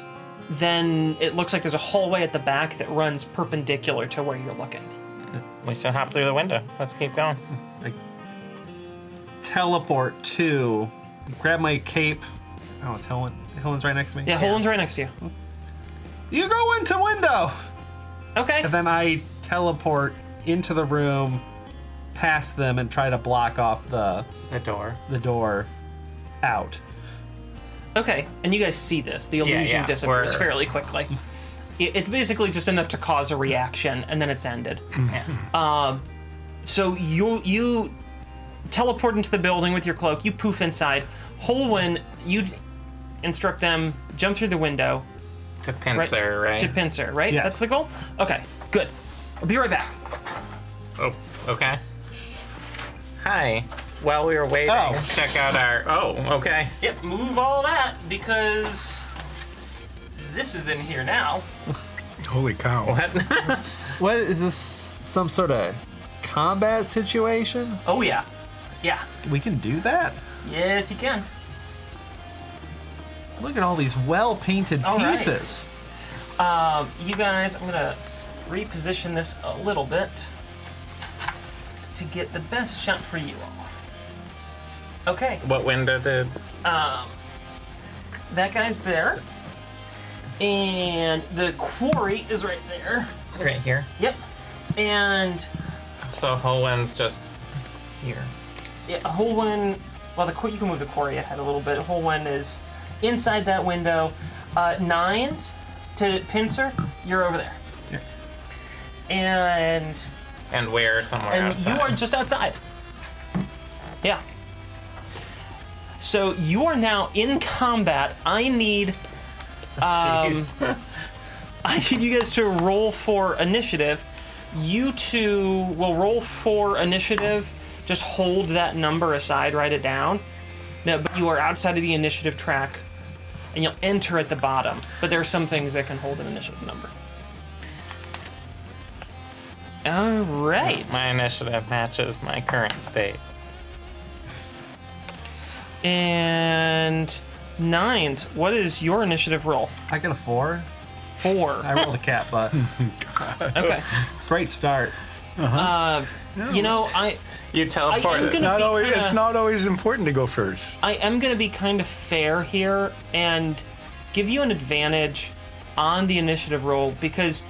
Speaker 1: then it looks like there's a hallway at the back that runs perpendicular to where you're looking.
Speaker 3: We should hop through the window. Let's keep going.
Speaker 5: I teleport to grab my cape. Oh, it's Helen. Helen's right next to me.
Speaker 1: Yeah, Holden's right next to you.
Speaker 5: You go into window,
Speaker 1: Okay.
Speaker 5: and then I teleport into the room, past them, and try to block off the
Speaker 3: The door.
Speaker 5: the door out.
Speaker 1: Okay, and you guys see this. The illusion
Speaker 3: yeah,
Speaker 1: disappears
Speaker 3: we're-
Speaker 1: fairly *laughs* quickly. It- It's basically just enough to cause a reaction, and then it's ended. Um, so you you teleport into the building with your cloak. You poof inside. Holwyn, you instruct them jump through the window
Speaker 3: *laughs* To pincer, right?
Speaker 1: to pincer. Right?
Speaker 5: Yes.
Speaker 1: That's the goal. Okay, good. I'll be right back.
Speaker 3: Oh, okay. Hi. While we were waiting,
Speaker 5: Oh.
Speaker 3: check out our. Oh, okay.
Speaker 1: Yep. Move all that because this is in here now.
Speaker 4: Holy cow.
Speaker 3: What? *laughs*
Speaker 5: What is this? Some sort of combat situation?
Speaker 1: Oh yeah, yeah.
Speaker 5: We can do that.
Speaker 1: Yes, you can.
Speaker 5: Look at all these well painted
Speaker 1: All right.
Speaker 5: pieces.
Speaker 1: Um, you guys, I'm gonna reposition this a little bit to get the best shot for you all. Okay,
Speaker 3: what window did?
Speaker 1: Um, that guy's there, and the quarry is right there.
Speaker 3: Right here.
Speaker 1: Yep, and
Speaker 3: So Holen's just here.
Speaker 1: yeah, Holwyn. Well, the qu- you can move the quarry ahead a little bit. Holwyn is inside that window. Uh, nines to Pincer, you're over there,
Speaker 5: Here.
Speaker 1: and
Speaker 3: And we're somewhere
Speaker 1: and
Speaker 3: outside.
Speaker 1: you are just outside. Yeah. So you are now in combat. I need
Speaker 3: Jeez.
Speaker 1: *laughs* I need you guys to roll for initiative. You two will roll for initiative. Just hold that number aside, write it down. No, but you are outside of the initiative track, and you'll enter at the bottom. But there are some things that can hold an initiative number. All right.
Speaker 3: My initiative matches my current state.
Speaker 1: And nines. What is your initiative roll?
Speaker 5: I got a four.
Speaker 1: Four.
Speaker 5: I rolled a cat butt. *laughs*
Speaker 1: Okay.
Speaker 5: Great start.
Speaker 1: You know, I
Speaker 3: You
Speaker 1: I am
Speaker 3: teleported.
Speaker 1: gonna-
Speaker 4: not
Speaker 1: be
Speaker 4: always,
Speaker 1: kinda-
Speaker 4: It's not always important to go first.
Speaker 1: I am gonna be kind of fair here and give you an advantage on the initiative roll because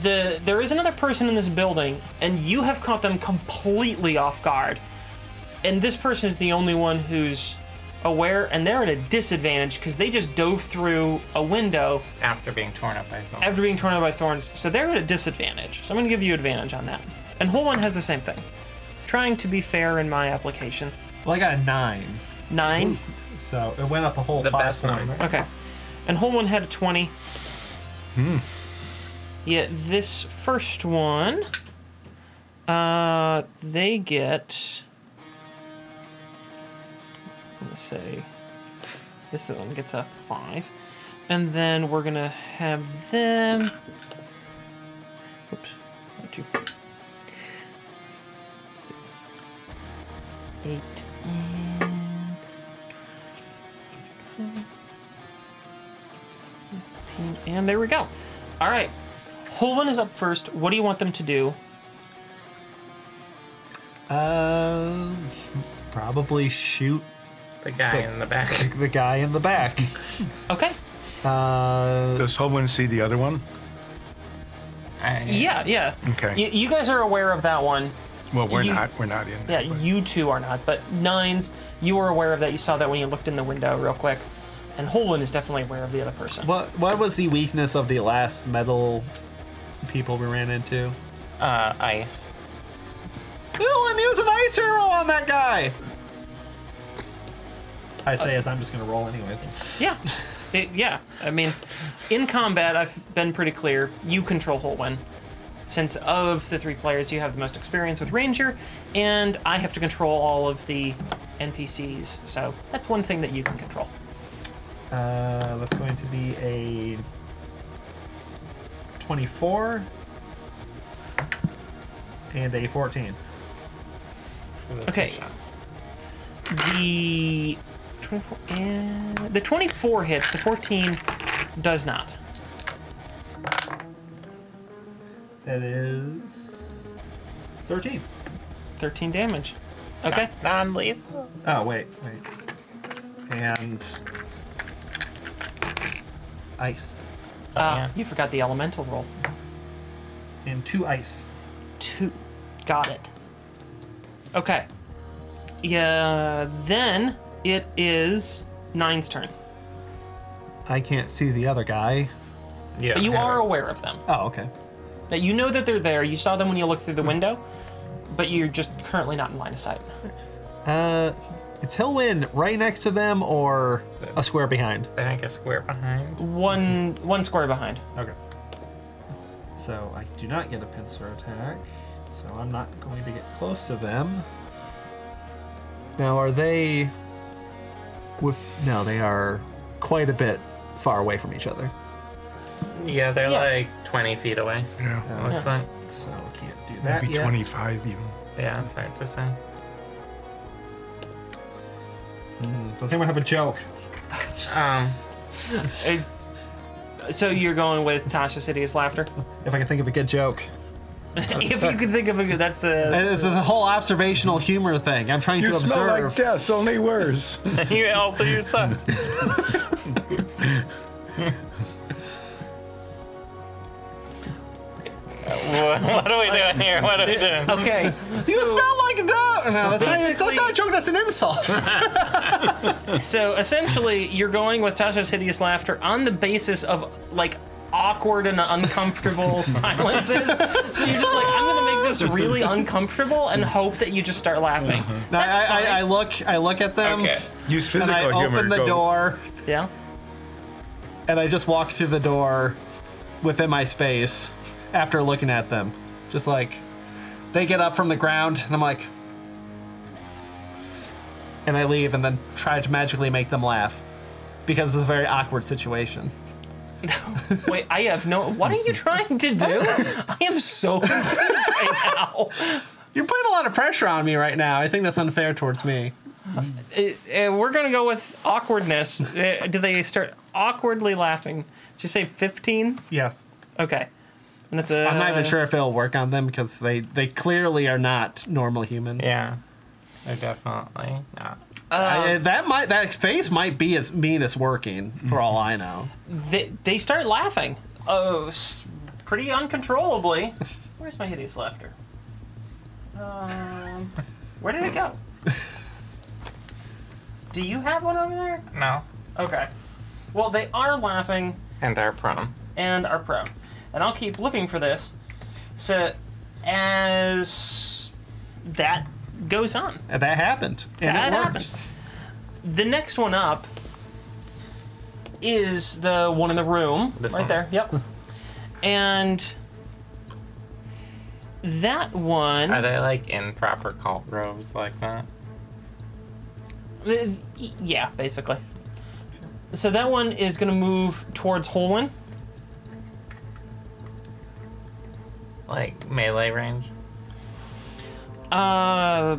Speaker 1: the there is another person in this building and you have caught them completely off guard. And this person is the only one who's aware and they're at a disadvantage because they just dove through a window
Speaker 3: After being torn up by something.
Speaker 1: after being torn out by thorns, so they're at a disadvantage. So I'm going to give you advantage on that. And Holon has the same thing. Trying to be fair in my application.
Speaker 5: Well, I got a nine,
Speaker 1: Nine.
Speaker 5: so it went up a whole
Speaker 3: The
Speaker 5: five
Speaker 3: best
Speaker 5: points.
Speaker 3: number.
Speaker 1: Okay. And Holon had a 20. Hmm. Yeah, this first one, uh, they get. Let's say. This one gets a 5. And then we're going to have them. Oops. Not two. Six. Eight. And. 15, And there we go. All right. Holman is up first. What do you want them to do?
Speaker 5: Uh, probably shoot
Speaker 3: The guy in the back.
Speaker 5: the guy in the back. *laughs*
Speaker 1: Okay.
Speaker 5: Uh,
Speaker 4: Does someone see the other one?
Speaker 3: I,
Speaker 1: Yeah, yeah.
Speaker 4: Okay.
Speaker 1: Y- you guys are aware of that one.
Speaker 4: Well, we're
Speaker 1: You-
Speaker 4: not. We're not in.
Speaker 1: Yeah,
Speaker 4: there, but-
Speaker 1: you two are not, but Nines, you were aware of that. You saw that when you looked in the window real quick. And Holman is definitely aware of the other person.
Speaker 5: what what was the weakness of the last metal people we ran into?
Speaker 3: Uh, ice.
Speaker 5: Bill, and use an ice arrow on that guy. I say as I'm just gonna roll anyways.
Speaker 1: Yeah. It- yeah. I mean, in combat, I've been pretty clear. You control Holwyn. Since of the three players, you have the most experience with Ranger, and I have to control all of the NPCs. So that's one thing that you can control.
Speaker 5: Uh, that's going to be a 24 and a 14.
Speaker 3: for the two
Speaker 1: Okay.
Speaker 3: shots.
Speaker 1: The 24 and the 24 hits. The 14 Does not.
Speaker 2: That is 13.
Speaker 1: 13 damage. Okay.
Speaker 3: Non lethal.
Speaker 2: Oh, wait, wait. And ice.
Speaker 1: Uh,
Speaker 3: yeah.
Speaker 1: You forgot the elemental roll.
Speaker 2: And two ice.
Speaker 1: Two. Got it. Okay. Yeah, then it is Nine's turn.
Speaker 5: I can't see the other guy.
Speaker 3: Yeah.
Speaker 1: But you are aware of them.
Speaker 5: Oh, okay.
Speaker 1: That you know that they're there. You saw them when you looked through the window, but you're just currently not in line of sight.
Speaker 5: Uh, is Hillwind right next to them or a square behind?
Speaker 3: I think a square behind.
Speaker 1: One one square behind.
Speaker 2: Okay.
Speaker 5: So I do not get a pincer attack, so I'm not going to get close to them. Now, are they with? No, they are quite a bit far away from each other.
Speaker 3: Yeah, they're
Speaker 1: Yeah.
Speaker 3: like 20 feet away.
Speaker 4: Yeah.
Speaker 3: It looks
Speaker 1: Yeah.
Speaker 3: like.
Speaker 5: So I can't do
Speaker 2: That
Speaker 4: Maybe
Speaker 2: yet.
Speaker 4: 25 even.
Speaker 3: Yeah, it's hard to say.
Speaker 5: Does anyone have a joke?
Speaker 3: Um,
Speaker 1: *laughs* It- Uh, so you're going with Tasha City's laughter.
Speaker 5: If I can think of a good joke.
Speaker 1: *laughs* if you could think of a good, that's the.
Speaker 5: And This is the whole observational humor thing. I'm trying
Speaker 4: You
Speaker 5: to
Speaker 4: smell like
Speaker 5: observe.
Speaker 4: death, only worse.
Speaker 3: you also you *laughs* suck. what, what are we
Speaker 1: *laughs*
Speaker 3: doing here? What are we doing?
Speaker 1: Okay.
Speaker 5: you
Speaker 1: so-
Speaker 5: smell like that. No, that's not, that's not
Speaker 1: Basically-
Speaker 5: a joke. That's an
Speaker 4: *laughs*
Speaker 5: insult.
Speaker 1: So essentially, you're going with Tasha's hideous laughter on the basis of like awkward and uncomfortable silences. So you're just like, I'm gonna make this really uncomfortable and hope that you just start laughing.
Speaker 5: No, I, I, I look. I look at them.
Speaker 3: Okay.
Speaker 4: Use
Speaker 5: And
Speaker 4: physical
Speaker 5: I
Speaker 4: humor.
Speaker 5: open the
Speaker 4: Go-
Speaker 5: door.
Speaker 1: Yeah.
Speaker 5: and I just walk through the door within my space after looking at them. Just like they get up from the ground, and I'm like, and I leave, and then try to magically make them laugh because it's a very awkward situation.
Speaker 1: Wait, I have no. What are you trying to do?
Speaker 5: *laughs*
Speaker 1: I am so confused right now.
Speaker 5: You're putting a lot of pressure on me right now. I think that's unfair towards me.
Speaker 1: Uh, uh, we're gonna go with awkwardness. Uh, do they start awkwardly laughing? Did you say 15?
Speaker 5: Yes.
Speaker 1: Okay. And that's a.
Speaker 5: I'm not
Speaker 3: Uh,
Speaker 5: even sure if it'll work on them because they, they clearly are not normal humans.
Speaker 3: Yeah, they're definitely not.
Speaker 5: I-
Speaker 3: Um,
Speaker 5: that might that face might be as mean as working for all I know.
Speaker 1: they, they start laughing oh s- pretty uncontrollably where's my hideous laughter um, where did it go do you have one over there
Speaker 3: No,
Speaker 1: okay well they are laughing
Speaker 3: and are prone.
Speaker 1: and are prone and i'll keep looking for this so as that goes on
Speaker 5: And that happened. And
Speaker 1: that
Speaker 5: it worked.
Speaker 1: happens. The next one up is the one in the room,
Speaker 3: This
Speaker 1: right
Speaker 3: one.
Speaker 1: there.
Speaker 3: *laughs*
Speaker 1: Yep. and that one,
Speaker 3: Are they like in proper cult robes like that?
Speaker 1: th- y- uh, yeah, basically. So that one is going to move towards Holwyn.
Speaker 3: Like melee range?
Speaker 1: Uh,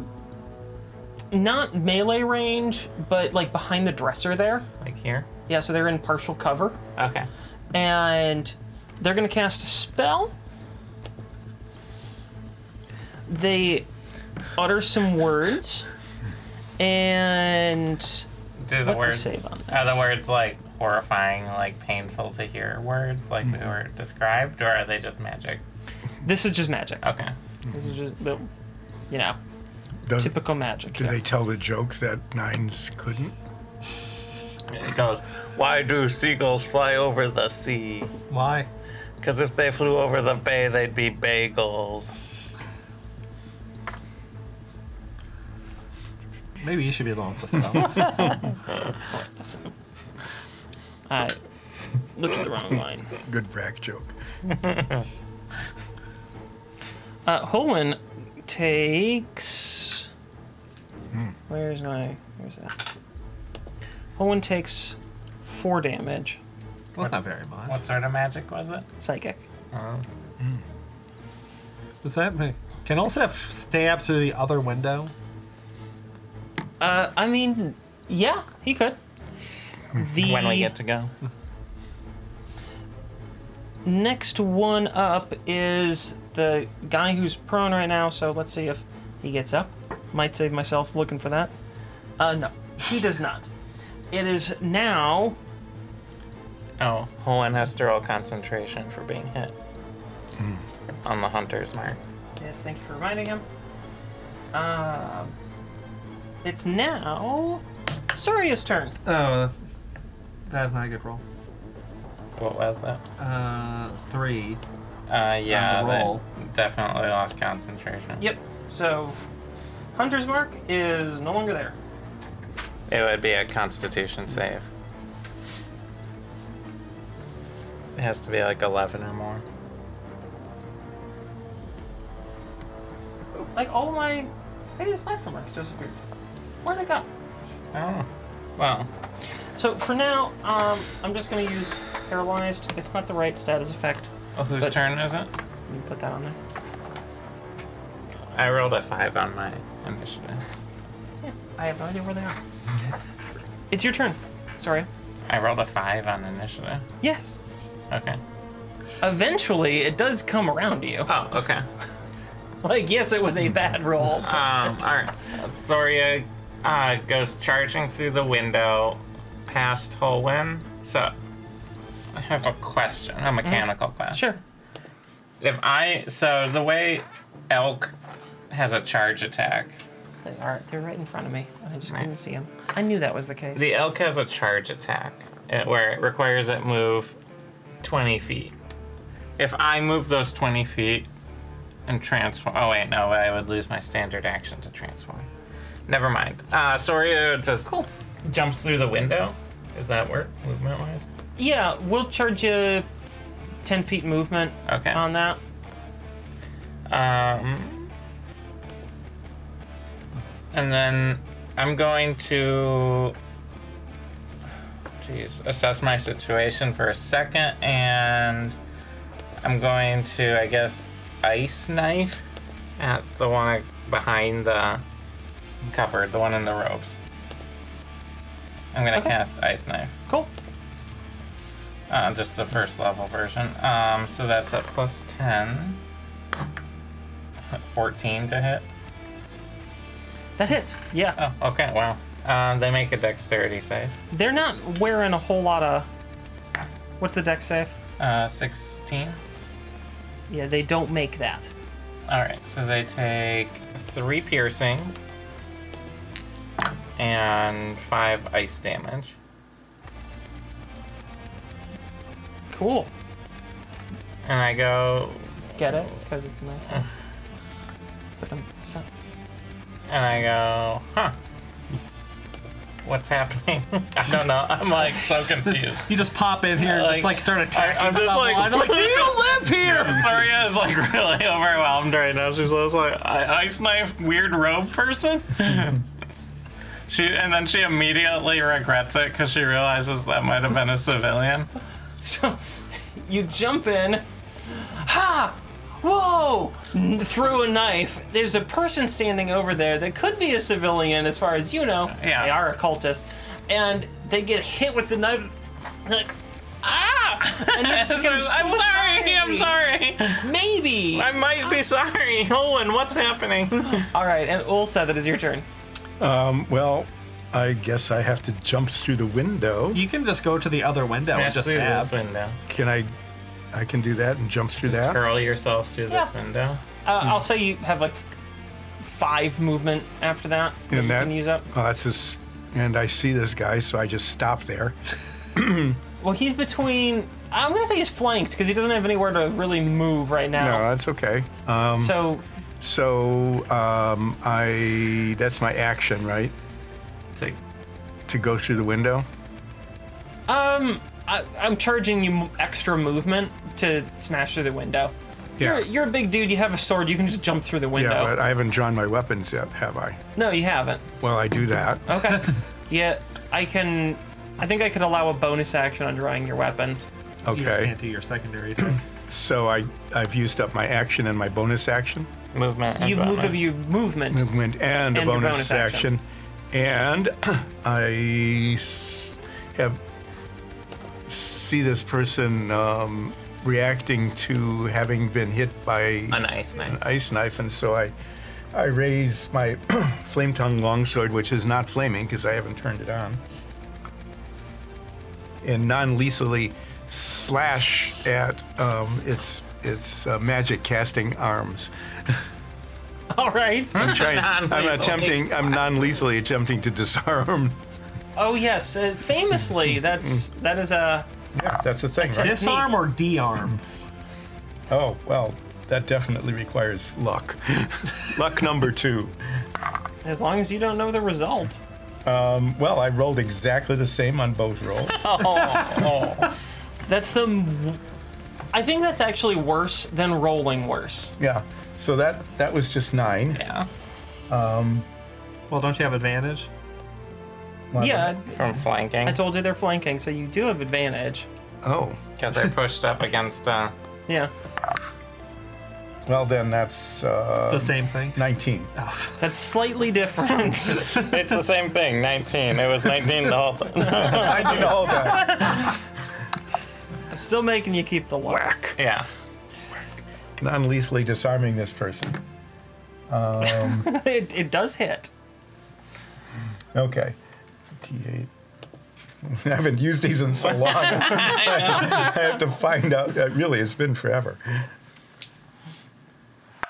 Speaker 1: not melee range, but like behind the dresser there.
Speaker 3: Like here?
Speaker 1: Yeah, so they're in partial cover.
Speaker 3: Okay.
Speaker 1: and they're going to cast a spell. They utter some words, and
Speaker 3: Do the
Speaker 1: What's the
Speaker 3: words
Speaker 1: save on
Speaker 3: are the words like horrifying, like painful to hear words like we were described, or are they just magic?
Speaker 1: this is just magic.
Speaker 3: Okay.
Speaker 1: This is just, the- you know,
Speaker 4: Does-
Speaker 1: typical magic.
Speaker 4: Do they tell the joke that nines couldn't?
Speaker 3: It goes, Why do seagulls fly over the sea?
Speaker 5: Why?
Speaker 3: Because if they flew over the bay, they'd be bagels.
Speaker 5: Maybe you should be the one with the spell.
Speaker 1: I looked at the wrong line.
Speaker 4: Good brack joke.
Speaker 1: Uh, Holwyn takes. Where's my? Where's that? Holwyn takes four damage,
Speaker 5: That's not very much.
Speaker 3: What sort of magic was it?
Speaker 1: psychic.
Speaker 5: Does that mean? Can also have stab through the other window?
Speaker 1: Uh, I mean, yeah, he could. The
Speaker 3: When we get to go.
Speaker 1: Next one up is the guy who's prone right now, so let's see if he gets up. Might save myself looking for that. Uh, no, he does not. It is now.
Speaker 3: Oh, Holen has to roll concentration for being hit
Speaker 1: Hmm.
Speaker 3: on the hunter's mark.
Speaker 1: Yes, thank you for reminding him. Uh, it's now. Suria's turn.
Speaker 5: Oh, that's not a good roll.
Speaker 3: What was that?
Speaker 5: Uh, three.
Speaker 3: Uh, yeah,
Speaker 5: the
Speaker 3: that
Speaker 5: roll.
Speaker 3: definitely lost concentration.
Speaker 1: Yep, so Hunter's Mark is no longer there.
Speaker 3: It would be a Constitution save. It has to be like eleven or more.
Speaker 1: Like, all my hideous laughter marks disappeared. Where'd they go?
Speaker 3: Oh, well,
Speaker 1: So for now, um, I'm just gonna use paralyzed. It's not the right status effect.
Speaker 3: well, whose
Speaker 1: But-
Speaker 3: turn is it?
Speaker 1: Let me put that on there.
Speaker 3: I rolled a five on my initiative.
Speaker 1: Yeah, I have no idea where they are. It's your turn. Sorry.
Speaker 3: I rolled a five on initiative.
Speaker 1: Yes.
Speaker 3: Okay.
Speaker 1: Eventually, it does come around to you. *laughs*
Speaker 3: Oh, *laughs* okay.
Speaker 1: Like, yes, it was a bad roll. but-
Speaker 3: Um, all right. Soria uh, goes charging through the window past Holwyn. So, I have a question, a mechanical question.
Speaker 1: sure.
Speaker 3: If I so the way elk has a charge attack,
Speaker 1: They are. They're right in front of me. I just couldn't
Speaker 3: Nice.
Speaker 1: see them. I knew that was the case.
Speaker 3: the elk has a charge attack uh, where it requires it move 20 feet. If I move those 20 feet and transform, oh wait, no, I would lose my standard action to transform. Never mind. Uh, Soria just
Speaker 1: Cool.
Speaker 3: jumps through the window. Does that work movement wise?
Speaker 1: yeah, we'll charge you 10 feet movement
Speaker 3: Okay.
Speaker 1: on that.
Speaker 3: Um, and then I'm going to, jeez, assess my situation for a second, and I'm going to, I guess, ice knife at the one behind the cupboard, the one in the robes. I'm gonna
Speaker 1: Okay.
Speaker 3: cast ice knife.
Speaker 1: Cool.
Speaker 3: Uh, just the first level version. Um, so that's a plus 10. 14 to hit.
Speaker 1: That hits. Yeah.
Speaker 3: Oh, okay, wow. Um, they make a dexterity save.
Speaker 1: They're not wearing a whole lot of. What's the deck save?
Speaker 3: Uh, 16.
Speaker 1: Yeah, they don't make that.
Speaker 3: Alright, so they take 3 piercing and 5 ice damage.
Speaker 1: Cool.
Speaker 3: And I go.
Speaker 1: Get it? Because it's nice.
Speaker 3: Ugh.
Speaker 1: But then it's not-
Speaker 3: And I go, huh. What's happening? *laughs* I don't know. I'm like so confused.
Speaker 5: You just pop in here and just like start attacking.
Speaker 3: I, am just
Speaker 5: someone.
Speaker 3: like,
Speaker 5: I'm like, do
Speaker 3: *laughs*
Speaker 5: you live here?
Speaker 3: Soria is like really overwhelmed right now. She's just like I- ice knife weird robe person. *laughs* she and then she immediately regrets it because she realizes that might have been a civilian.
Speaker 1: So *laughs* you jump in. Ha! Whoa! N- Through a knife. There's a person standing over there that could be a civilian, as far as you know.
Speaker 3: Yeah.
Speaker 1: They are a cultist. And they get hit with the knife. They're like, ah!
Speaker 3: *laughs*
Speaker 1: And
Speaker 3: I'm
Speaker 1: that's
Speaker 3: sorry. I'm sorry.
Speaker 1: Maybe.
Speaker 3: I might be sorry. Owen, what's happening?
Speaker 1: All right, and Ulsa, that is your turn.
Speaker 4: Um, well, I guess I have to jump through the window.
Speaker 5: You can just go to the other window and just stab.
Speaker 3: window.
Speaker 4: Can I? I can do that and jump through
Speaker 3: Just
Speaker 4: that.
Speaker 3: curl yourself through this
Speaker 1: Yeah.
Speaker 3: window.
Speaker 1: Uh, I'll say you have like f- five movement after that. that
Speaker 4: And
Speaker 1: you
Speaker 4: that
Speaker 1: can use up.
Speaker 4: Well, Oh, that's just. And I see this guy, so I just stop there.
Speaker 1: Well, he's between. I'm gonna say he's flanked because he doesn't have anywhere to really move right
Speaker 4: No,
Speaker 1: now.
Speaker 4: that's okay. Um,
Speaker 1: So
Speaker 4: Uh, so um, I. That's my action, right?
Speaker 3: To
Speaker 4: To go through the window.
Speaker 1: I, I'm charging you m- extra movement to smash through the window.
Speaker 4: Yeah.
Speaker 1: You're, you're a big dude. You have a sword. You can just jump through the window.
Speaker 4: Yeah, but I haven't drawn my weapons yet, have I?
Speaker 1: No, you haven't.
Speaker 4: Well, I do that. *laughs*
Speaker 1: Okay. yeah, I can. I think I could allow a bonus action on drawing your weapons.
Speaker 5: Oh, You just
Speaker 4: Okay.
Speaker 5: can't do your secondary attack.
Speaker 4: So I I've used up my action and my bonus action,
Speaker 3: movement. and
Speaker 1: You've moved up
Speaker 3: bonus.
Speaker 1: your movement.
Speaker 4: movement, and, a
Speaker 1: And your
Speaker 4: bonus,
Speaker 1: bonus action.
Speaker 4: action. and *clears throat* I s- have see this person um, reacting to having been hit by
Speaker 3: An ice knife.
Speaker 4: an ice knife, and so I, I raise my *clears throat* flame tongue longsword, which is not flaming because I haven't turned it on, and non-lethally slash at um, its its uh, magic casting arms.
Speaker 1: All right. *laughs*
Speaker 4: I'm *laughs* trying. I'm
Speaker 3: Non-lethally.
Speaker 4: attempting. I'm non-lethally attempting to disarm.
Speaker 1: Oh yes, uh,
Speaker 3: *laughs*
Speaker 1: famously, that's that is uh, a
Speaker 4: Yeah, that's the thing, right?
Speaker 5: Disarm or de-arm?
Speaker 4: Oh well, that definitely requires luck. *laughs* luck number two.
Speaker 1: as long as you don't know the result.
Speaker 4: Well, I rolled exactly the same on both *laughs* rolls.
Speaker 3: Oh.
Speaker 1: *laughs* That's the. m- I think that's actually worse than rolling worse.
Speaker 4: yeah. So that that was just nine.
Speaker 3: Yeah.
Speaker 5: Well, don't you have advantage?
Speaker 4: Wow.
Speaker 1: Yeah,
Speaker 3: From flanking.
Speaker 1: I told you they're flanking, so you do have advantage.
Speaker 4: Oh.
Speaker 3: Because I pushed up against uh,
Speaker 1: Yeah,
Speaker 4: Well, then that's
Speaker 5: The
Speaker 4: uh,
Speaker 5: same thing.
Speaker 4: *laughs* nineteen.
Speaker 1: that's slightly different. *laughs*
Speaker 3: It's the same thing. 19. It was 19 the whole time.
Speaker 4: I did the whole time.
Speaker 1: I'm still making you keep the luck.
Speaker 4: Whack.
Speaker 3: *laughs* yeah.
Speaker 4: Non-lethally disarming this person.
Speaker 1: *laughs* It, it does hit.
Speaker 4: Okay. D8. *laughs* I haven't used these in so long. *laughs* I, have to find out. Uh, really, it's been forever.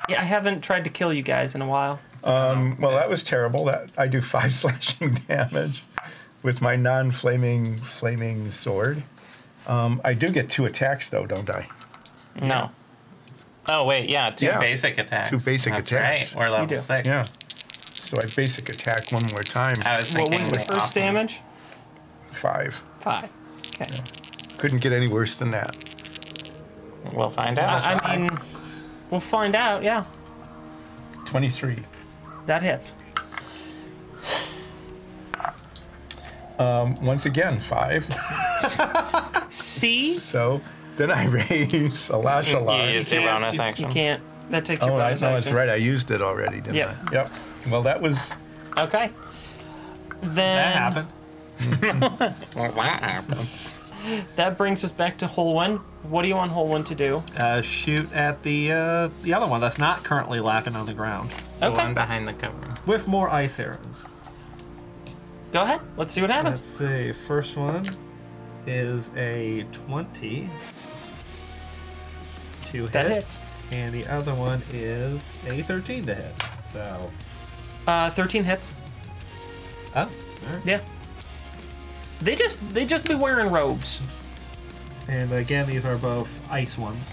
Speaker 1: Yeah, I haven't tried to kill you guys in a while.
Speaker 4: Um, well, that was terrible. That I do five *laughs* slashing damage with my non-flaming flaming sword. Um, I do get two attacks though, don't I?
Speaker 3: No. Oh, wait. Yeah. Two
Speaker 4: Yeah.
Speaker 3: basic attacks.
Speaker 4: Two basic
Speaker 3: That's
Speaker 4: attacks.
Speaker 3: Right. We're level
Speaker 1: do.
Speaker 3: six.
Speaker 4: Yeah. So I basic attack one more time.
Speaker 3: I was
Speaker 1: What
Speaker 3: thinking.
Speaker 1: was the
Speaker 3: we
Speaker 1: first
Speaker 3: often-
Speaker 1: damage?
Speaker 4: Five.
Speaker 1: Five. Okay.
Speaker 4: Couldn't get any worse than that.
Speaker 3: We'll find out.
Speaker 1: I, I mean, we'll find out. Yeah,
Speaker 4: Twenty-three.
Speaker 1: that hits.
Speaker 4: Um, once again, five. *laughs*
Speaker 1: See,
Speaker 4: So then I *laughs* raise a lash
Speaker 3: you
Speaker 4: alarm.
Speaker 3: used your
Speaker 1: can't-
Speaker 3: bonus
Speaker 1: you- *laughs*
Speaker 3: action.
Speaker 1: You can't. That takes your
Speaker 4: Oh, I,
Speaker 1: bonus
Speaker 4: no,
Speaker 1: action.
Speaker 4: that's right. I used it already, didn't
Speaker 1: Yep.
Speaker 4: I? Yep. Well, that was
Speaker 1: Okay. Then
Speaker 5: That happened.
Speaker 3: Well, that happened.
Speaker 1: that brings us back to Holwyn. What do you want Holwyn to do?
Speaker 5: Uh, shoot at the uh, the other one that's not currently laughing on the ground
Speaker 3: The
Speaker 1: Okay.
Speaker 3: one behind the cover.
Speaker 5: with more ice arrows.
Speaker 1: Go ahead. Let's see what happens.
Speaker 5: Let's see. First one is a twenty. To
Speaker 1: That
Speaker 5: hit,
Speaker 1: hits.
Speaker 5: and the other one is a thirteen to hit. So,
Speaker 1: Uh, 13 hits.
Speaker 5: oh, all right.
Speaker 1: Yeah. They just they just be wearing robes.
Speaker 5: and again, these are both ice ones,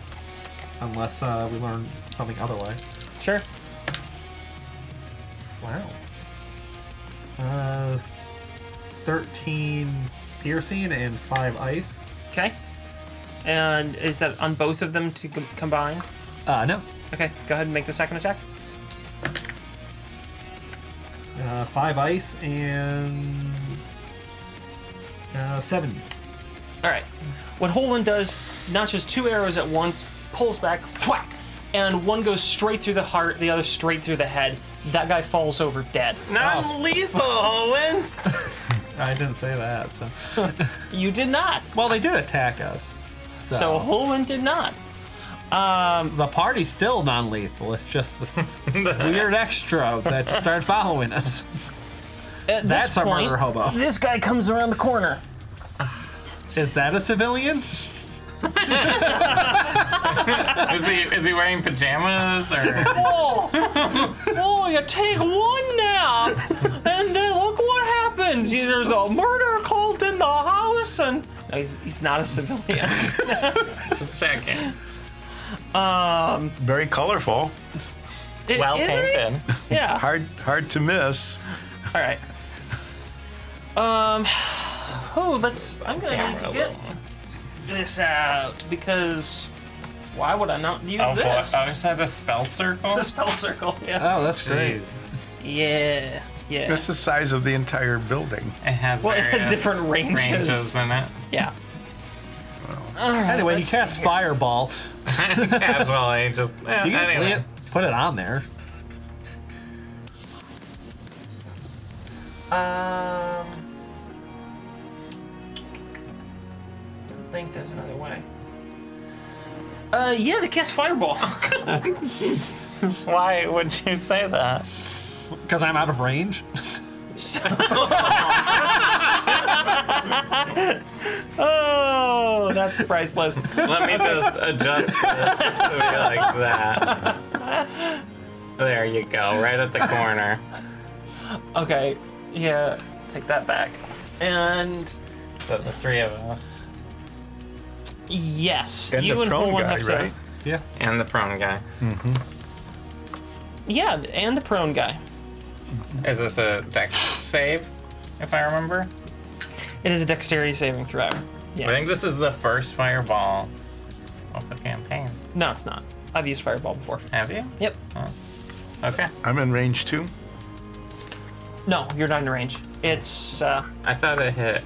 Speaker 5: unless uh, we learn something otherwise.
Speaker 1: Sure.
Speaker 5: Wow. Uh, 13 piercing and 5 ice.
Speaker 1: Okay. And is that on both of them to com- combine?
Speaker 5: Uh, no.
Speaker 1: Okay. Go ahead and make the second attack.
Speaker 5: Uh, 5 ice and. Uh, 7.
Speaker 1: All right. What Holwyn does, notches two arrows at once, pulls back, thwack, and one goes straight through the heart, the other straight through the head. That guy falls over dead.
Speaker 3: Non lethal, Owen!
Speaker 5: I didn't say that, so.
Speaker 1: You did not.
Speaker 5: Well, they did attack us. So,
Speaker 1: So Holwyn did not.
Speaker 5: the party's still non lethal. It's just *laughs* this weird extra that started following us.
Speaker 1: At this
Speaker 5: That's our
Speaker 1: point,
Speaker 5: murder hobo.
Speaker 1: This guy comes around the corner.
Speaker 5: Is that a civilian?
Speaker 3: Is he, is he wearing pajamas
Speaker 1: *laughs*
Speaker 3: or.
Speaker 1: Oh, oh! You take one nap, and then look what happens. You- There's a murder cult in the house, and no, he's, he's not a civilian.
Speaker 3: Just checking.
Speaker 4: very colorful.
Speaker 1: It-
Speaker 3: Well
Speaker 1: isn't it?
Speaker 3: painted.
Speaker 1: Yeah.
Speaker 4: Hard, hard to miss.
Speaker 1: All right. Um. Oh, let's. I'm gonna need to
Speaker 3: Camera
Speaker 1: get this out because why would I not use
Speaker 3: Oh, boy.
Speaker 1: this?
Speaker 3: Oh, is that a spell circle?
Speaker 1: *laughs* It's a spell circle. Yeah.
Speaker 5: Oh, that's great.
Speaker 3: Jeez.
Speaker 1: Yeah. Yeah.
Speaker 4: That's the size of the entire building.
Speaker 3: It has
Speaker 1: Well, it has
Speaker 3: various
Speaker 1: different ranges.
Speaker 3: ranges
Speaker 1: *laughs*
Speaker 3: in it.
Speaker 1: Yeah.
Speaker 5: Anyway, you
Speaker 1: let's
Speaker 5: cast Fireball.
Speaker 3: Casually, just. eh,
Speaker 5: You can just lay
Speaker 3: anyway.
Speaker 5: it, put it on there.
Speaker 1: Um. Don't think there's another way. Uh, yeah, they cast fireball. *laughs*
Speaker 3: Why would you say that?
Speaker 5: Because I'm out of range. *laughs*
Speaker 1: oh, that's priceless.
Speaker 3: Let me just adjust this to be like that. There you go, right at the corner.
Speaker 1: Okay, yeah, take that back. And
Speaker 3: So the three of us
Speaker 1: yes,
Speaker 4: And
Speaker 1: you
Speaker 4: the
Speaker 1: and
Speaker 4: prone
Speaker 1: Holwan
Speaker 4: guy,
Speaker 1: have to.
Speaker 4: right?
Speaker 5: yeah.
Speaker 3: and the prone guy.
Speaker 1: Yeah, and the prone guy.
Speaker 3: Is this a dex save? If I remember,
Speaker 1: It is a dexterity saving throw. Yes.
Speaker 3: I think this is the first fireball of the campaign.
Speaker 1: No, it's not. I've used fireball before.
Speaker 3: Have you?
Speaker 1: Yep.
Speaker 3: Okay.
Speaker 4: I'm in range too.
Speaker 1: No, you're not in range. It's uh,
Speaker 3: I thought it hit.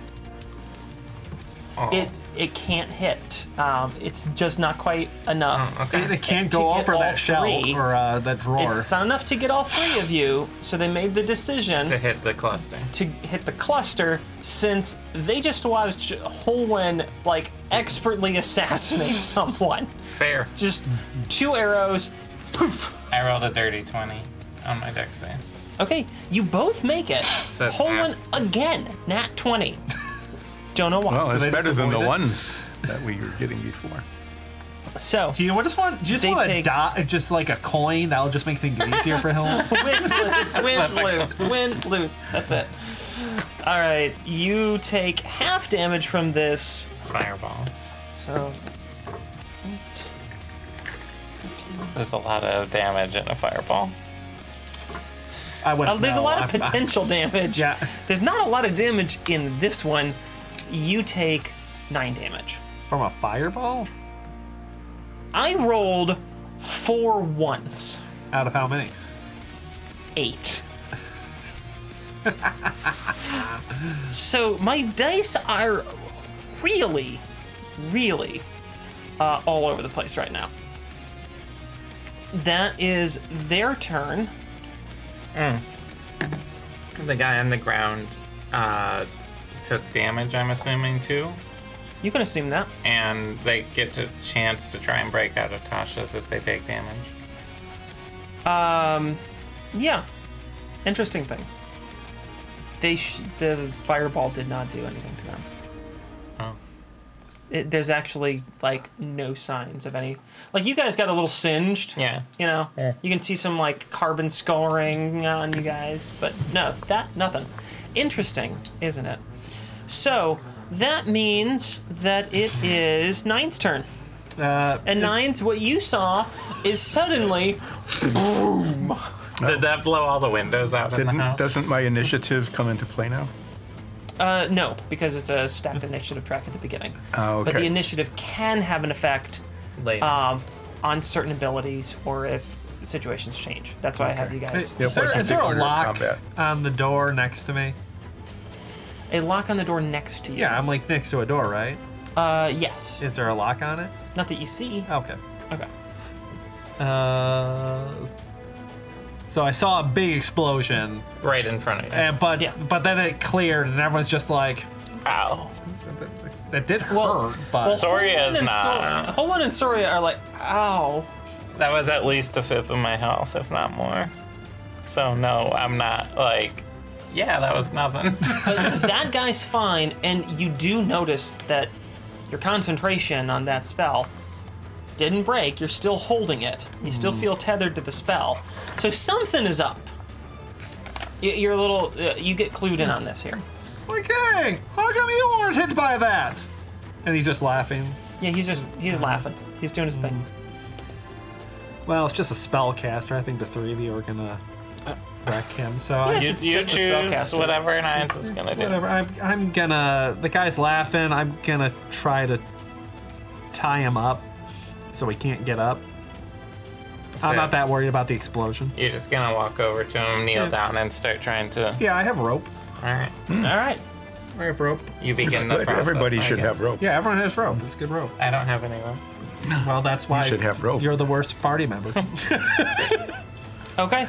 Speaker 3: Oh.
Speaker 1: it it can't hit. Um, it's just not quite enough.
Speaker 4: Uh,
Speaker 3: Okay.
Speaker 5: And it can't
Speaker 1: To
Speaker 5: go
Speaker 1: get
Speaker 5: over
Speaker 1: all
Speaker 5: that shelf
Speaker 1: three.
Speaker 5: or uh, that drawer.
Speaker 1: It's not enough to get all three of you, so they made the decision
Speaker 3: to hit the cluster.
Speaker 1: to hit the cluster since they just watched Holwen like expertly assassinate *laughs* someone.
Speaker 3: Fair.
Speaker 1: Just two arrows, poof.
Speaker 3: I rolled a dirty 20 on my dex save.
Speaker 1: Okay, you both make it.
Speaker 3: So it's
Speaker 1: Holwen again, nat twenty. Don't know why.
Speaker 4: Well, it's
Speaker 5: they
Speaker 4: better than the
Speaker 5: disavoid it?
Speaker 4: ones that we were getting before.
Speaker 1: so
Speaker 5: do you just want do you just
Speaker 1: They
Speaker 5: want a
Speaker 1: take-
Speaker 5: dot, uh, just like a coin? That'll just make things easier for him.
Speaker 1: *laughs* win, lose, win, lose, win, lose. That's it. All right, you take half damage from this.
Speaker 3: Fireball.
Speaker 1: So
Speaker 3: There's a lot of damage in a fireball.
Speaker 5: I would.
Speaker 1: Uh, there's a lot of potential damage.
Speaker 5: Yeah.
Speaker 1: There's not a lot of damage in this one. You take nine damage.
Speaker 5: from a fireball.
Speaker 1: I rolled four ones.
Speaker 5: Out of how many?
Speaker 1: Eight. so my dice are really, really uh, all over the place right now. That is their turn.
Speaker 3: The guy on the ground uh, took damage, I'm assuming, too.
Speaker 1: You can assume that.
Speaker 3: And they get a chance to try and break out of Tasha's if they take damage.
Speaker 1: Yeah. Interesting thing. They sh- the fireball did not do anything to them.
Speaker 3: Oh.
Speaker 1: It, there's actually like no signs of any. Like you guys got a little singed.
Speaker 3: Yeah.
Speaker 1: You know, you can see some like carbon scoring on you guys, but no, that nothing. Interesting, isn't it? So that means that it is Nine's turn.
Speaker 5: Uh,
Speaker 1: And Nine's, what you saw is suddenly
Speaker 3: Did that blow all the windows out in the
Speaker 4: Didn't
Speaker 3: house?
Speaker 4: doesn't my initiative come into play now?
Speaker 1: Uh, no, because it's a stacked initiative track at the beginning.
Speaker 4: Oh,
Speaker 1: But the
Speaker 4: okay.
Speaker 1: initiative can have an effect
Speaker 3: Later.
Speaker 5: Uh,
Speaker 1: um, on certain abilities or if situations change. That's why I have you guys.
Speaker 5: is there,
Speaker 4: wasn't
Speaker 5: is there
Speaker 4: the
Speaker 5: a
Speaker 4: order of
Speaker 5: lock
Speaker 4: combat.
Speaker 5: on the door next to me?
Speaker 1: A lock on the door next to you.
Speaker 5: Yeah, I'm like next to a door, right?
Speaker 1: Uh, yes.
Speaker 5: Is there a lock on it?
Speaker 1: Not that you see.
Speaker 5: Okay.
Speaker 1: Okay.
Speaker 5: Uh, so I saw a big explosion,
Speaker 3: Right in front of you.
Speaker 5: and Uh, but
Speaker 1: Yeah.
Speaker 5: but then it cleared, and everyone's just like,
Speaker 3: Ow.
Speaker 5: that, that did hurt,
Speaker 1: Well-
Speaker 5: but
Speaker 3: well- Soria
Speaker 1: Holon
Speaker 3: is
Speaker 1: and
Speaker 3: not.
Speaker 1: Sor- Holon and Soria are like, ow.
Speaker 3: That was at least a fifth of my health, if not more. So, no, I'm not like, yeah, that was nothing.
Speaker 1: But that guy's fine, and you do notice that your concentration on that spell didn't break. You're still holding it. You still feel tethered to the spell. So something is up. Y- You're a little. Uh, you get clued in on this here.
Speaker 5: like, hey, how come you weren't hit by that? And he's just laughing.
Speaker 1: Yeah, he's just. He's laughing. He's doing his thing.
Speaker 5: Well, it's just a spellcaster. I think the three of you are gonna wreck him. So I
Speaker 1: Yes,
Speaker 3: you
Speaker 1: it's
Speaker 3: you
Speaker 1: just a
Speaker 3: choose
Speaker 1: spellcaster.
Speaker 3: whatever Nines is going to do.
Speaker 5: Whatever. I'm, I'm gonna. The guy's laughing. I'm gonna try to tie him up so he can't get up. I'm not that worried about the explosion.
Speaker 3: You're just gonna walk over to him, kneel
Speaker 5: Yeah.
Speaker 3: down, and start trying to.
Speaker 5: Yeah, I have rope.
Speaker 3: All right.
Speaker 1: All right.
Speaker 5: I have rope.
Speaker 3: You begin the
Speaker 4: But
Speaker 3: process.
Speaker 4: everybody
Speaker 3: I
Speaker 4: should
Speaker 3: guess.
Speaker 4: have rope.
Speaker 5: Yeah, everyone has rope. It's good rope.
Speaker 3: I don't have anyone.
Speaker 5: Well, that's why
Speaker 4: should have rope.
Speaker 5: You're the worst party member.
Speaker 1: Okay.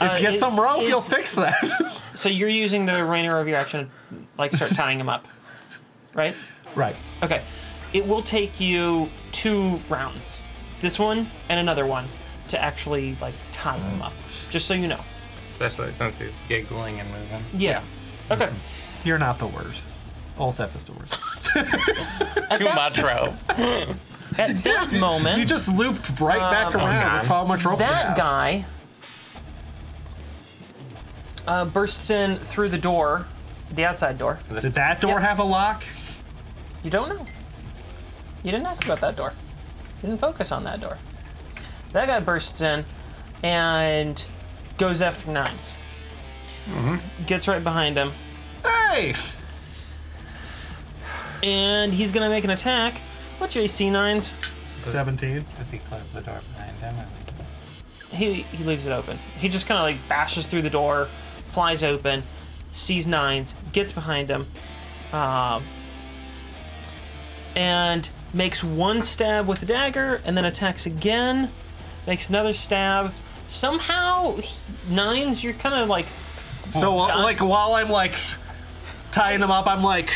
Speaker 1: Uh,
Speaker 5: Get
Speaker 1: i-
Speaker 5: some rope.
Speaker 1: is-
Speaker 5: You'll fix that. *laughs*
Speaker 1: So you're using the Rainer of your action, to, like start tying him up, right?
Speaker 5: right.
Speaker 1: Okay. it will take you two rounds, this one and another one, to actually like tie them up. Just so you know.
Speaker 3: Especially since he's giggling and moving. *laughs*
Speaker 1: Yeah.
Speaker 5: *laughs*
Speaker 1: Okay.
Speaker 5: You're not the worst. Olsef is the worst.
Speaker 3: Too much rope.
Speaker 5: *laughs*
Speaker 1: At that moment, Oh
Speaker 5: You just looped right back around.
Speaker 3: God.
Speaker 5: That's how much rope you
Speaker 1: that
Speaker 5: have.
Speaker 1: guy uh, bursts in through the door, the outside door.
Speaker 3: This-
Speaker 5: Did that door
Speaker 1: Yep.
Speaker 5: have a lock?
Speaker 1: You don't know. You didn't ask about that door. You didn't focus on that door. That guy bursts in and goes after 9s
Speaker 5: Mm-hmm.
Speaker 1: Gets right behind him.
Speaker 5: Hey!
Speaker 1: And he's gonna make an attack. What's your AC nines?
Speaker 5: 17.
Speaker 3: Does he close the door behind him? Or...
Speaker 1: He he leaves it open. He just kinda like bashes through the door, flies open, sees nines, gets behind him, um, and makes one stab with the dagger, and then attacks again, makes another stab. Somehow, he- nines, you're kind of like,
Speaker 5: So, uh,
Speaker 1: God.
Speaker 5: like, while I'm, like, tying him up, I'm, like,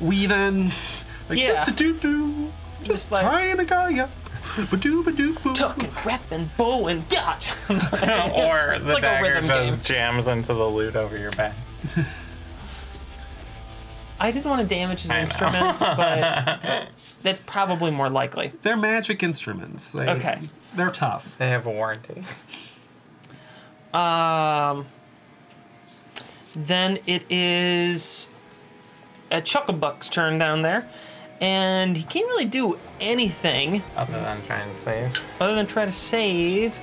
Speaker 5: weaving. Like,
Speaker 1: Yeah.
Speaker 5: doo-doo-doo,
Speaker 1: just like,
Speaker 5: Tying a guy up. Ba-doo, ba-doo, boo.
Speaker 1: tuck and rep and bow and dodge.
Speaker 3: *laughs* or the
Speaker 1: like a
Speaker 3: dagger
Speaker 1: rhythm
Speaker 3: just
Speaker 1: game.
Speaker 3: jams into the loot over your back.
Speaker 1: I didn't want to damage his
Speaker 3: know.
Speaker 1: instruments, but that's probably more likely.
Speaker 5: They're magic instruments. They,
Speaker 1: Okay.
Speaker 5: They're tough.
Speaker 3: They have a warranty.
Speaker 1: Um, then it is a Chucklebuck's turn down there, and he can't really do anything
Speaker 3: Other than trying to save.
Speaker 1: other than try to save,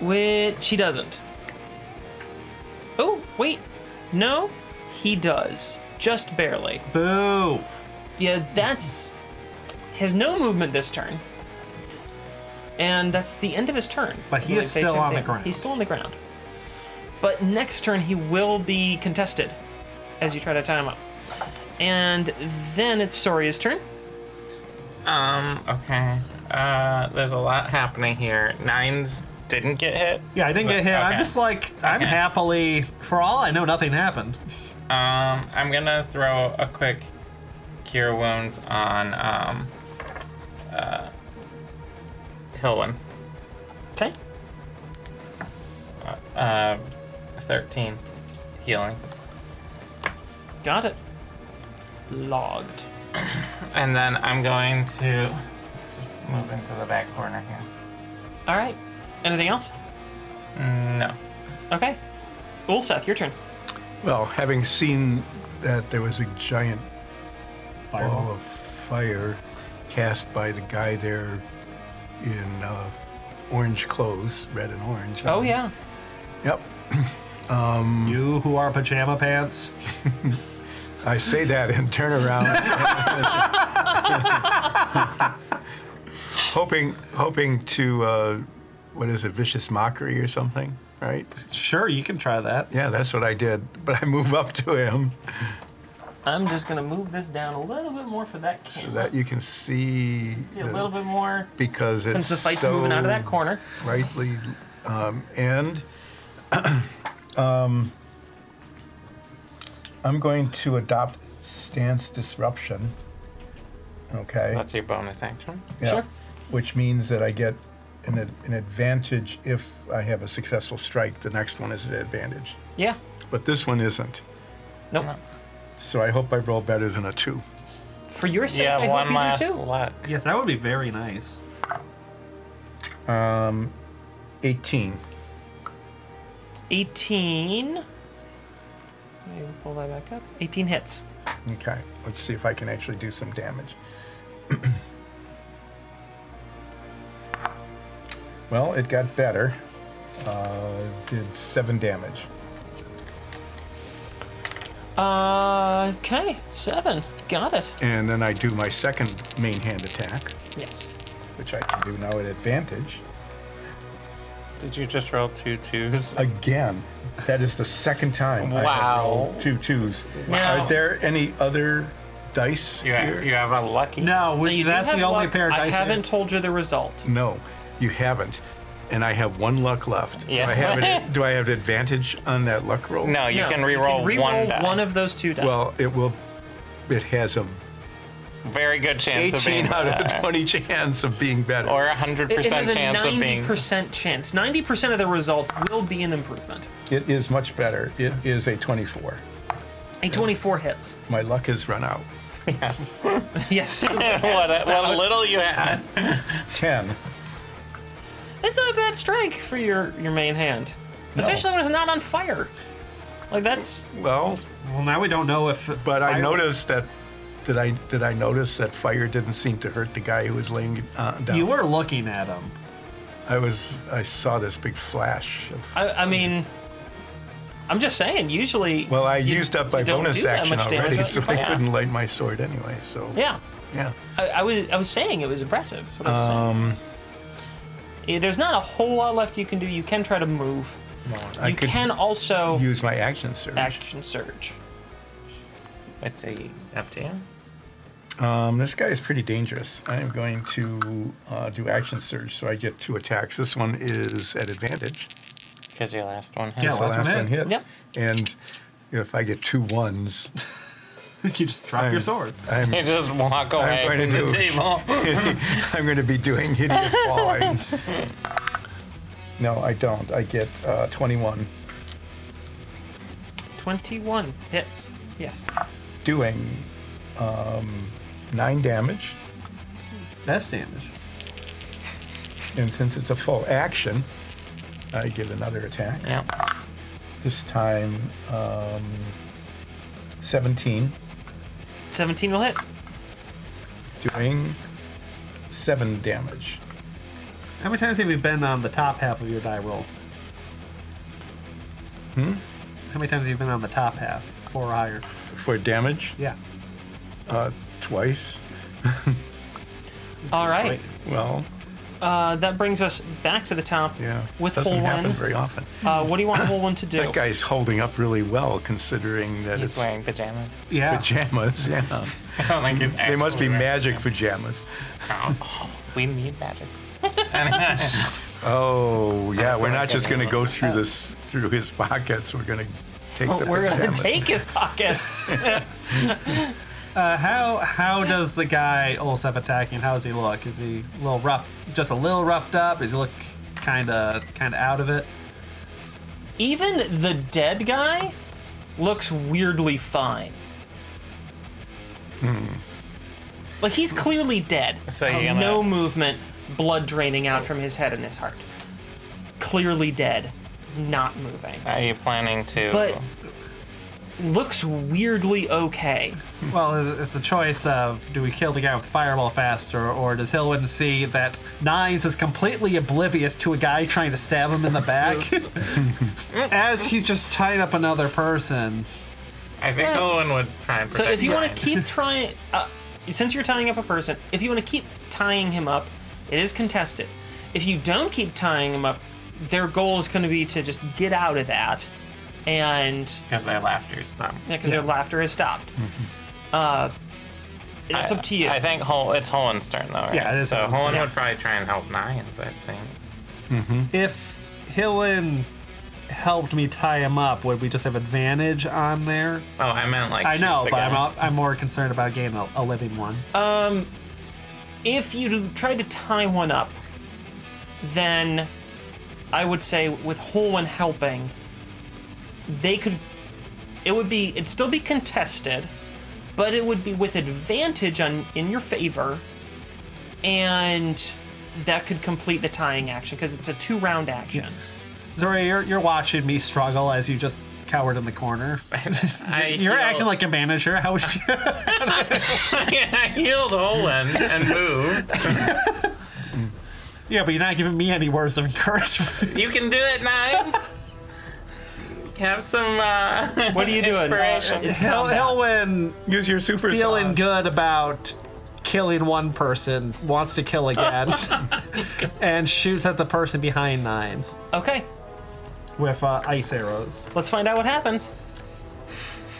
Speaker 1: which he doesn't. Oh, wait. No, he does. Just barely.
Speaker 5: Boo.
Speaker 1: Yeah, that's. He has no movement this turn. And that's the end of his turn.
Speaker 5: But he
Speaker 1: Really
Speaker 5: is still
Speaker 1: facing
Speaker 5: on the
Speaker 1: thing.
Speaker 5: ground.
Speaker 1: He's still on the ground. But next turn, he will be contested as you try to tie him up. And then it's Soria's turn.
Speaker 3: Um, okay. Uh, there's a lot happening here. Nines didn't get hit.
Speaker 5: Yeah, I didn't get hit. I'm
Speaker 3: Okay.
Speaker 5: just like, I'm
Speaker 3: Okay.
Speaker 5: happily, for all I know, nothing happened.
Speaker 3: Um, I'm gonna throw a quick cure wounds on um, uh, Hilwin.
Speaker 1: Okay.
Speaker 3: Uh, 13 healing,
Speaker 1: Got it. Logged.
Speaker 3: and then I'm going to just move into the back corner here.
Speaker 1: All right. Anything else?
Speaker 3: No.
Speaker 1: Okay. Ulseth, your turn.
Speaker 4: Well, having seen that there was a giant ball
Speaker 5: Fireball.
Speaker 4: of fire cast by the guy there in uh, orange clothes, red and orange.
Speaker 1: Oh, yeah.
Speaker 4: Yep.
Speaker 5: You who are pajama pants.
Speaker 4: I say that and turn around, hoping hoping to uh, what is it, vicious mockery or something, right?
Speaker 5: Sure, you can try that.
Speaker 4: Yeah, that's what I did. But I move up to him
Speaker 1: I'm just going to move this down a little bit more for that
Speaker 4: so
Speaker 1: camera.
Speaker 4: that you can see,
Speaker 1: See a
Speaker 4: the-
Speaker 1: little bit more
Speaker 4: because it's
Speaker 1: since the fight's
Speaker 4: so
Speaker 1: moving out of that corner.
Speaker 4: rightly um, and *clears throat* um, I'm going to adopt stance disruption. Okay.
Speaker 3: That's your bonus action.
Speaker 4: Yeah.
Speaker 1: Uh, Sure.
Speaker 4: Which means that I get an, ad- an advantage if I have a successful strike. The next one is an advantage,
Speaker 1: Yeah.
Speaker 4: but this one isn't.
Speaker 1: Nope.
Speaker 4: So I hope I roll better than a two.
Speaker 1: For your sake,
Speaker 3: yeah,
Speaker 1: I hope
Speaker 3: one
Speaker 1: you
Speaker 3: last
Speaker 1: do too.
Speaker 3: luck.
Speaker 5: Yes, that would be very nice.
Speaker 4: 18.
Speaker 1: 18. Let me pull that back up. 18 hits.
Speaker 4: Okay. Let's see if I can actually do some damage. *clears throat* well, it got better. Uh, did seven damage.
Speaker 1: Uh, okay. Seven. Got it.
Speaker 4: And then I do my second main hand attack,
Speaker 1: Yes.
Speaker 4: which I can do now at advantage.
Speaker 3: Did you just roll two twos?
Speaker 4: again. That is the second time. I have
Speaker 3: Wow.
Speaker 4: rolled two twos.
Speaker 1: Now-
Speaker 4: Are there any other dice
Speaker 3: *laughs* You
Speaker 4: here?
Speaker 3: have, you have a lucky.
Speaker 5: No, we,
Speaker 1: You do
Speaker 5: that's
Speaker 1: have
Speaker 5: the only
Speaker 1: luck.
Speaker 5: pair of dice.
Speaker 1: I
Speaker 5: here.
Speaker 1: haven't told you the result.
Speaker 4: No, you haven't. And I have one luck left.
Speaker 3: Yeah.
Speaker 4: Do I have an, do I have an advantage on that luck roll?
Speaker 3: No, you
Speaker 1: No,
Speaker 3: can re-roll,
Speaker 1: you can
Speaker 3: one
Speaker 1: re-roll
Speaker 3: die.
Speaker 1: one of those two dice.
Speaker 4: Well, it will. It has a
Speaker 3: very good chance of being
Speaker 4: 18 out
Speaker 3: *laughs* better.
Speaker 4: of 20 chance of being better.
Speaker 3: or 100%
Speaker 1: It has a
Speaker 3: chance of
Speaker 1: ninety
Speaker 3: being
Speaker 1: percent chance. Ninety percent of the results will be an improvement.
Speaker 4: it is much better. It is a 24.
Speaker 1: A twenty-four hits.
Speaker 4: My luck has run out.
Speaker 3: *laughs* *laughs* yes.
Speaker 1: Yes.
Speaker 3: what, a, what *laughs* little you had.
Speaker 4: 10.
Speaker 1: That's not a bad strike for your your main hand, especially when it's not on fire. Like that's
Speaker 4: Well,
Speaker 5: Well, now we don't know if.
Speaker 4: but I
Speaker 5: fire-
Speaker 4: noticed that. Did I did I notice that fire didn't seem to hurt the guy who was laying uh, down?
Speaker 5: You were looking at him.
Speaker 4: I was. I saw this big flash. Of,
Speaker 1: I, I mean, I'm just saying. Usually,
Speaker 4: well, I
Speaker 1: you-
Speaker 4: used up my
Speaker 1: you don't
Speaker 4: bonus
Speaker 1: do that
Speaker 4: action
Speaker 1: much damage
Speaker 4: already, *laughs*
Speaker 1: on
Speaker 4: so I
Speaker 1: fire.
Speaker 4: couldn't light my sword anyway. So
Speaker 1: yeah.
Speaker 4: yeah.
Speaker 1: I, I was I was saying it was impressive. is what I was saying.
Speaker 4: Um,
Speaker 1: Yeah, There's not a whole lot left you can do. You can try to move.
Speaker 4: I
Speaker 1: you
Speaker 4: could
Speaker 1: can also
Speaker 4: use my action surge.
Speaker 1: action surge.
Speaker 3: Let's see. Up to you.
Speaker 4: Um, this guy is pretty dangerous. I am going to uh, do action surge, so I get two attacks. This one is at advantage.
Speaker 3: Because your last one hit.
Speaker 5: Yeah,
Speaker 4: It's
Speaker 5: last one hit.
Speaker 1: Yep.
Speaker 4: And if I get two ones,
Speaker 5: *laughs* you just drop your sword.
Speaker 4: I'm
Speaker 3: You just walk away
Speaker 4: going to
Speaker 3: from the
Speaker 4: do-
Speaker 3: table.
Speaker 4: *laughs* I'm going to be doing hideous falling. No, I don't. I get uh, 21
Speaker 1: Twenty-one hits. Yes.
Speaker 4: doing um, nine damage,
Speaker 5: Best damage.
Speaker 4: and since it's a full action, I get another attack.
Speaker 3: *laughs* yeah.
Speaker 4: This time, um, 17
Speaker 1: Seventeen will hit.
Speaker 4: doing seven damage.
Speaker 5: How many times have we been on the top half of your die roll? Hmm?
Speaker 4: Hmm?
Speaker 5: How many times have you been on the top half? Four or higher.
Speaker 4: for damage
Speaker 5: Yeah.
Speaker 4: uh, twice.
Speaker 1: All right.
Speaker 4: Well,
Speaker 1: Uh, that brings us back to the top.
Speaker 4: yeah,
Speaker 1: With
Speaker 4: doesn't
Speaker 1: full
Speaker 4: happen
Speaker 1: one.
Speaker 4: very often.
Speaker 1: Uh, what do you want whole one to do?
Speaker 4: That guy's holding up really well, considering that
Speaker 3: He's
Speaker 4: it's
Speaker 3: wearing pajamas. *laughs*
Speaker 5: Yeah.
Speaker 4: pajamas. Yeah,
Speaker 3: I don't think he's
Speaker 4: they must be
Speaker 3: actually wearing
Speaker 4: magic pajamas.
Speaker 3: pajamas.
Speaker 1: *laughs*
Speaker 3: We need magic.
Speaker 4: Oh, yeah, we're not
Speaker 3: like
Speaker 4: just going to
Speaker 3: anyone.
Speaker 4: go through this through his pockets. We're going to take
Speaker 5: Oh,
Speaker 4: the *laughs*
Speaker 1: We're gonna
Speaker 4: pajamas.
Speaker 1: take his
Speaker 4: *laughs*
Speaker 1: pockets.
Speaker 5: Uh, how how does the guy Olsef attacking? How does he look? Is he a little rough? Just a little roughed up? Does he look kind of kind of out of it?
Speaker 1: Even the dead guy looks weirdly fine. Hmm. Like he's clearly dead.
Speaker 3: So you're gonna-
Speaker 1: no movement, blood draining out from his head and his heart. Clearly dead, not moving.
Speaker 3: Are you planning to?
Speaker 1: But looks weirdly okay.
Speaker 5: Well, it's a choice of do we kill the guy with fireball faster, or does Hilwin see that Nines is completely oblivious to a guy trying to stab him in the
Speaker 3: *laughs*
Speaker 5: back as he's just tying up another person?
Speaker 3: I think Owen would try and
Speaker 1: So if you want
Speaker 3: protect
Speaker 1: to
Speaker 3: mine. *laughs*
Speaker 1: keep trying, uh, since you're tying up a person, if you want to keep tying him up, it is contested. If you don't keep tying him up, their goal is going to be to just get out of that, and
Speaker 3: Because their laughter's not.
Speaker 1: because their laughter has stopped. Uh, that's up to you.
Speaker 3: Mm-hmm. I think Hol- it's Hohen's turn, though. Right?
Speaker 5: Yeah, it is
Speaker 3: So
Speaker 5: Hohen's
Speaker 3: Hohen
Speaker 5: turn.
Speaker 3: would probably try and help Nines, I think.
Speaker 5: If Hilwin helped me tie him up, would we just have advantage on there?
Speaker 3: Oh, I meant like.
Speaker 5: I
Speaker 3: shoot
Speaker 5: know,
Speaker 3: the
Speaker 5: but I'm,
Speaker 3: gun.
Speaker 5: out, I'm more concerned about getting a, a living one.
Speaker 1: if you do try to tie one up, then I would say with Holwyn helping, they could. It would be. It'd still be contested, but it would be with advantage on in your favor, and that could complete the tying action because it's a two-round action.
Speaker 5: Zora, you're, you're watching me struggle as you just cowered in the *laughs* corner.
Speaker 3: I
Speaker 5: You're
Speaker 3: heal-
Speaker 5: acting like a manager. How would you?
Speaker 3: *laughs*
Speaker 5: *laughs*
Speaker 3: I healed Hohen and moved.
Speaker 5: yeah, but you're not giving me any words of *laughs* encouragement.
Speaker 3: You can do it, Nines. Have some. Uh, *laughs*
Speaker 1: What are you doing?
Speaker 3: Inspiration.
Speaker 1: Uh, it's
Speaker 5: Hel-
Speaker 1: combat.
Speaker 5: Helwyn,
Speaker 4: Use your super
Speaker 5: feeling
Speaker 4: sauce.
Speaker 5: good about killing one person, wants to kill *laughs* again, and shoots at the person behind Nines
Speaker 1: Okay,
Speaker 5: with uh, ice arrows.
Speaker 1: let's find out what happens.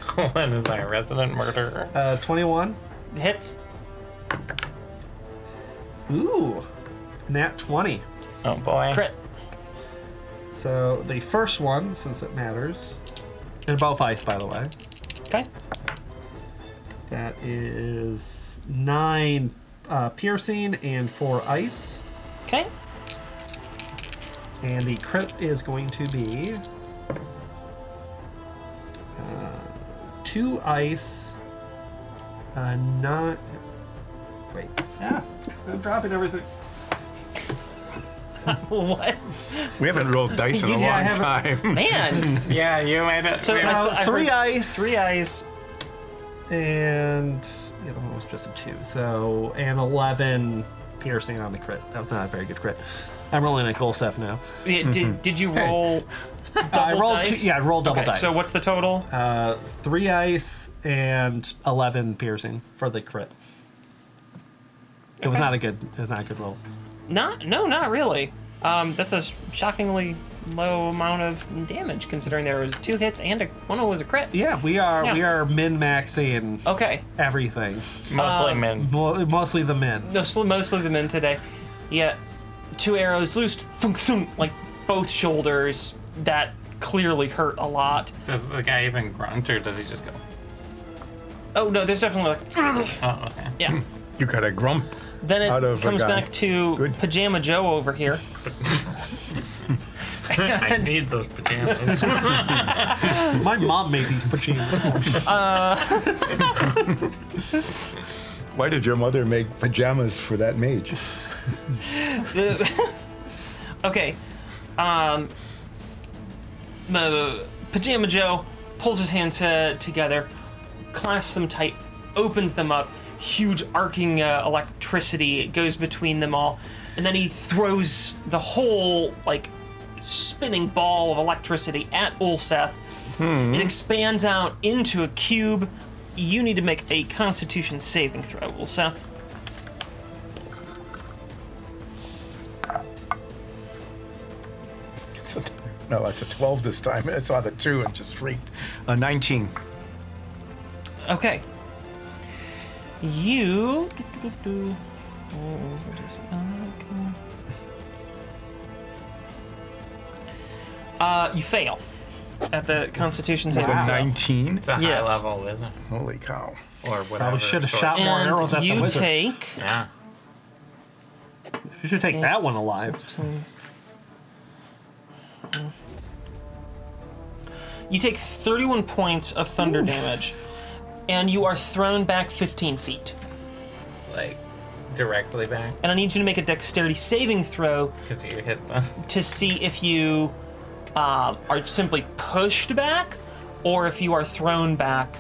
Speaker 3: Hohen is our resident murderer.
Speaker 5: Uh, 21.
Speaker 1: Hits.
Speaker 5: Ooh, nat 20.
Speaker 3: Oh boy.
Speaker 1: Crit.
Speaker 5: So the first one, since it matters, they're both ice, by the way.
Speaker 1: Okay.
Speaker 5: That is nine uh, piercing and four ice.
Speaker 1: Okay. *laughs*
Speaker 5: And the crit is going to be uh, two ice, uh, not. Wait. Ah, I'm dropping everything.
Speaker 1: what?
Speaker 4: We
Speaker 5: *laughs*
Speaker 4: haven't rolled dice in a
Speaker 5: Yeah, I
Speaker 4: long
Speaker 5: haven't- *laughs*
Speaker 4: time.
Speaker 1: Man.
Speaker 3: Yeah, you made it.
Speaker 1: So
Speaker 3: we-
Speaker 1: I-
Speaker 5: Uh,
Speaker 1: I
Speaker 5: three
Speaker 1: heard-
Speaker 5: ice.
Speaker 1: Three eyes.
Speaker 5: and the other one was just a two. So an eleven piercing on the crit. That was not a very good crit. I'm rolling a Golsef now.
Speaker 1: Yeah, Did, did you roll double
Speaker 5: Mm-hmm. uh, I rolled
Speaker 1: dice?
Speaker 5: two. Yeah, I rolled double
Speaker 1: Okay,
Speaker 5: dice.
Speaker 1: So what's the total?
Speaker 5: uh, three ice and eleven piercing for the crit? It was
Speaker 1: Okay.
Speaker 5: not a good. It was not a good roll.
Speaker 1: Not, no, not really. Um, that's a shockingly low amount of damage considering there was two hits and a one of them was a crit.
Speaker 5: Yeah, we are
Speaker 1: Yeah.
Speaker 5: we are min maxing
Speaker 1: Okay.
Speaker 5: everything.
Speaker 3: mostly
Speaker 1: um,
Speaker 3: men.
Speaker 5: Mo- Mostly the men.
Speaker 4: *laughs*
Speaker 1: No, sl- mostly the men today. Yeah, two arrows loosed, thunk, thunk, like both shoulders. That clearly hurt a lot.
Speaker 3: Does the guy even grunt or does he just go?
Speaker 1: Oh no, there's definitely like
Speaker 3: Oh,
Speaker 5: Uh-huh.
Speaker 3: okay.
Speaker 1: yeah.
Speaker 4: You got a grump.
Speaker 1: Then
Speaker 4: Out of
Speaker 1: it
Speaker 4: a
Speaker 1: comes
Speaker 4: guy.
Speaker 1: back to
Speaker 4: Good.
Speaker 1: Pajama Joe over here.
Speaker 3: *laughs* I need those pajamas.
Speaker 5: My mom made these pajamas. for me.
Speaker 4: Why did your mother make pajamas for that mage?
Speaker 1: The- *laughs* okay, um, the Pajama Joe pulls his hands uh, together, clasps them tight, opens them up. Huge arcing uh, electricity goes between them all, and then he throws the whole like spinning ball of electricity at Ulseth. It expands out into a cube. You need to make a Constitution saving throw, Ulseth.
Speaker 4: It's a- No, it's a 12 this time. It's on a 2 and just freaked. A 19.
Speaker 1: Okay. You. Oh, Uh, you fail at the Constitution saving
Speaker 4: A
Speaker 1: throw.
Speaker 4: 19?
Speaker 3: It's a high
Speaker 1: Yes.
Speaker 3: level wizard.
Speaker 4: Holy cow.
Speaker 3: Or whatever.
Speaker 5: Probably should have
Speaker 3: sort
Speaker 5: shot
Speaker 3: of-
Speaker 5: more arrows at
Speaker 1: And
Speaker 5: the
Speaker 1: you
Speaker 5: wizard.
Speaker 1: take.
Speaker 3: Yeah.
Speaker 5: You should take that one alive.
Speaker 1: You take 31 points of thunder damage, and you are thrown back 15 feet.
Speaker 3: Like, directly back.
Speaker 1: And I need you to make a dexterity saving throw
Speaker 3: Because you hit *laughs* them.
Speaker 1: to see if you um, are simply pushed back or if you are thrown back.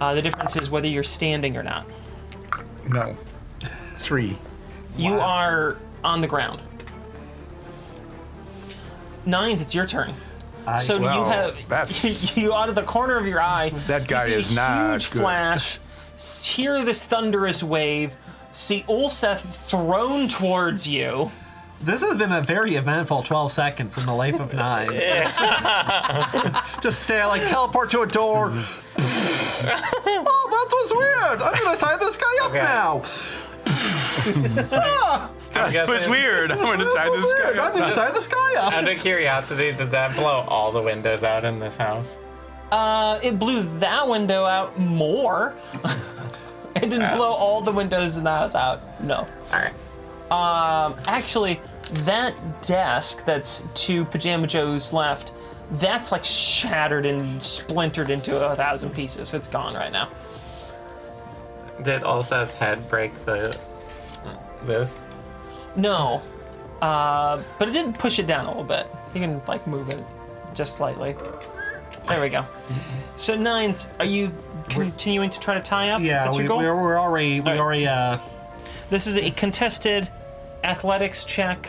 Speaker 1: Uh, the difference is whether you're standing or not.
Speaker 4: No. 3.
Speaker 1: You are on the ground. Nines, it's your turn.
Speaker 5: I-
Speaker 1: so you
Speaker 4: well,
Speaker 1: have *laughs*
Speaker 4: that's-
Speaker 1: you out of the corner of your eye.
Speaker 4: *laughs* That guy
Speaker 1: you see
Speaker 4: is
Speaker 1: a
Speaker 4: not
Speaker 1: huge
Speaker 4: good.
Speaker 1: flash. s- Hear this thunderous wave. See Ulseth thrown towards you.
Speaker 5: This has been a very eventful 12 seconds in the life of
Speaker 4: *laughs*
Speaker 5: nine. *laughs* Just stay like teleport to a
Speaker 4: *laughs*
Speaker 5: door. oh, that was weird. I'm gonna tie this guy up
Speaker 3: Okay.
Speaker 5: now. ah,
Speaker 3: I'm
Speaker 4: It was
Speaker 3: guessing-
Speaker 4: weird. I'm going to
Speaker 5: that
Speaker 4: tie
Speaker 5: was
Speaker 4: this
Speaker 5: weird.
Speaker 4: guy
Speaker 5: I'm
Speaker 4: up.
Speaker 5: gonna tie this guy
Speaker 3: Out
Speaker 5: up.
Speaker 3: of curiosity, did that blow all the windows out in this house?
Speaker 1: Uh, it blew that window out more. *laughs* it didn't blow all the windows in the house out. No.
Speaker 3: All right.
Speaker 1: Um, actually, that desk that's to Pajama Joe's left, that's like shattered and splintered into a thousand pieces. It's gone right now.
Speaker 3: Did Ulsa's head break the. this?
Speaker 1: No. Uh, but it did push it down a little bit. You can like move it just slightly. There we go. So nines, are you continuing to try to tie up?
Speaker 5: Yeah,
Speaker 1: That's
Speaker 5: we,
Speaker 1: your
Speaker 5: we're,
Speaker 1: goal?
Speaker 5: we're already we
Speaker 1: All right.
Speaker 5: already uh,
Speaker 1: This is a contested athletics check.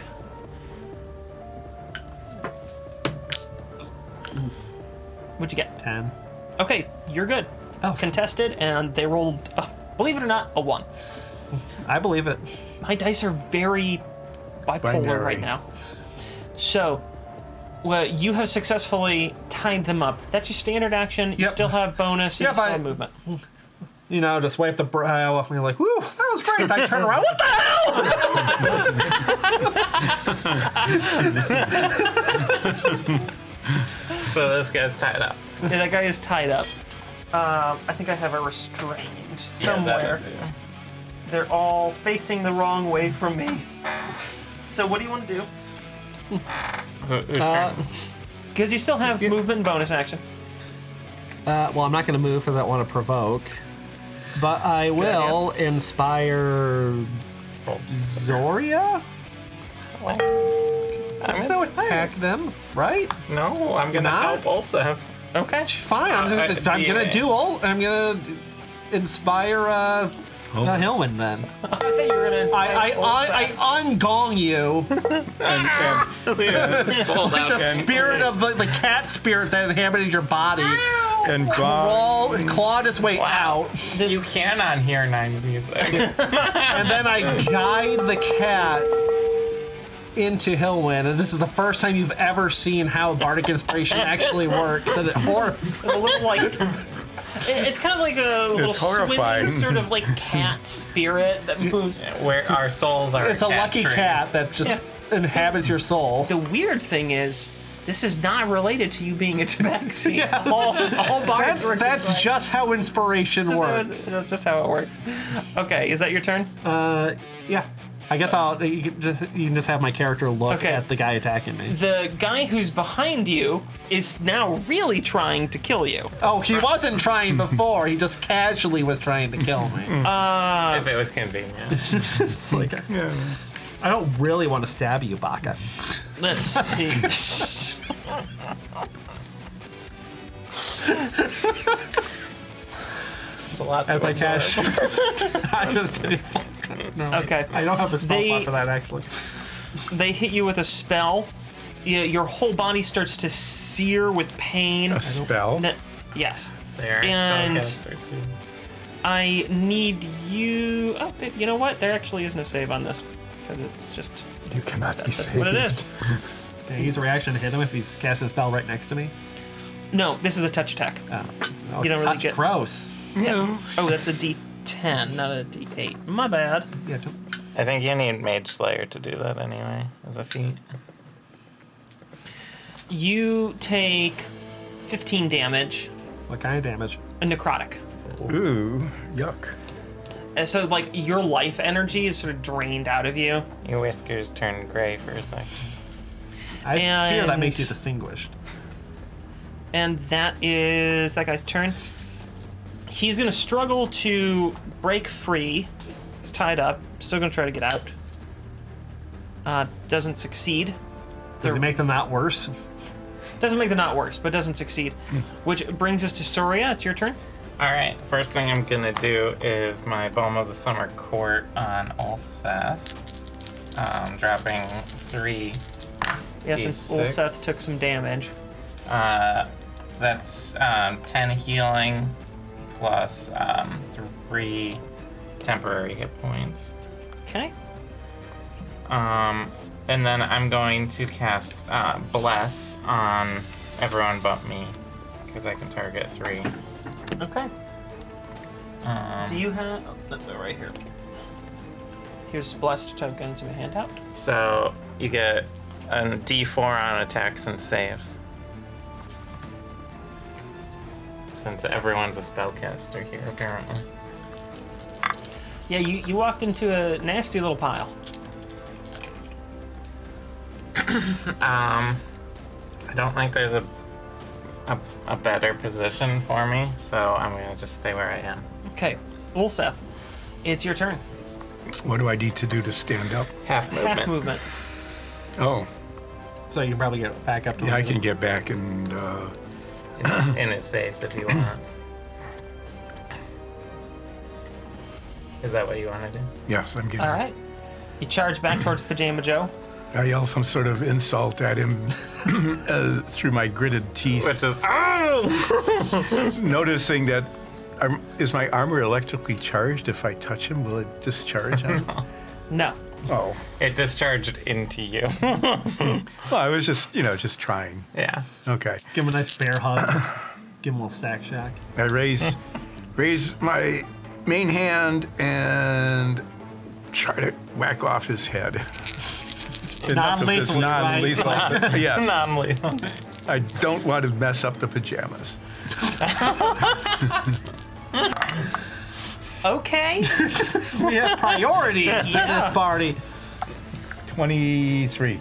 Speaker 1: What'd you get?
Speaker 5: ten.
Speaker 1: Okay, you're good.
Speaker 5: Oh.
Speaker 1: Contested, and they rolled, uh, believe it or not, a one.
Speaker 5: I believe it.
Speaker 1: My dice are very bipolar
Speaker 4: Binary.
Speaker 1: right now. So, well, you have successfully tied them up. That's your standard action. You
Speaker 5: Yep.
Speaker 1: still have bonus. And
Speaker 5: Yeah,
Speaker 1: you still
Speaker 5: but-
Speaker 1: have movement.
Speaker 5: You know, just wipe the brow off me like, woo, that was great. I turn around, what the hell?
Speaker 3: So this guy's tied up.
Speaker 1: yeah, that guy is tied up. Um, Uh, I think I have a restraint
Speaker 3: Yeah, that'll
Speaker 1: somewhere.
Speaker 3: do.
Speaker 1: They're all facing the wrong way from me. So what do you want to do?
Speaker 3: Who, who's
Speaker 5: Uh,
Speaker 3: turn?
Speaker 1: Because you still have movement and bonus action.
Speaker 5: Uh, well, I'm not going to move because I want to provoke, but I will inspire
Speaker 3: Rolls.
Speaker 5: Zoria.
Speaker 3: I'm
Speaker 5: That would
Speaker 3: inspired.
Speaker 5: attack them, right?
Speaker 3: No, I'm gonna
Speaker 5: not?
Speaker 3: help also.
Speaker 1: Okay.
Speaker 5: Fine. I'm,
Speaker 3: Uh,
Speaker 5: gonna,
Speaker 3: uh,
Speaker 5: I'm gonna
Speaker 3: DNA.
Speaker 5: do all. I'm gonna d- inspire uh, uh, Hillman then.
Speaker 1: I thought you were gonna.
Speaker 5: I I, I, I ungong you.
Speaker 3: And, and, yeah, it's
Speaker 5: *laughs*
Speaker 3: pulled out
Speaker 5: The
Speaker 3: and-
Speaker 5: spirit of the, the cat spirit that inhabited your body
Speaker 4: And Bond,
Speaker 5: crawl, clawed its way out.
Speaker 3: Wow.
Speaker 1: This-
Speaker 3: You cannot hear Nine's
Speaker 5: *laughs*
Speaker 3: music.
Speaker 5: and then I guide the cat into Hillwind, and this is the first time you've ever seen how bardic inspiration actually works. And it hor-
Speaker 1: It's a little *laughs* like. it- It's kind of like a little swinging
Speaker 4: horrifying.
Speaker 1: sort of like cat spirit that moves.
Speaker 3: Where our souls are.
Speaker 5: it's a lucky
Speaker 3: captured.
Speaker 5: cat that just inhabits your soul.
Speaker 1: *laughs* The weird thing is, this is not related to you being a tabaxi. *laughs* All, all bars
Speaker 5: That's
Speaker 1: work
Speaker 5: that's
Speaker 1: this way.
Speaker 5: just how inspiration
Speaker 1: That's just how it-
Speaker 5: works.
Speaker 1: That's just how it works. Okay, is that your turn?
Speaker 5: Uh, yeah. I guess I'll. You can just, you can just have my character look
Speaker 1: Okay.
Speaker 5: at the guy attacking me.
Speaker 1: The guy who's behind you is now really trying to kill you.
Speaker 5: Oh, he wasn't trying before. He just casually was trying to kill me.
Speaker 3: If it was convenient.
Speaker 5: It's like, I don't really want to stab you, Baka.
Speaker 1: Let's see.
Speaker 3: It's a lot. to
Speaker 5: As I
Speaker 3: absorb.
Speaker 5: cash, *laughs* I just did it. No,
Speaker 1: *laughs* Okay.
Speaker 5: I don't have a spell
Speaker 1: They-
Speaker 5: slot for that actually.
Speaker 1: they hit you with a spell. Yeah, your whole body starts to sear with pain.
Speaker 4: a spell.
Speaker 1: N- yes.
Speaker 3: There.
Speaker 1: And-
Speaker 3: spellcaster too.
Speaker 1: I need you. Oh, th- you know what? There actually is no save on this because it's just
Speaker 4: You cannot be
Speaker 1: that's what it is.
Speaker 4: saved.
Speaker 5: Can I use a reaction to hit him if he's casting a spell right next to me?
Speaker 1: No, this is a touch attack.
Speaker 5: Oh,
Speaker 1: You don't really get-
Speaker 5: gross.
Speaker 1: Yeah. Oh, that's a D10, not a D8. My bad.
Speaker 5: Yeah, don't-
Speaker 3: I think you need Mage Slayer to do that anyway, as a feat.
Speaker 1: You take 15 damage,
Speaker 5: what kind of damage?
Speaker 1: a necrotic.
Speaker 4: Ooh, yuck.
Speaker 1: And so, like, your life energy is sort of drained out of you.
Speaker 3: Your whiskers turn gray for a second.
Speaker 5: I fear that
Speaker 1: And-
Speaker 5: makes you distinguished.
Speaker 1: And that is that guy's turn. He's going to struggle to break free. He's tied up. Still going to try to get out. Uh, doesn't succeed.
Speaker 5: Does it make them not worse?
Speaker 1: Doesn't make the knot worse, but doesn't succeed. Which brings us to Soria. It's your turn.
Speaker 3: All right. First thing I'm gonna do is my Balm of the Summer Court on Ulseth. Um, dropping three.
Speaker 1: Yeah, since
Speaker 3: D6.
Speaker 1: Ulseth took some damage.
Speaker 3: Uh, that's um, ten healing, plus um, three temporary hit points.
Speaker 1: Okay.
Speaker 3: Um, and then I'm going to cast uh, Bless on everyone but me, because I can target three.
Speaker 1: Okay.
Speaker 3: Um,
Speaker 1: Do you have? Oh, no, they're right here. Here's blessed tokens in your handout.
Speaker 3: So you get a D4 on attacks and saves. Since everyone's a spellcaster here, apparently.
Speaker 1: Yeah, you, you walked into a nasty little pile.
Speaker 3: Um, I don't think there's a, a a better position for me, so I'm gonna just stay where I am.
Speaker 1: Okay, Ulseth, it's your turn.
Speaker 4: What do I need to do to stand up?
Speaker 3: Half movement.
Speaker 1: Half movement.
Speaker 4: Oh,
Speaker 5: So you can probably get back up to.
Speaker 4: yeah, I
Speaker 5: where you-
Speaker 4: can get back and uh,
Speaker 3: *coughs* in, in his face if you want. Is that what you want to do?
Speaker 4: yes, I'm getting.
Speaker 1: All right. You charge back towards Pajama Joe.
Speaker 4: I yell some sort of insult at him *laughs* uh, through my gritted teeth,
Speaker 3: Which is oh,
Speaker 4: noticing that um, is my armor electrically charged? If I touch him, will it discharge? *laughs* on him?
Speaker 1: No.
Speaker 4: oh,
Speaker 3: it discharged into you.
Speaker 4: well, I was just you know just trying.
Speaker 3: *laughs* yeah.
Speaker 4: Okay,
Speaker 5: Give him a nice bear
Speaker 4: *coughs*
Speaker 5: hug. Just Give him a little sack shack.
Speaker 4: I raise raise my main hand and try to whack off his
Speaker 3: *laughs*
Speaker 4: head. Enough of this
Speaker 5: Non-lethally, right?
Speaker 4: non-lethal- yes.
Speaker 3: Non-lethal.
Speaker 4: I don't want to mess up the pajamas.
Speaker 1: Okay.
Speaker 5: We
Speaker 1: *laughs*
Speaker 5: have priorities in this party.
Speaker 4: 23.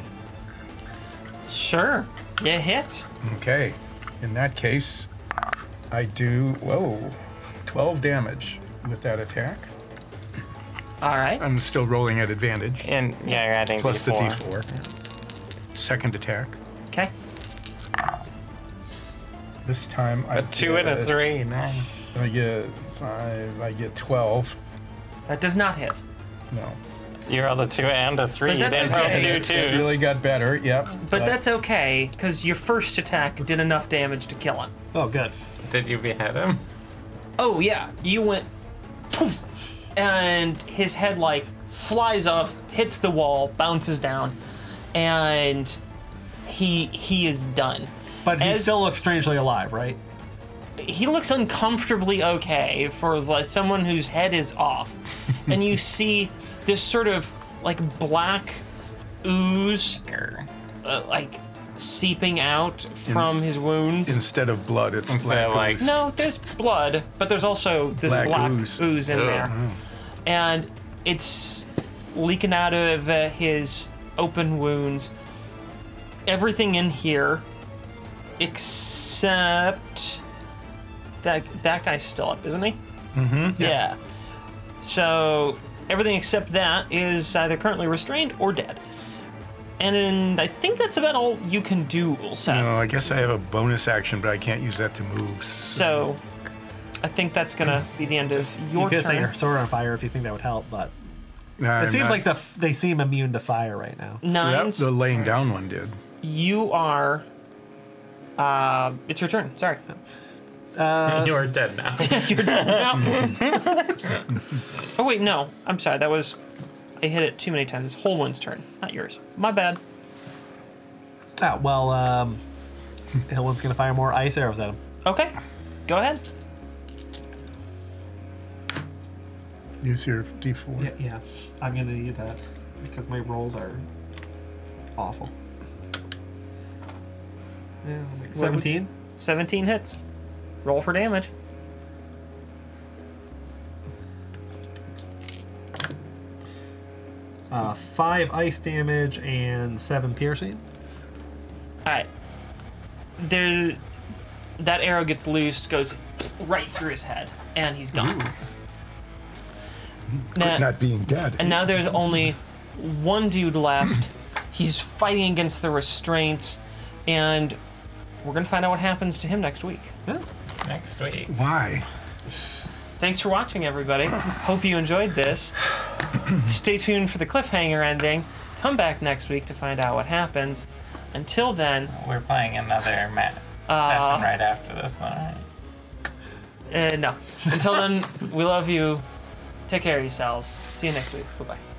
Speaker 1: sure. You hit.
Speaker 4: Okay. In that case, I do, whoa, 12 damage with that attack.
Speaker 1: All right.
Speaker 4: I'm still rolling at advantage,
Speaker 3: And yeah, you're adding
Speaker 4: plus the
Speaker 3: D4.
Speaker 4: d4. Second attack.
Speaker 1: Okay.
Speaker 4: This time I
Speaker 3: A two and a
Speaker 4: get-
Speaker 3: three. Nice.
Speaker 4: I get five. I get twelve.
Speaker 1: That does not hit.
Speaker 4: No,
Speaker 3: You rolled a two and a three.
Speaker 1: But
Speaker 3: You
Speaker 1: that's
Speaker 3: didn't
Speaker 1: okay.
Speaker 3: roll two
Speaker 4: it
Speaker 3: twos.
Speaker 4: really got better. Yep.
Speaker 1: But that's okay, because your first attack did enough damage to kill him.
Speaker 5: Oh, good.
Speaker 3: Did you behead him?
Speaker 1: Oh yeah, you went, poof, and his head like flies off, hits the wall, bounces down, and he he is done.
Speaker 5: But he
Speaker 1: As-
Speaker 5: still looks strangely alive, right?
Speaker 1: he looks uncomfortably okay for like, someone whose head is off and you see this sort of like black ooze uh, like seeping out from his wounds
Speaker 4: instead of blood, it's black.
Speaker 3: like-
Speaker 4: ooze.
Speaker 1: no there's blood but there's also this black,
Speaker 4: Black ooze.
Speaker 1: ooze. in there and it's leaking out of uh, his open wounds everything in here except that that guy's still up, isn't he? Mm-hmm. Yeah. So everything except that is either currently restrained or dead. And, I think that's about all you can do, Ulseth.
Speaker 4: No, I guess I have a bonus action, but I can't use that to move.
Speaker 1: so
Speaker 4: So
Speaker 1: I think that's gonna be the end of
Speaker 5: You
Speaker 1: your
Speaker 5: could set
Speaker 1: turn.
Speaker 5: your sword on fire if you think that would help, but it
Speaker 4: Nah, I'm
Speaker 5: seems
Speaker 4: not-
Speaker 5: like the f- they seem immune to fire right now.
Speaker 4: Yep,
Speaker 1: Nines,
Speaker 4: the laying down one did.
Speaker 1: you are. Uh, it's your turn. Sorry.
Speaker 3: you are dead now.
Speaker 1: Oh wait, no. I'm sorry. That was. I hit it too many times. It's Holwyn's turn, not yours. My bad.
Speaker 5: Ah, well, um, Hillwind's gonna fire more ice arrows at him.
Speaker 1: Okay. Go ahead.
Speaker 4: Use your d4.
Speaker 5: Yeah, yeah. I'm gonna need that because my rolls are awful. Yeah, like Seventeen.
Speaker 1: 17 hits. Roll for damage.
Speaker 5: Uh, five ice damage and seven piercing.
Speaker 1: All right. There, that arrow gets loosed, goes right through his head, and he's gone. Now-
Speaker 4: Not being dead.
Speaker 1: and now there's only one dude left. He's fighting against the restraints, and we're gonna find out what happens to him next week.
Speaker 3: *laughs* Next week.
Speaker 4: Why?
Speaker 1: Thanks for watching, everybody. Hope you enjoyed this. Stay tuned for the cliffhanger ending. Come back next week to find out what happens. Until then,
Speaker 3: We're playing another ma- session right after this, though, right?
Speaker 1: Uh, no. Until then, we love you. Take care of yourselves. See you next week. Bye bye.